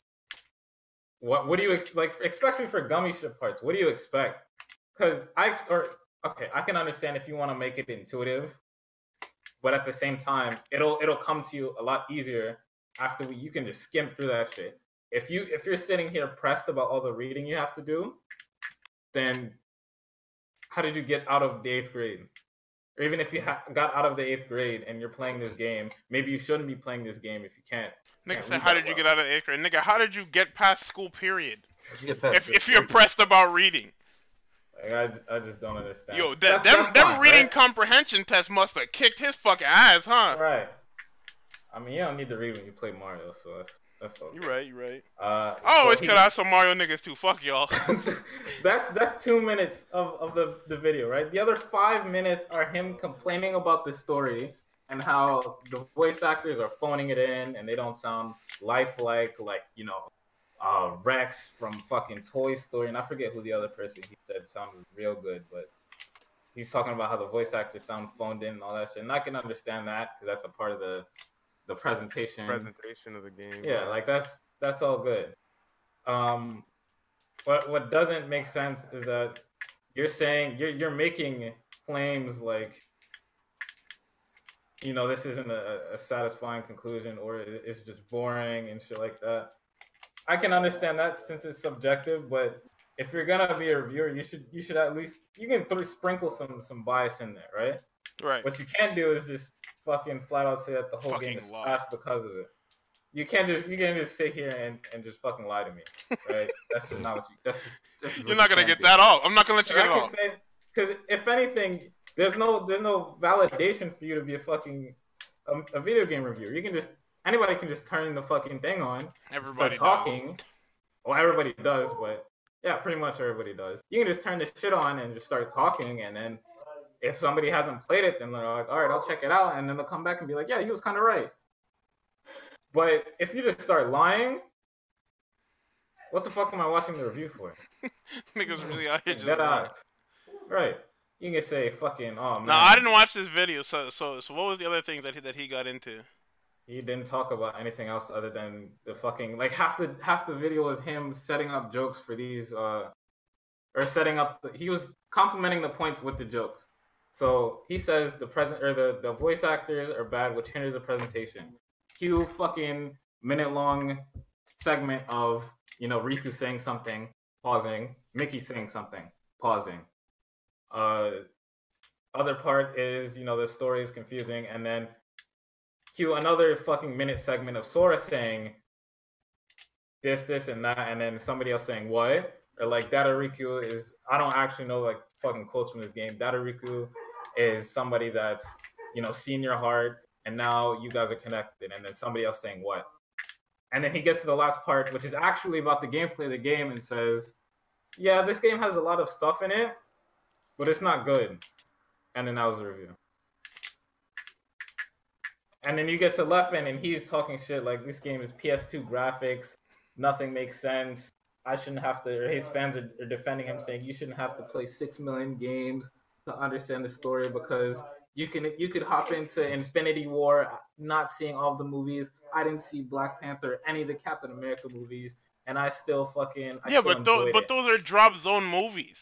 what what do you ex- like, especially for gummy ship parts? What do you expect? Because I ex- or okay, I can understand if you want to make it intuitive, but at the same time, it'll it'll come to you a lot easier after we, you can just skim through that shit if you if you're sitting here pressed about all the reading you have to do, then how did you get out of the eighth grade? Or even if you ha- got out of the eighth grade and you're playing this game, maybe you shouldn't be playing this game if you can't. Nigga we said, got "How did you well. get out of eighth grade?" Nigga, how did you get past school period? You get past if it. if you're pressed about reading, Like, I, I just don't understand. yo, that That's- them that's them fine, reading right? comprehension test must have kicked his fucking ass, huh? right. I mean, you don't need to read when you play Mario, so that's that's all. You right, you right. Uh, I always so he- cut out some Mario niggas too. Fuck y'all. that's that's two minutes of, of the, the video, right? The other five minutes are him complaining about the story and how the voice actors are phoning it in and they don't sound lifelike, like, you know, uh, Rex from fucking Toy Story. And I forget who the other person he said sounded real good, but he's talking about how the voice actors sound phoned in and all that shit. And I can understand that because that's a part of the, the presentation. Presentation of the game. Mm-hmm. Yeah, like that's that's all good. Um, what what doesn't make sense is that you're saying you're you're making claims like, you know, this isn't a, a satisfying conclusion or it- it's just boring and shit like that. I can understand that since it's subjective, but if you're gonna be a reviewer, you should you should at least you can th- sprinkle some some bias in there, right? right. What you can do is just fucking flat out say that the whole Fucking game is lie. trash because of it. You can't just you can't just sit here and, and just fucking lie to me, right? that's just not what you. That's, that's just what You're not you gonna can't get do. that off. I'm not gonna let you And get I it can off. say because if anything, there's no there's no validation for you to be a fucking um, a, a video game reviewer. You can just anybody can just turn the fucking thing on Everybody start talking. talking. Well, everybody does, but yeah, pretty much everybody does. You can just turn this shit on and just start talking, and then if somebody hasn't played it, then they're like, all right, I'll check it out, and then they'll come back and be like, yeah, you was kind of right. But if you just start lying, what the fuck am I watching the review for? Niggas really out here just. Dead lying. eyes. Right. You can say fucking, oh man. Now I didn't watch this video, so so so what was the other thing that he that he got into? He didn't talk about anything else other than the fucking like half the half the video was him setting up jokes for these uh or setting up the, he was complimenting the points with the jokes. So he says the present or the the voice actors are bad, which hinders the presentation. Cue fucking minute long segment of you know Riku saying something, pausing, Mickey saying something, pausing. Uh, other part is you know the story is confusing, and then cue another fucking minute segment of Sora saying this, this, and that, and then somebody else saying what? Or like Datariku is I don't actually know like fucking quotes from this game. Datariku is somebody that's you know seen your heart, and now you guys are connected, and then somebody else saying what? And then he gets to the last part, which is actually about the gameplay of the game, and says, "Yeah, this game has a lot of stuff in it, but it's not good." And then that was the review. And then you get to Leffen, and he's talking shit like this game is PS2 graphics, nothing makes sense. I shouldn't have to. Or his fans are, are defending him, saying you shouldn't have to play six million games to understand the story because you can you could hop into Infinity War not seeing all the movies. I didn't see Black Panther, any of the Captain America movies, and I still fucking I yeah, still but those enjoyed but it. those are drop zone movies.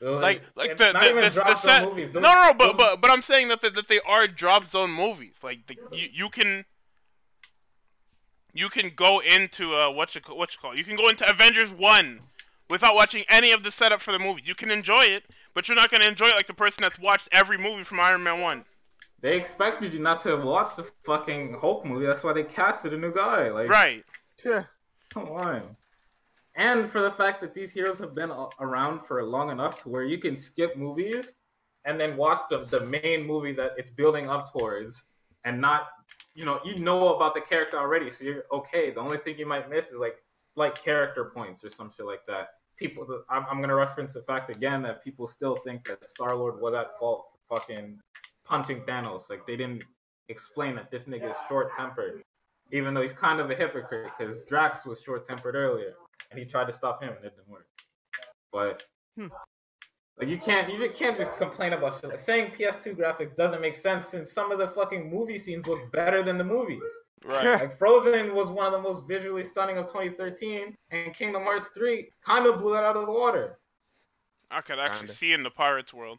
Those- like- like and the- not the- even the- the drop zone set- movies. No, Those- no, no but those- but but I'm saying that that, that they are drop zone movies. Like the, you you can you can go into uh what you ca- what you call you can go into Avengers one without watching any of the setup for the movie. You can enjoy it, but you're not gonna enjoy it like the person that's watched every movie from Iron Man one. They expected you not to watch the fucking Hulk movie. That's why they casted a new guy. Like, Right. Yeah. Come on. And for the fact that these heroes have been a- around for long enough to where you can skip movies and then watch the, the main movie that it's building up towards and not, you know, you know about the character already, so you're okay. The only thing you might miss is like like character points or some shit like that. People, I'm, I'm gonna reference the fact again that people still think that Star Lord was at fault for fucking punching Thanos. Like they didn't explain that this nigga is short tempered even though he's kind of a hypocrite because Drax was short tempered earlier and he tried to stop him and it didn't work. But Hmm. like you can't you just can't just complain about shit. Like, saying PS2 graphics doesn't make sense since some of the fucking movie scenes look better than the movies. Right. Like Frozen was one of the most visually stunning of 2013, and Kingdom Hearts 3 kind of blew that out of the water. I could actually Kinda. see in the Pirates world.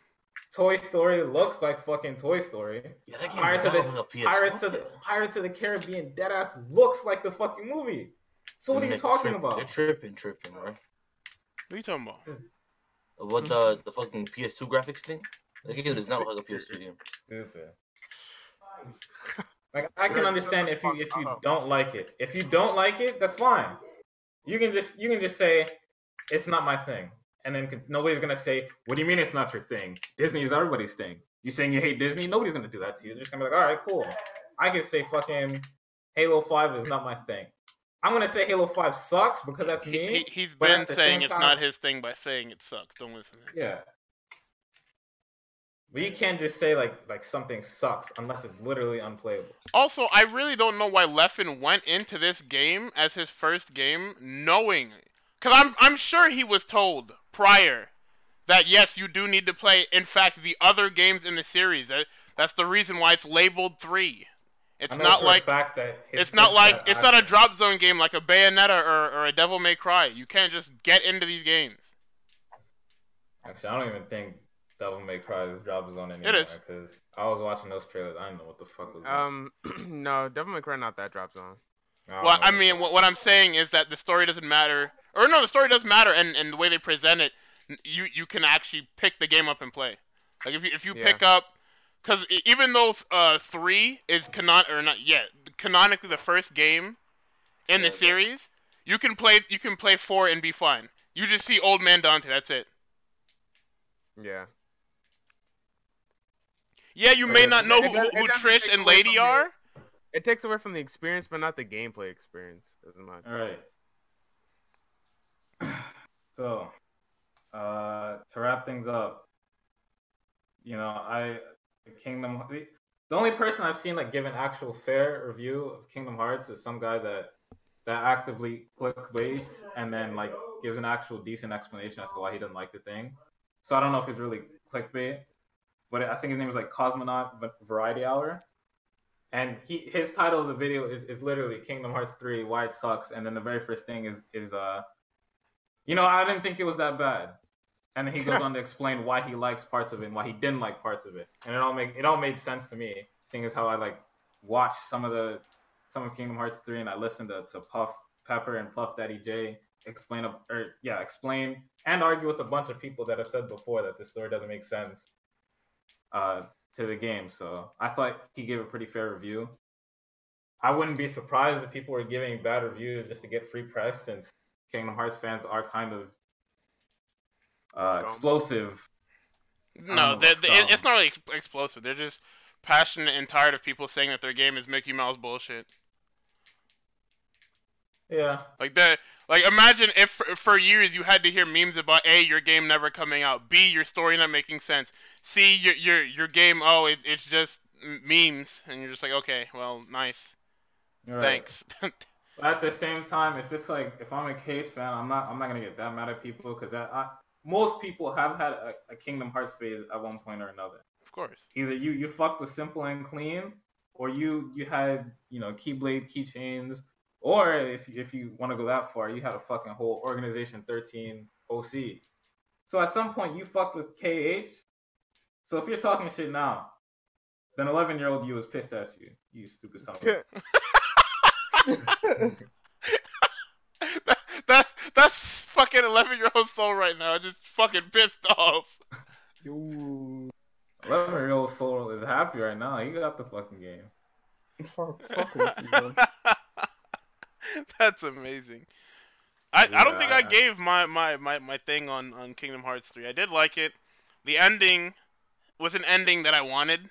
Toy Story looks like fucking Toy Story. Yeah, that game's Pirates of the- not on PS4. Pirates of the Pirates of the Caribbean deadass looks like the fucking movie. So what are you They're talking tripping- about? They're tripping, tripping, right? What are you talking about? What the the fucking PS2 graphics thing? That game does not look like a PS2 game. stupid. Like I can understand if you if you don't like it. If you don't like it, that's fine. You can just you can just say it's not my thing, and then con- nobody's gonna say, "What do you mean it's not your thing? Disney is everybody's thing." You saying you hate Disney? Nobody's gonna do that to you. They're just gonna be like, "All right, cool." I can say fucking Halo Five is not my thing. I'm gonna say Halo Five sucks because that's He, me. he, he's But at been the saying same it's time- not his thing by saying it sucks. Don't listen to him. Yeah. But you can't just say like like something sucks unless it's literally unplayable. Also, I really don't know why Leffen went into this game as his first game knowing. Because I'm, I'm sure he was told prior that, yes, you do need to play, in fact, the other games in the series. That, that's the reason why it's labeled 3. It's I know not for a like. fact that his It's not sister like it's not a actually- drop zone game like a Bayonetta or, or a Devil May Cry. You can't just get into these games. Actually, I don't even think Devil May Cry's drop is on anymore is. because I was watching those trailers. I didn't know what the fuck was. Um, no, Devil May Cry not that drop zone. don't Well, Um, know I what- mean, what, what I'm saying is that the story doesn't matter, or no, the story does matter, and, and the way they present it, n- you you can actually pick the game up and play. Like if you if you Yeah. pick up, because even though uh three is canon or not yet canonically the first game in Yeah, the yeah. series, you can play you can play four and be fine. You just see old man Dante. That's it. Yeah. Yeah, you may Yeah. not know It who, does- it who doesn't Trish take and away Lady from the- are. It takes away from the experience, but not the gameplay experience as much. All right. So, uh, to wrap things up, you know, I Kingdom. The, the only person I've seen like give an actual fair review of Kingdom Hearts is some guy that that actively clickbaits and then like gives an actual decent explanation as to why he didn't like the thing. So I don't know if he's really clickbait, but I think his name is like Cosmonaut Va- Variety Hour. And he his title of the video is, is literally Kingdom Hearts 3, Why It Sucks, and then the very first thing is is uh you know, I didn't think it was that bad. And then he goes on to explain why he likes parts of it and why he didn't like parts of it. And it all make it all made sense to me, seeing as how I like watched some of the some of Kingdom Hearts 3 and I listened to, to Puff Pepper and Puff Daddy J explain a- or yeah, explain and argue with a bunch of people that have said before that this story doesn't make sense. Uh to the game. So I thought he gave a pretty fair review. I wouldn't be surprised if people were giving bad reviews just to get free press since Kingdom Hearts fans are kind of uh, Scum. explosive. don't No, know they, what's they, going it- it's not really ex- explosive. They're just passionate and tired of people saying that their game is Mickey Mouse bullshit. Yeah. Like that. Like imagine if for, for years you had to hear memes about a your game never coming out, b your story not making sense, c your your your game oh it, it's just m- memes, and you're just like okay well nice you're right. thanks. But at the same time, it's just like if I'm a Cage fan, I'm not I'm not gonna get that mad at people because that I, most people have had a, a Kingdom Hearts phase at one point or another. of course. either you you fucked with simple and clean, or you you had you know keyblade keychains, or if if you want to go that far, you had a fucking whole organization thirteen OC. So at some point you fucked with KH. So if you're talking shit now, then eleven year old you was pissed at you. You stupid son. of a- that, that that's fucking eleven year old soul right now just fucking pissed off. Eleven year old Soul is happy right now. He got the fucking game. Fuck, fuck with you, bro. That's amazing. I, I don't think I Yeah. gave my, my, my, my thing on, on Kingdom Hearts 3. I did like it. The ending was an ending that I wanted.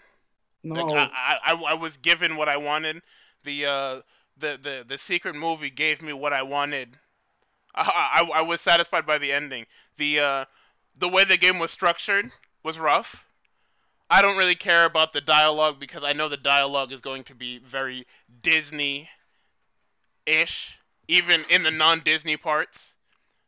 No, Like, I, I, I, I was given what I wanted. The uh the, the, the secret movie gave me what I wanted. I, I, I was satisfied by the ending. The uh the way the game was structured was rough. I don't really care about the dialogue because I know the dialogue is going to be very Disney ish, even in the non Disney parts.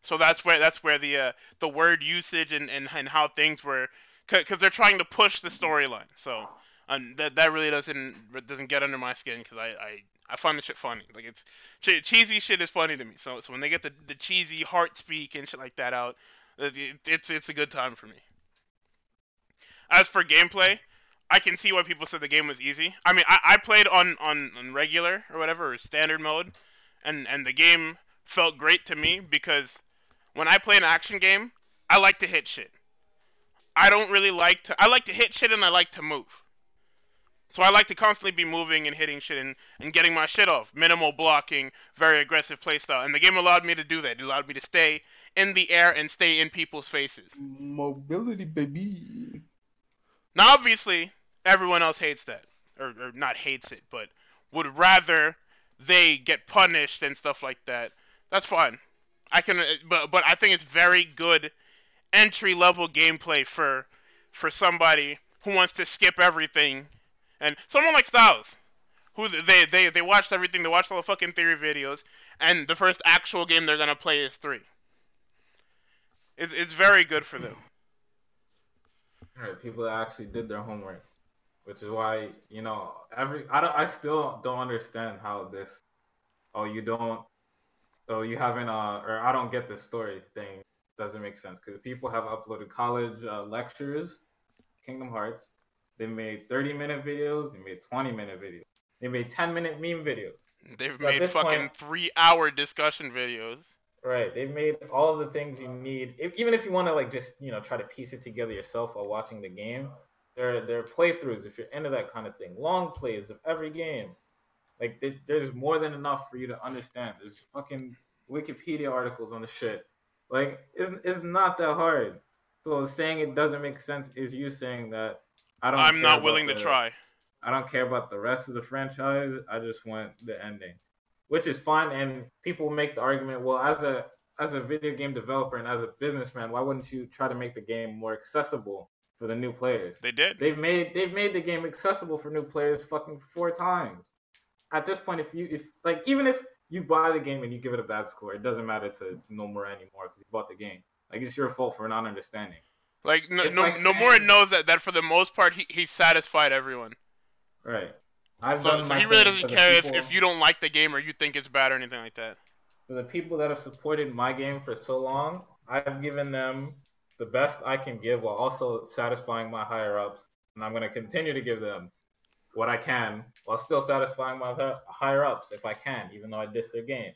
So that's where that's where the uh, the word usage and, and, and how things were because they're trying to push the storyline. So um, that that really doesn't doesn't get under my skin because I, I I find the shit funny. Like it's che- cheesy shit is funny to me. So so when they get the, the cheesy heart speak and shit like that out, it, it's it's a good time for me. As for gameplay, I can see why people said the game was easy. I mean, I, I played on, on, on regular or whatever or standard mode, and and the game felt great to me because when I play an action game, I like to hit shit. I don't really like to. I like to hit shit and I like to move. So I like to constantly be moving and hitting shit and, and getting my shit off. Minimal blocking, very aggressive playstyle. And the game allowed me to do that. It allowed me to stay in the air and stay in people's faces. mobility, baby. Now, obviously, everyone else hates that, or, or not hates it, but would rather they get punished and stuff like that. That's fine. I can, uh, but but I think it's very good entry level gameplay for for somebody who wants to skip everything, and someone like Styles, who th- they they they watched everything, they watched all the fucking theory videos, and the first actual game they're gonna play is three. It's it's very good for them. Right, people that actually did their homework, which is why you know every I don't I still don't understand how this. Oh, you don't. Oh, you haven't. Uh, or I don't get the story thing. Doesn't make sense because people have uploaded college uh, lectures, Kingdom Hearts. They made thirty minute videos. They made twenty minute videos. They made ten minute meme videos. They've So at made this fucking point- three hour discussion videos. Right. They've made all of the things you need. If, even if you want to like just you know try to piece it together yourself while watching the game, there there are playthroughs if you're into that kind of thing. Long plays of every game. Like there- there's more than enough for you to understand. There's fucking Wikipedia articles on the shit. Like it's it's not that hard. So saying it doesn't make sense is you saying that I don't. I'm care not about willing to the- try. I don't care about the rest of the franchise. I just want the ending, which is fine. And people make the argument, well, as a as a video game developer and as a businessman, why wouldn't you try to make the game more accessible for the new players? They did. They've made they've made the game accessible for new players fucking four times. At this point, if you if like even if you buy the game and you give it a bad score, it doesn't matter to no more anymore because you bought the game. Like it's your fault for not understanding. like no, it's no, like no more saying- knows that, that for the most part he, he satisfied everyone. Right. I've So, done so my he really thing for doesn't the care if, people. if you don't like the game or you think it's bad or anything like that. for the people that have supported my game for so long, I've given them the best I can give while also satisfying my higher ups, and I'm going to continue to give them what I can while still satisfying my hi- higher ups if I can, even though I diss their game.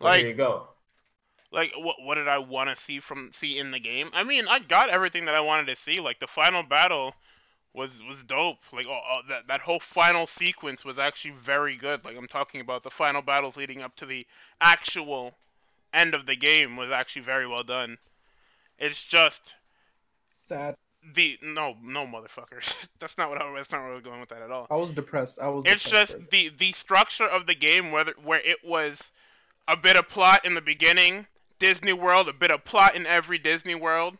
So Like- here you go. Like what what did I want to see from see in the game? I mean, I got everything that I wanted to see. Like the final battle was was dope. Like oh, oh, that that whole final sequence was actually very good. Like I'm talking about the final battles leading up to the actual end of the game was actually very well done. It's just Sad. the no no motherfucker. that's not what I, that's not where I was going with that at all. I was depressed. I was. It's depressed just right the the structure of the game whether where it was a bit of plot in the beginning, Disney World, a bit of plot in every Disney World,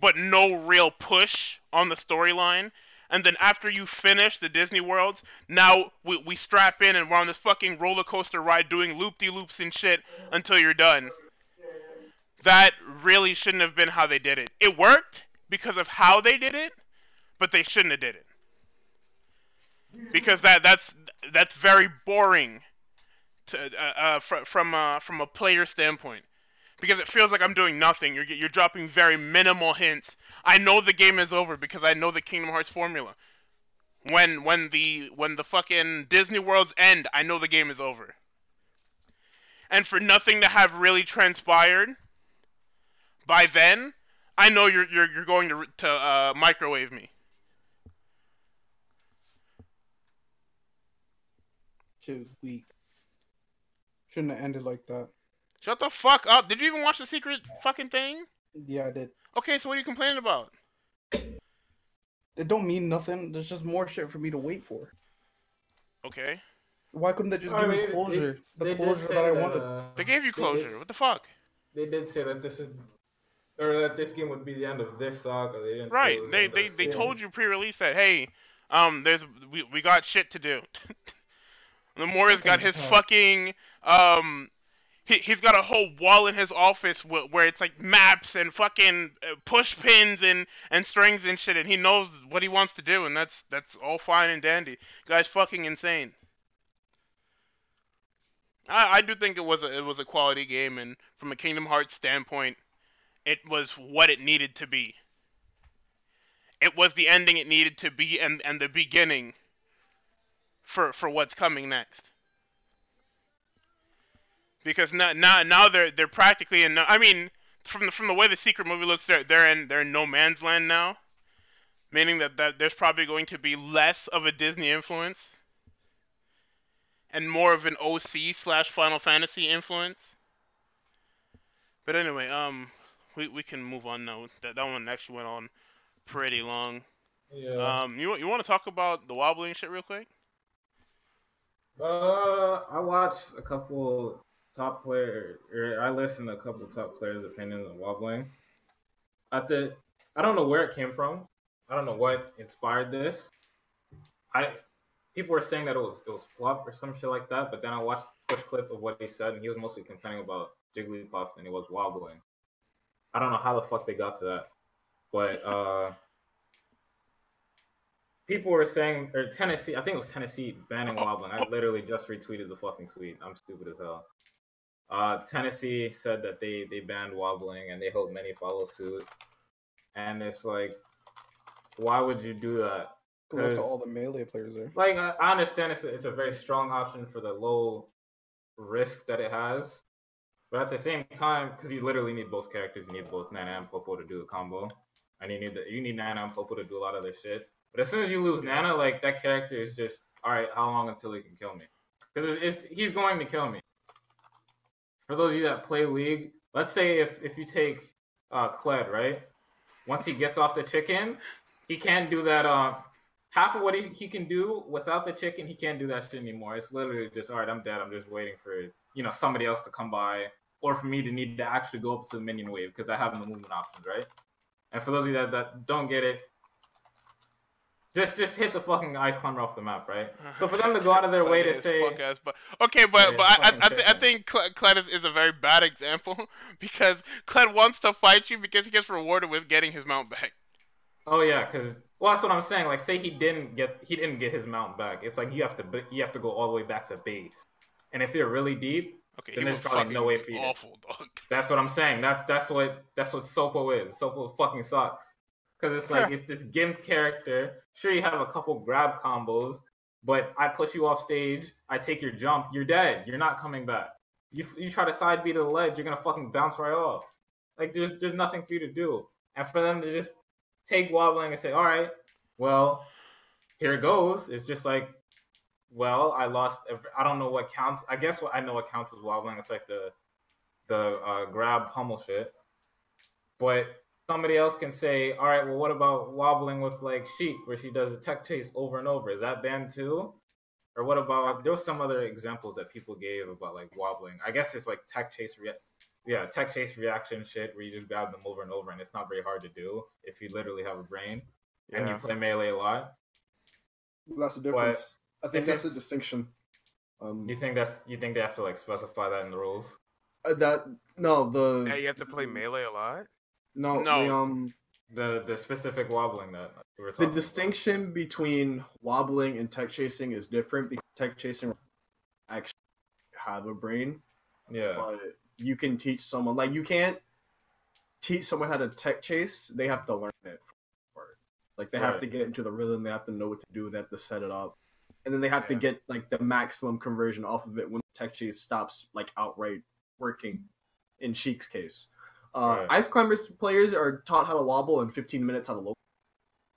but no real push on the storyline. And then after you finish the Disney Worlds, now we, we strap in and we're on this fucking roller coaster ride doing loop de loops and shit until you're done. That really shouldn't have been how they did it. It worked because of how they did it, but they shouldn't have did it because that that's that's very boring to uh, uh, fr- from uh, from a player standpoint because it feels like I'm doing nothing. You're you're dropping very minimal hints. I know the game is over because I know the Kingdom Hearts formula. When when the when the fucking Disney Worlds end, I know the game is over. And for nothing to have really transpired by then, I know you're you're you're going to to uh, microwave me. Shit was weak. Shouldn't have ended like that. Shut the fuck up. Did you even watch the secret fucking thing? Yeah, I did. Okay, so what are you complaining about? It don't mean nothing. There's just more shit for me to wait for. Okay. Why couldn't they just I give mean, me it- closure? it- the they did closure say that I wanted. uh, They gave you they did- closure. What the fuck? They did say that this is, or that this game would be the end of this saga. They didn't. say Right. it was the They end of they the they series. told you pre-release that hey, um, there's we we got shit to do. Lemuria's got his fucking um. He, he's got a whole wall in his office wh- where it's like maps and fucking uh, push pins and, and strings and shit, and he knows what he wants to do, and that's that's all fine and dandy. Guy's fucking insane. I, I do think it was a, it was a quality game, and from a Kingdom Hearts standpoint, it was what it needed to be it was the ending it needed to be and, and the beginning for for what's coming next. Because now now, now they're they're practically in no, I mean from the from the way the secret movie looks they're they're in they're in no man's land now. Meaning that, that there's probably going to be less of a Disney influence and more of an OC slash Final Fantasy influence. But anyway, um we, we can move on now. That that one actually went on pretty long. Yeah. Um, you you want to talk about the wobbling shit real quick? Uh, I watched a couple top player, or I listened to a couple top players' opinions on wobbling. At the, I don't know where it came from. I don't know what inspired this. I people were saying that it was it was flop or some shit like that, but then I watched a push clip of what he said, and he was mostly complaining about Jigglypuff and it was wobbling. I don't know how the fuck they got to that, but uh people were saying or Tennessee, I think it was Tennessee banning Oh. wobbling. I literally just retweeted the fucking tweet. I'm stupid as hell. Uh, Tennessee said that they they banned wobbling and they hope many follow suit. And it's like, why would you do that? Go out to 'cause- all the melee players there. Like I I understand it's a, it's a very strong option for the low risk that it has, but at the same time, because you literally need both characters, you need both Nana and Popo to do the combo, and you need the, you need Nana and Popo to do a lot of their shit. But as soon as you lose Nana, like that character is just all right. How long until he can kill me? Because it's, it's, he's going to kill me. For those of you that play League, let's say if if you take uh, Cled, right? Once he gets off the chicken, he can't do that. Uh, half of what he, he can do without the chicken, he can't do that shit anymore. It's literally just all right. I'm dead. I'm just waiting for you know somebody else to come by, or for me to need to actually go up to the minion wave because I have no movement options, right? And for those of you that, that don't get it, just just hit the fucking ice climber off the map, right? So for them to go out of their way to Clyde is say, fuck ass, but okay, but Yeah, but I I, fucking I, th- I chicken. think Cl- Cled is, is a very bad example because Cled wants to fight you because he gets rewarded with getting his mount back. Oh yeah, because well, that's what I'm saying. Like, say he didn't get he didn't get his mount back. It's like you have to b- you have to go all the way back to base. And if you're really deep, Okay, Then he there's was probably fucking no way for you to- awful dog. that's what I'm saying. That's that's what that's what Sopo is. Sopo fucking sucks. Cause it's like it's this gimp character. Sure, you have a couple grab combos, but I push you off stage. I take your jump. You're dead. You're not coming back. You you try to side B to the ledge. You're gonna fucking bounce right off. Like there's there's nothing for you to do. And for them to just take wobbling and say, all right, well, here it goes. It's just like, well, I lost. Every, I don't know what counts. I guess what I know what counts as wobbling. It's like the the uh, grab pummel shit. But somebody else can say, all right, well, what about wobbling with like Sheik, where she does a tech chase over and over? Is that banned too? Or what about there was some other examples that people gave about like wobbling? I guess it's like tech chase, rea- yeah, tech chase reaction shit, where you just grab them over and over, and it's not very hard to do if you literally have a brain and you Yeah. play melee a lot. That's the But difference. I think If that's a it's- distinction. Um, you think that's you think they have to like specify that in the rules? uh, that no the Yeah, you have to play Mm-hmm. melee a lot. no, No. the um The the specific wobbling that we were the talking about. distinction between wobbling and tech chasing is different because tech chasing actually have a brain, Yeah. but you can teach someone like you can't teach someone how to tech chase. They have to learn it. For like they have Right. to get into the rhythm. They have to know what to do. They have to set it up, and then they have to Yeah. get like the maximum conversion off of it when tech chase stops like outright working. In Sheik's case, Uh, Right. Ice climbers players are taught how to wobble in 15 minutes on a low,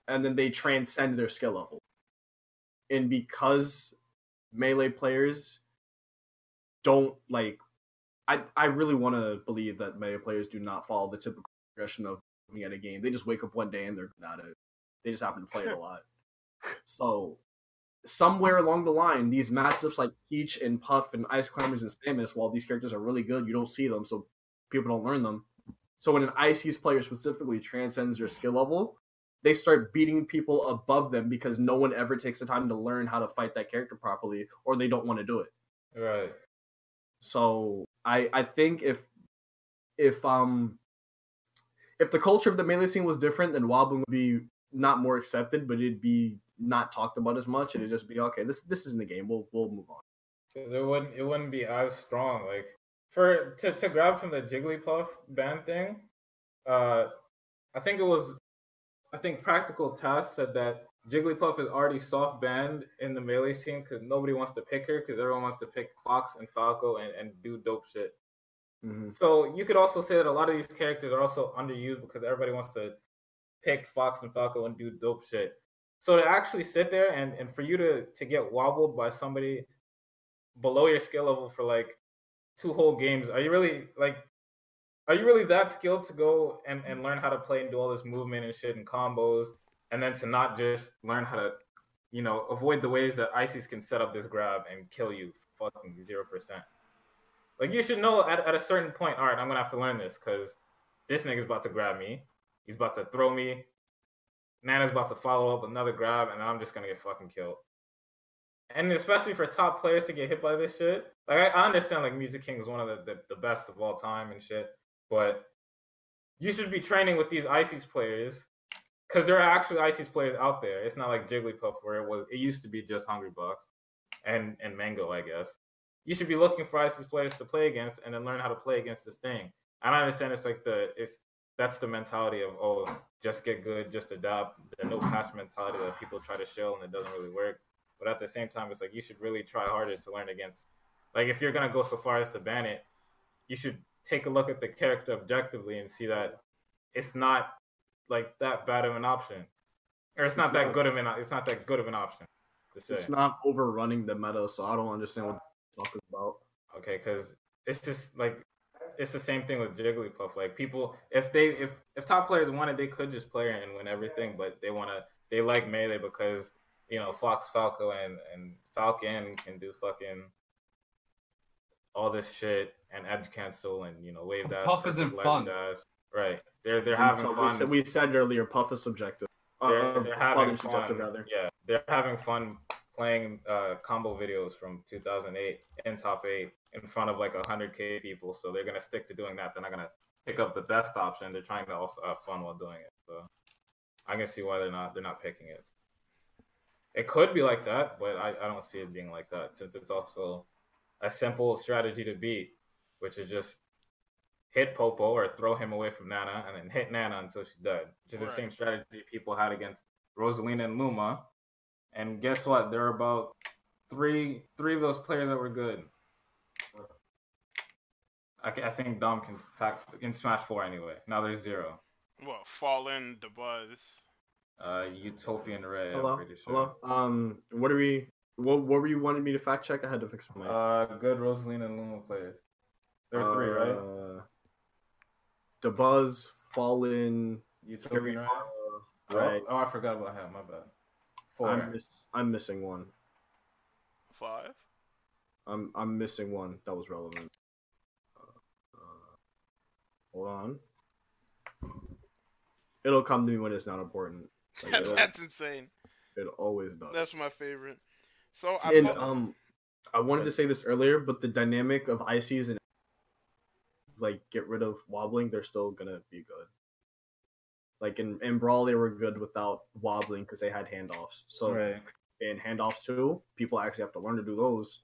and then they transcend their skill level. And because melee players don't like, I I really want to believe that melee players do not follow the typical progression of looking at a game. They just wake up one day and they're good at it. They just happen to play it a lot. So somewhere along the line, these matchups like Peach and Puff and Ice Climbers and Samus, while these characters are really good, you don't see them, so people don't learn them. So when an IC's player specifically transcends their skill level, they start beating people above them because no one ever takes the time to learn how to fight that character properly, or they don't want to do it. Right. So I I think if if um if the culture of the melee scene was different, then wobbling would be not more accepted, but it'd be not talked about as much, and it'd just be okay. This this isn't the game. We'll we'll move on. 'Cause it wouldn't it wouldn't be as strong. Like for to to grab from the Jigglypuff band thing, uh, I think it was, I think Practical Task said that Jigglypuff is already soft banned in the melee scene because nobody wants to pick her because everyone wants to pick Fox and Falco and and do dope shit. So you could also say that a lot of these characters are also underused because everybody wants to pick Fox and Falco and do dope shit. So to actually sit there and, and for you to, to get wobbled by somebody below your skill level for like two whole games, are you really like are you really that skilled to go and, and learn how to play and do all this movement and shit and combos and then to not just learn how to you know avoid the ways that ICs can set up this grab and kill you fucking zero percent. Like you should know at, at a certain point, all right, I'm gonna have to learn this because this nigga's about to grab me. He's about to throw me. Nana's about to follow up with another grab, and I'm just gonna get fucking killed. And especially for top players to get hit by this shit. Like I, I understand like Music King is one of the, the, the best of all time and shit, but you should be training with these ICES players. Cause there are actually ICES players out there. It's not like Jigglypuff where it was it used to be just Hungry Bucks and, and Mango, I guess you should be looking for ISIS players to play against and then learn how to play against this thing. And I understand it's like the it's that's the mentality of oh just get good, just adapt. The no patch mentality that people try to show and it doesn't really work. But at the same time, it's like you should really try harder to learn against. Like if you're gonna go so far as to ban it, you should take a look at the character objectively and see that it's not like that bad of an option, or it's not It's that not. good of an it's not that good of an option. To say. It's not overrunning the meta, so I don't understand what they're talking about. Okay, because it's just like it's the same thing with Jigglypuff. Like people, if they if if top players wanted, they could just play her and win everything, but they wanna they like melee because you know Fox, Falco, and and Falcon can do fucking all this shit and edge cancel and you know wave 'Cause dash. Puff perfect isn't ledge fun. dash. Right, they're they're We having told- fun. We said, we said earlier, Puff is subjective. they're, Uh, they're Puff having is subjective, fun. Yeah, they're having fun playing uh, combo videos from 2008 and top eight in front of like 100k people. So they're gonna stick to doing that. They're not gonna pick up the best option. They're trying to also have fun while doing it. So I can see why they're not they're not picking it. It could be like that, but I, I don't see it being like that since it's also a simple strategy to beat, which is just hit Popo or throw him away from Nana and then hit Nana until she died, which is the Right. same strategy people had against Rosalina and Luma. And guess what? There are about three three of those players that were good. I, ca- I think Dom can fact in Smash Four anyway. Now there's zero. Well, Fallen, the Buzz. Uh, Utopian Red. I'm Hello, pretty sure. hello. Um, what are we? What what were you wanting me to fact check? I had to fix my. Uh, good Rosalina and Luma players. There are three, right? Uh, The Buzz, Fallen. Utopian Red. right. Oh, I forgot about him. My bad. Four. I'm, miss- I'm missing one. Five. I'm I'm missing one that was relevant. Uh, uh, hold on. It'll come to me when it's not important. Like, it'll- That's insane. it always does. That's my favorite. So I and po- um, I wanted to say this earlier, but the dynamic of ICs and like get rid of wobbling, they're still gonna be good. Like in, in Brawl, they were good without wobbling because they had handoffs. So Right. in handoffs too, people actually have to learn to do those.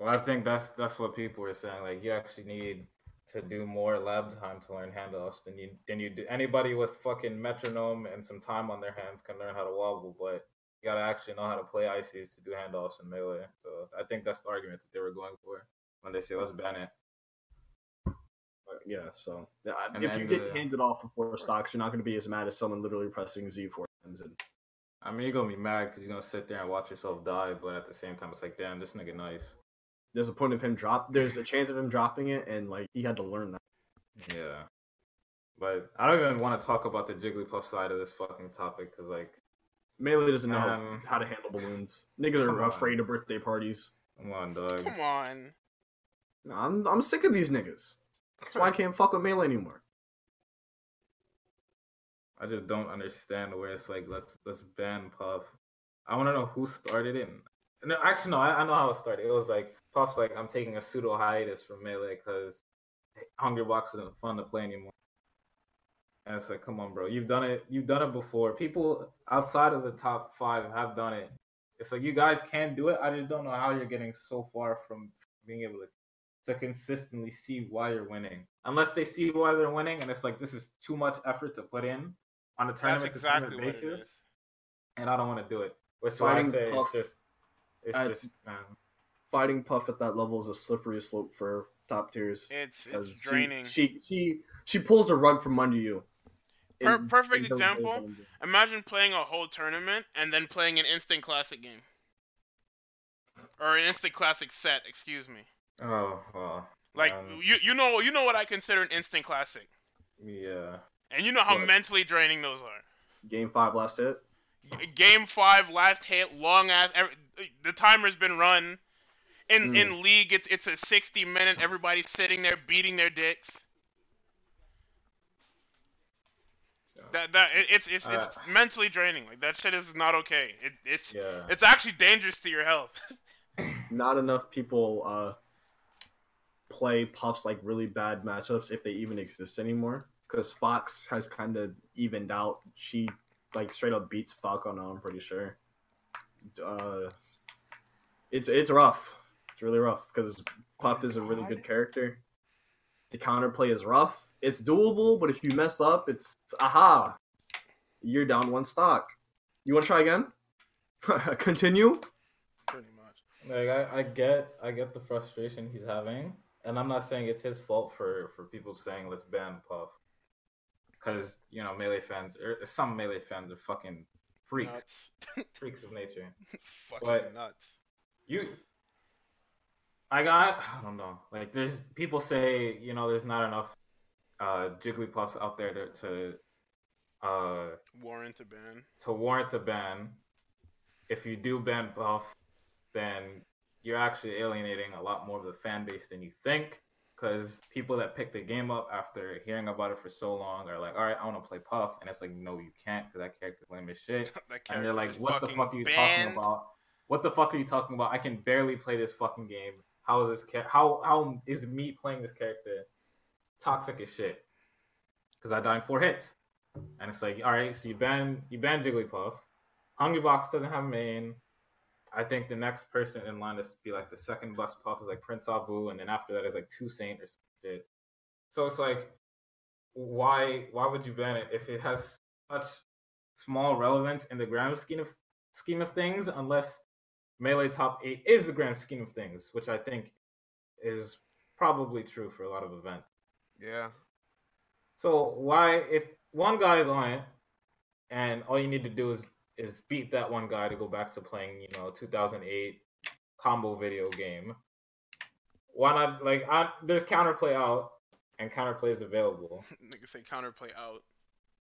Well, I think that's that's what people were saying. Like, you actually need to do more lab time to learn handoffs than you than you do. Anybody with fucking metronome and some time on their hands can learn how to wobble, but you gotta actually know how to play ICs to do handoffs in melee. So I think that's the argument that they were going for when they say let's ban it. But yeah, so yeah, I- And if then you the- get handed off for four stocks, you're not going to be as mad as someone literally pressing Z four times. And I mean, you're gonna be mad because you're gonna sit there and watch yourself die, but at the same time, it's like, damn, this nigga nice. there's a point of him drop. There's a chance of him dropping it, and like he had to learn that. Yeah. But I don't even want to talk about the Jigglypuff side of this fucking topic because, like, Melee doesn't know Um, how to handle balloons. Niggas come are on. afraid of birthday parties. come on, dog. Come on. Nah, I'm I'm sick of these niggas. That's why I can't fuck with Melee anymore. I just don't understand where it's like let's let's ban Puff. I want to know who started it. No, actually, no. I, I know how it started. It was like Puff's like I'm taking a pseudo hiatus from melee because Box isn't fun to play anymore. And it's like, come on, bro. You've done it. You've done it before. People outside of the top five have done it. It's like you guys can do it. I just don't know how you're getting so far from being able to to consistently see why you're winning. Unless they see why they're winning, and it's like this is too much effort to put in on a That's tournament to tournament exactly what it basis is. and I don't want to do it. Which is why I Fighting say Puff it's just, it's at- just, um, man. Fighting Puff at that level is a slippery slope for top tiers. It's because it's she- draining. She, she she pulls the rug from under you. Per- And- perfect and doesn't play example. with them. Imagine playing a whole tournament and then playing an instant classic game. Or an instant classic set, excuse me. Oh, well, Like um, you you know you know what I consider an instant classic. yeah. And you know how Right. mentally draining those are. Game five last hit. G- Game 5 last hit long ass every, the timer's been run. In Mm. in league it's it's a 60 minute everybody's sitting there beating their dicks. That that it, it's it's it's Uh. mentally draining. Like that shit is not okay. It it's Yeah. it's actually dangerous to your health. Not enough people uh play Puff's like really bad matchups if they even exist anymore. Because Fox has kind of evened out. She like straight up beats Falco now. I'm pretty sure. Uh, it's it's rough. It's really rough because Puff is a really good character. The counterplay is rough. It's doable, but if you mess up, it's aha, you're down one stock. You want to try again? Continue. Pretty much. Like I, I get, I get the frustration he's having, and I'm not saying it's his fault for for people saying let's ban Puff, because you know melee fans or some melee fans are fucking freaks, Nuts. freaks of nature. Fucking But- nuts. You, I got. I don't know. Like, there's people say you know there's not enough uh Jigglypuffs out there to to uh Warrant a ban. to warrant a ban. If you do ban Puff, then you're actually alienating a lot more of the fan base than you think. Because people that pick the game up after hearing about it for so long are like, all right, I want to play Puff. And it's like, no, you can't because that character's lame as shit that character and they're like, is "What the fucking fuck are you banned. talking about? What the fuck are you talking about? I can barely play this fucking game. How is this? Char- how how is me playing this character toxic as shit? Because I died in four hits, and it's like, all right, so you ban you ban Jigglypuff. Hungry Box doesn't have a main. I think the next person in line is be like the second best puff is like Prince Abu, and then after that is like Two Saint or some shit. So it's like, why why would you ban it if it has such small relevance in the grand scheme of scheme of things, unless melee top eight is the grand scheme of things, which I think is probably true for a lot of events. Yeah. So why, if one guy is on it, and all you need to do is is beat that one guy to go back to playing, you know, 2008 combo video game. Why not? Like, I, there's counterplay out, and counterplay is available. Nigga say counterplay out.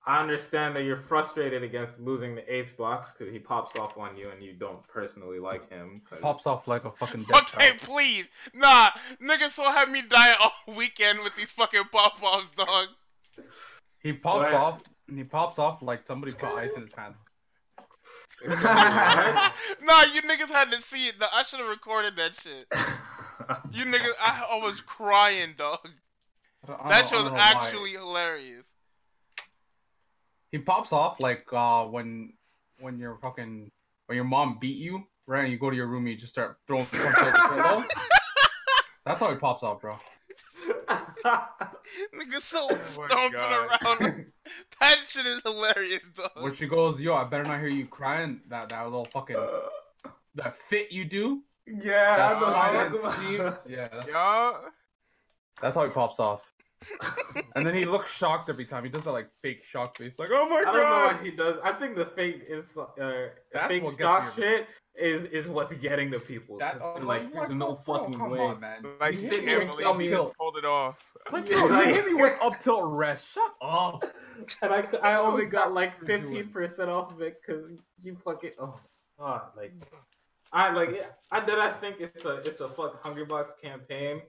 I understand that you're frustrated against losing the eighth box because he pops off on you and you don't personally like him. 'cause- Pops off like a fucking dead Okay, child. please. Nah, niggas so have me die all weekend with these fucking pop offs, dog. He pops Right. off. He pops off like somebody put ice in his pants. nah, you niggas had to see it. Nah, I should have recorded that shit. You niggas, I, I was crying, dog. I don't- I That don't- shit I was don't know why. actually hilarious. He pops off like uh when when your fucking when your mom beat you, right? And you go to your room and you just start throwing punches at the pillow. That's how he pops off, bro. Niggas so Oh my stomping God. around. that shit is hilarious, dog. When she goes, yo, I better not hear you crying. That that little fucking that fit you do. yeah, That's I know how what you're it's talking cheap. about. Yeah, that's, Yo. that's how he pops off. and then he looks shocked every time. He does that like fake shock face, like "Oh my I don't know god!" what he does. I think the fake is uh, That's fake what gets doc me. shit is is what's getting the people. That- 'Cause they're oh, like, there's what no the fuck? fucking Come way. on, man. Like, You you hit me can't with believe you tilt. just pulled it off. Like, Yeah, yo, you right. hit me with up tilt rest. Shut up. And I, I only got Exactly like what you're doing. fifteen percent off of it because you fucking oh god like I like I did I think it's a it's a fuck Hungerbox campaign,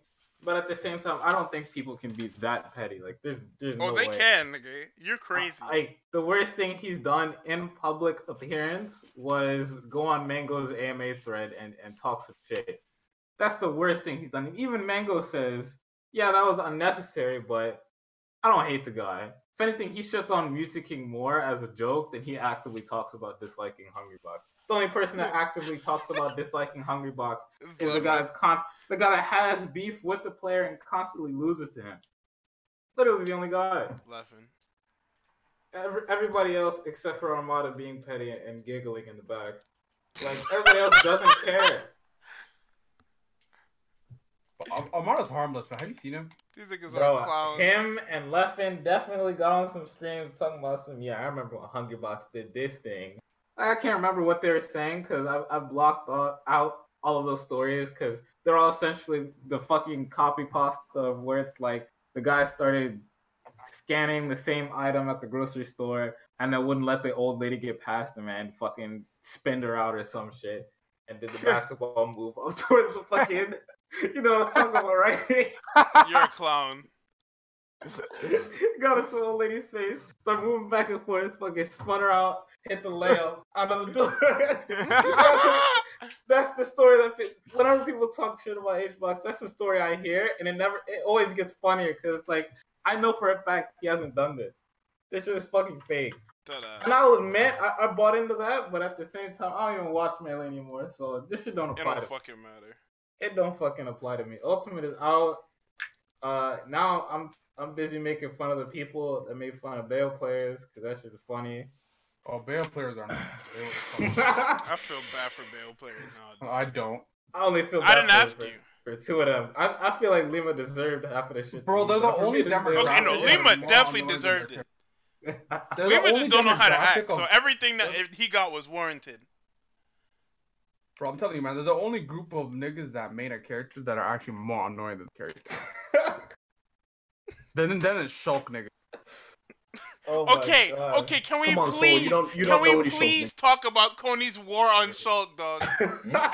but at the same time I don't think people can be that petty like there's there's Oh, no they way. can, nigga. You're crazy. Like the worst thing he's done in public appearance was go on Mango's AMA thread and and talk some shit. That's the worst thing he's done. Even Mango says, "Yeah, that was unnecessary, but I don't hate the guy." If anything, he shits on Music King more as a joke than he actively talks about disliking Hungry Box. The only person that actively talks about disliking Hungry Box is the guy that's con- the guy that has beef with the player and constantly loses to him. Literally the only guy. laughing. Every, everybody else except for Armada being petty and giggling in the back. Like everybody else doesn't care. Am- Amara's harmless, man. Have you seen him? These niggas Bro, are clowns. him and Leffen definitely got on some streams talking about some. Yeah, I remember when Hungry Box did this thing. I can't remember what they were saying because I, I blocked all, out all of those stories because they're all essentially the fucking copy pasta of where it's like the guy started scanning the same item at the grocery store and then wouldn't let the old lady get past him and fucking spin her out or some shit and did the basketball move up towards the fucking. You know what I'm talking about, right? You're a clown. Got a old lady's face. Start moving back and forth. Fucking spun her out. Hit the layup out of the door. that's the story that fit- whenever people talk shit about HBox, that's the story I hear, and it never. It always gets funnier because it's like I know for a fact he hasn't done this. This shit is fucking fake. And Ta-da. I'll admit I, I bought into that, but at the same time I don't even watch Melee anymore, so this shit don't It apply. don't to fucking matter. it don't fucking apply to me. Ultimate is out. Uh, now I'm I'm busy making fun of the people that made fun of Bale players because that shit is funny. Oh, Bale players are not. Bale- I I feel bad for Bale players now. I don't. only feel. I bad didn't for- ask for, you. For two of them, I, I feel like Lima deserved half of the shit. Bro, they're the For me only to deserve- demographic- Okay, no, Yeah, Lima Jamal definitely Miller deserved deserved it. They're the Lima only just don't know how to demographic act, so of- everything that he got was warranted. Bro, I'm telling you, man, they're the only group of niggas that made a character that are actually more annoying than the character. then, then it's Shulk, nigga. Oh my Okay, God. okay, can we Come on, Soul. please You don't. You Can don't know we what he please should. talk about Coney's War on Shulk, dog? Nah,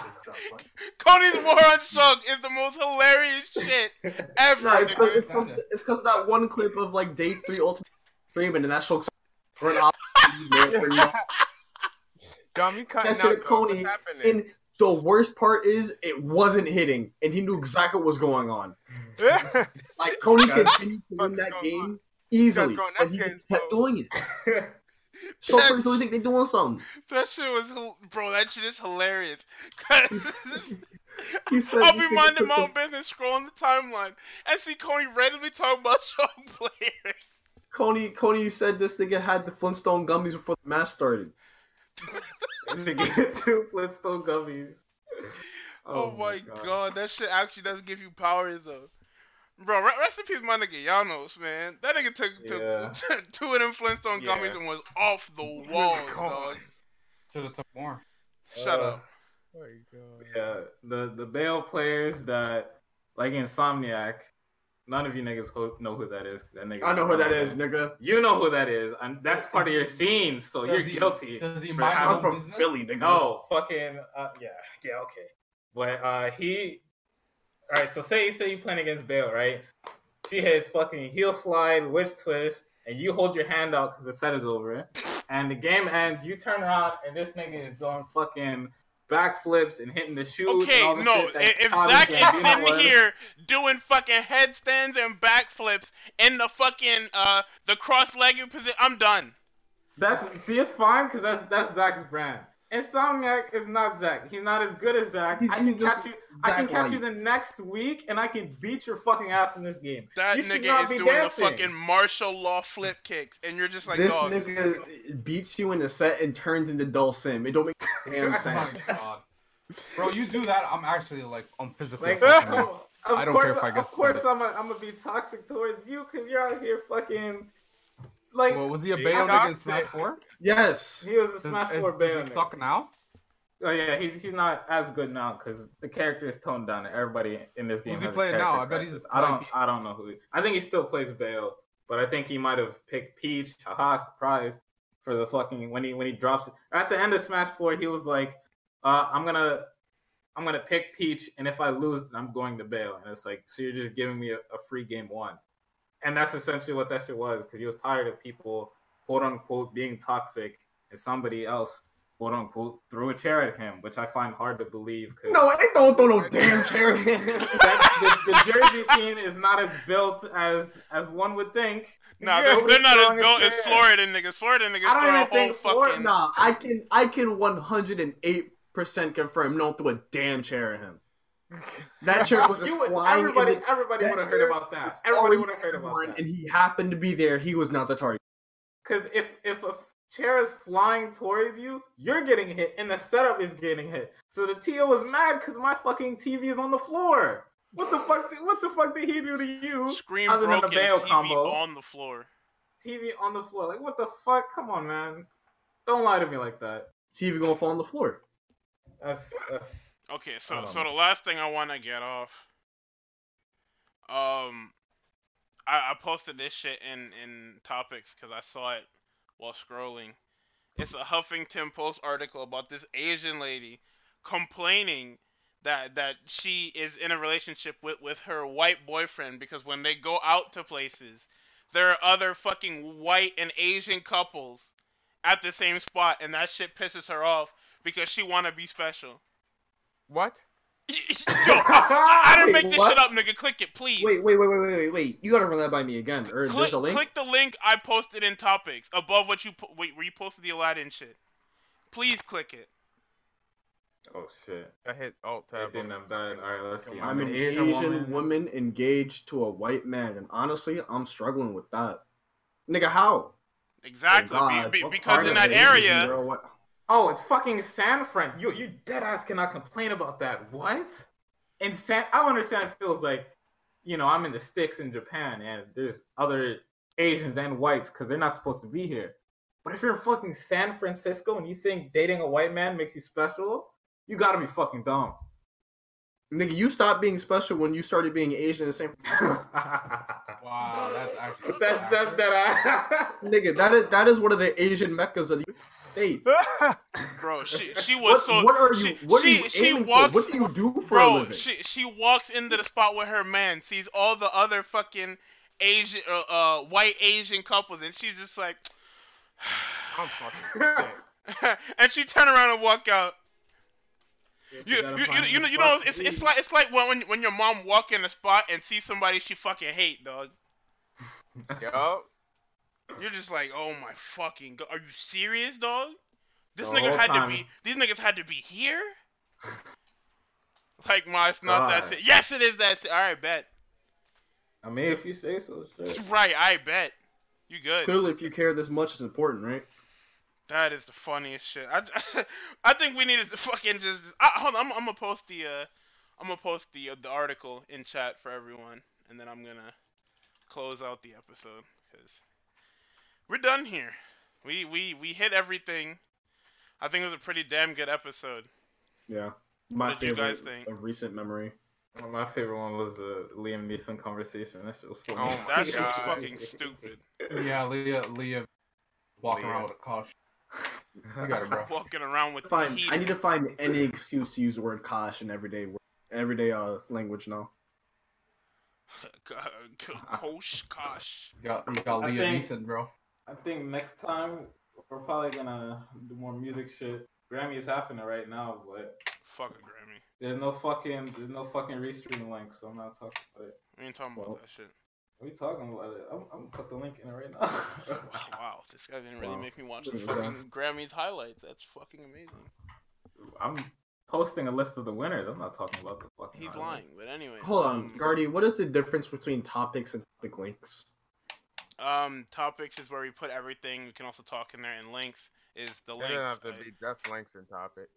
Coney's War on Shulk is the most hilarious shit ever. it's nigga. because it's because it's because that one clip of like day three ultimate streaming and that shit's run off Dom, you cutting That shit out, at dog. What's Coney happening? and. The worst part is it wasn't hitting, and he knew exactly what was going on. Oh Like Coney Guys, continued to win that going on? game easily, going but that he just game, kept so- doing it. So That- pretty think they're doing something. that shit was, hil- bro. That shit is hilarious. 'Cause- He said, I'll "You be think minding it's my a- own business, scrolling the timeline, and see Coney randomly talking about young players. Coney, Coney, you said this nigga had the Flintstone gummies before the match started. to get two Flintstone gummies. Oh, my god. that shit actually doesn't give you powers though. Bro, re- rest in peace, my nigga Janos, man. That nigga took, took two of them Flintstone Yeah. gummies and was off the walls, gone. dog. Should have took more. Shut Uh, up. Yeah, the the Bale players that like Insomniac. None of you niggas ho- know who that is. 'cause That nigga I know who Oh, that is, nigga. You know who that is, and that's part of your scene, so you're Does he- guilty. Does he for mind his I'm having- own from business? Philly, nigga. No, fucking uh, yeah, yeah, okay. But uh, he, all right. So say say you playing against Bale, right? She has fucking heel slide, witch twist, and you hold your hand out because the set is over, and the game ends. You turn around, and this nigga is doing fucking backflips and hitting the shoes. and Okay, all the no. shit that i- If Tommy Zach is Gambino sitting was. here doing fucking headstands and backflips in the fucking uh the cross-legged position, I'm done. that's see, it's fine because that's that's Zach's brand. Insomniac is not Zach. He's not as good as Zach. He's- I can he's just catch you. I can Zach catch Light. you the next week, and I can beat your fucking ass in this game. That You should nigga not is be doing dancing. the fucking martial law flip kicks, and you're just like, this dog. nigga beats you in a set and turns into Dulcim. It don't make damn Oh sense. my god. Bro, you do that, I'm actually like, I'm physically. Like, assaulting you. oh, of I don't course, care if I get of course, I'm gonna I'm gonna be toxic towards you because you're out here fucking like Well, was he a Big Bayon dog nigga in Smash shit. 4? Yes. he was a Does, Smash is, Four does Bayon. he suck now? Oh yeah, he's he's not as good now because the character is toned down. and Everybody in this game. Who's he has a playing character now? I bet he's crisis. I don't. playing I don't know who. He, I think he still plays Bale, but I think he might have picked Peach. Haha! Surprise for the fucking when he when he drops it at the end of Smash Four. He was like, uh, "I'm gonna." I'm gonna pick Peach, and if I lose, I'm going to bail. And it's like, so you're just giving me a, a free game one, and that's essentially what that shit was. Because he was tired of people, quote unquote, being toxic, and somebody else quote unquote threw a chair at him, which I find hard to believe. Cause No, I don't throw no damn chair. that, the, the Jersey scene is not as built as as one would think. Nah, Yeah, they're, nobody's they're not throwing as a built as chair. Florida niggas. Florida niggas I throw don't a even whole think Florida. fucking. Nah, I can I can one hundred and eight percent confirm no one threw a damn chair at him. That chair was just You would, flying. in everybody, the- everybody that would have heard chair about that. was Everybody falling would have heard about everyone, that. And he happened to be there. He was not the target. Because if if a chair is flying towards you, you're getting hit, and the setup is getting hit. So the TO was mad because my fucking TV is on the floor. What the fuck? Did, what the fuck did he do to you? Scream Other than the broken Bayo TV combo. on the floor. TV on the floor. Like what the fuck? Come on, man. Don't lie to me like that. See if he's gonna fall on the floor. That's, that's Okay, so don't so the last thing I want to get off. Um, I, I posted this shit in in topics because I saw it while scrolling. It's a Huffington Post article about this Asian lady complaining that that she is in a relationship with with her white boyfriend because when they go out to places, there are other fucking white and Asian couples at the same spot, and that shit pisses her off because she want to be special. What? Yo, I, I didn't Wait, make this what? shit up, nigga. Click it, please. Wait, wait, wait, wait, wait, wait, wait. You gotta run that by me again. Or click, there's a link. click the link I posted in topics above what you po- wait, where you posted the Aladdin shit. Please click it. oh shit. I hit Alt I Tab. didn't have that. All right, let's see. I'm an Asian, woman. engaged to a white man, and honestly, I'm struggling with that. Nigga, how? Oh Exactly, be- God, be- what because part in of that it is area, zero? What- Oh, it's fucking San Fran. You you dead ass cannot complain about that. What? And San, I understand. It feels like, you know, I'm in the sticks in Japan, and there's other Asians and whites because they're not supposed to be here. But if you're in fucking San Francisco and you think dating a white man makes you special, you gotta be fucking dumb. Nigga, you stopped being special when you started being Asian and San Francisco. that's Wow, that's actually. that's that. Nigga, that is that is one of the Asian meccas of the United States. bro, she she was What, so what are you? she What she, are you she aiming walks for? What do you do for a bro living? she she walks into the spot with her man, sees all the other fucking Asian uh, uh white Asian couples, and she's just like, I'm fucking sick. and she turn around and walk out. You, you, you, you know, you know it's, it's like it's like when when- when your mom walk in a spot and see somebody she fucking hate, dog. Yo. You're just like, oh my fucking god, are you serious, dog? This The nigga whole had time. to be. These niggas had to be here. Like, ma, it's not that. God. si- Yes, it is that. si- All right, bet. I mean, if you say so, sure. Right, I bet. You good? Clearly, if you care this much, it's important, right? That is the funniest shit. I, I think we needed to fucking just. I, hold on, I'm, I'm gonna post the uh, I'm gonna post the uh, the article in chat for everyone, and then I'm gonna close out the episode because we're done here. We we we hit everything. I think it was a pretty damn good episode. Yeah. My What did you favorite guys think? of recent memory. Well, My favorite one was the Liam Neeson conversation. That shit was funny. Oh my that shit was fucking stupid. Yeah, Leah, Leah walking around with a caution. You got it, bro. Walking around with Fine. heat. I need to find any excuse to use the word "kosh" in everyday word- everyday uh language now. Kosh, kosh. You got, you got I Leah think- Neeson, bro. I think next time we're probably gonna do more music shit. Grammy is happening right now, but Fuck a Grammy. there's no fucking there's no fucking restream link, so I'm not talking about it. We ain't talking about Well. that shit. Are we talking about it? I'm, I'm gonna put the link in it right now. Wow, wow, this guy didn't really Wow. make me watch the Look at fucking Grammys highlights. That's fucking amazing. I'm posting a list of the winners. I'm not talking about the fucking. He's highlights. lying, but anyway. Hold on, um, Guardy. What is the difference between topics and topic links? Um, topics is where we put everything. We can also talk in there, and links is the It doesn't links. have to I- be just links and topic.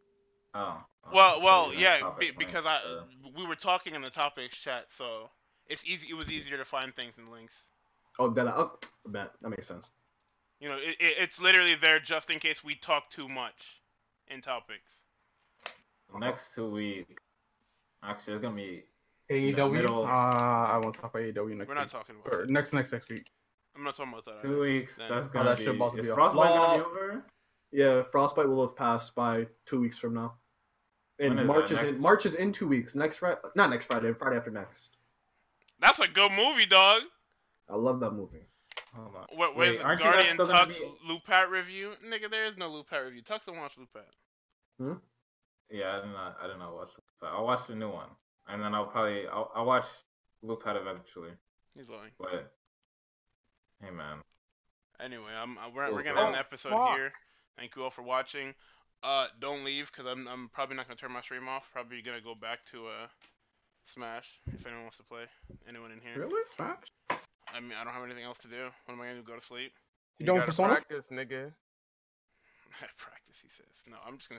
Oh. Uh, Well, okay, well, that's yeah, topic, be, right, because I so- we were talking in the topics chat, so it's easy. It was easier to find things in links. Oh, that oh, man, that makes sense. You know, it, it, it's literally there just in case we talk too much in topics. Next two week. Actually, it's gonna be. AEW. middle- Uh, I won't talk about AEW next. We're not week. talking about. Or It. next next next week. I'm not talking about that. Two weeks. Then- That's Oh, gonna that be. should about to is be a- Frostbite gonna be Lol. over? Yeah, Frostbite will have passed by two weeks from now. And When is March that, is next- in March is in two weeks. Next Friday, not next Friday, Friday after next. That's a good movie, dog. I love that movie. Hold on. Wait, What, where's the aren't you guys Guardian still gonna Tux be- Lupat review? Nigga, there is no Lupat review. Tux don't watch Lupat. Yeah, I did not. I did not watch. But I'll watch the new one, and then I'll probably I'll, I'll watch Loopat eventually. He's lying. But hey, man, Anyway, I'm, uh, we're, we're Okay. gonna end Oh, the episode fuck. here. Thank you all for watching. Uh, don't leave because I'm I'm probably not gonna turn my stream off. Probably gonna go back to uh, Smash if anyone wants to play. Anyone in here? Really? Smash? I mean, I don't have anything else to do. What am I gonna do? Go to sleep? You doing gotta Persona? Practice, nigga. Practice, he says. No, I'm just gonna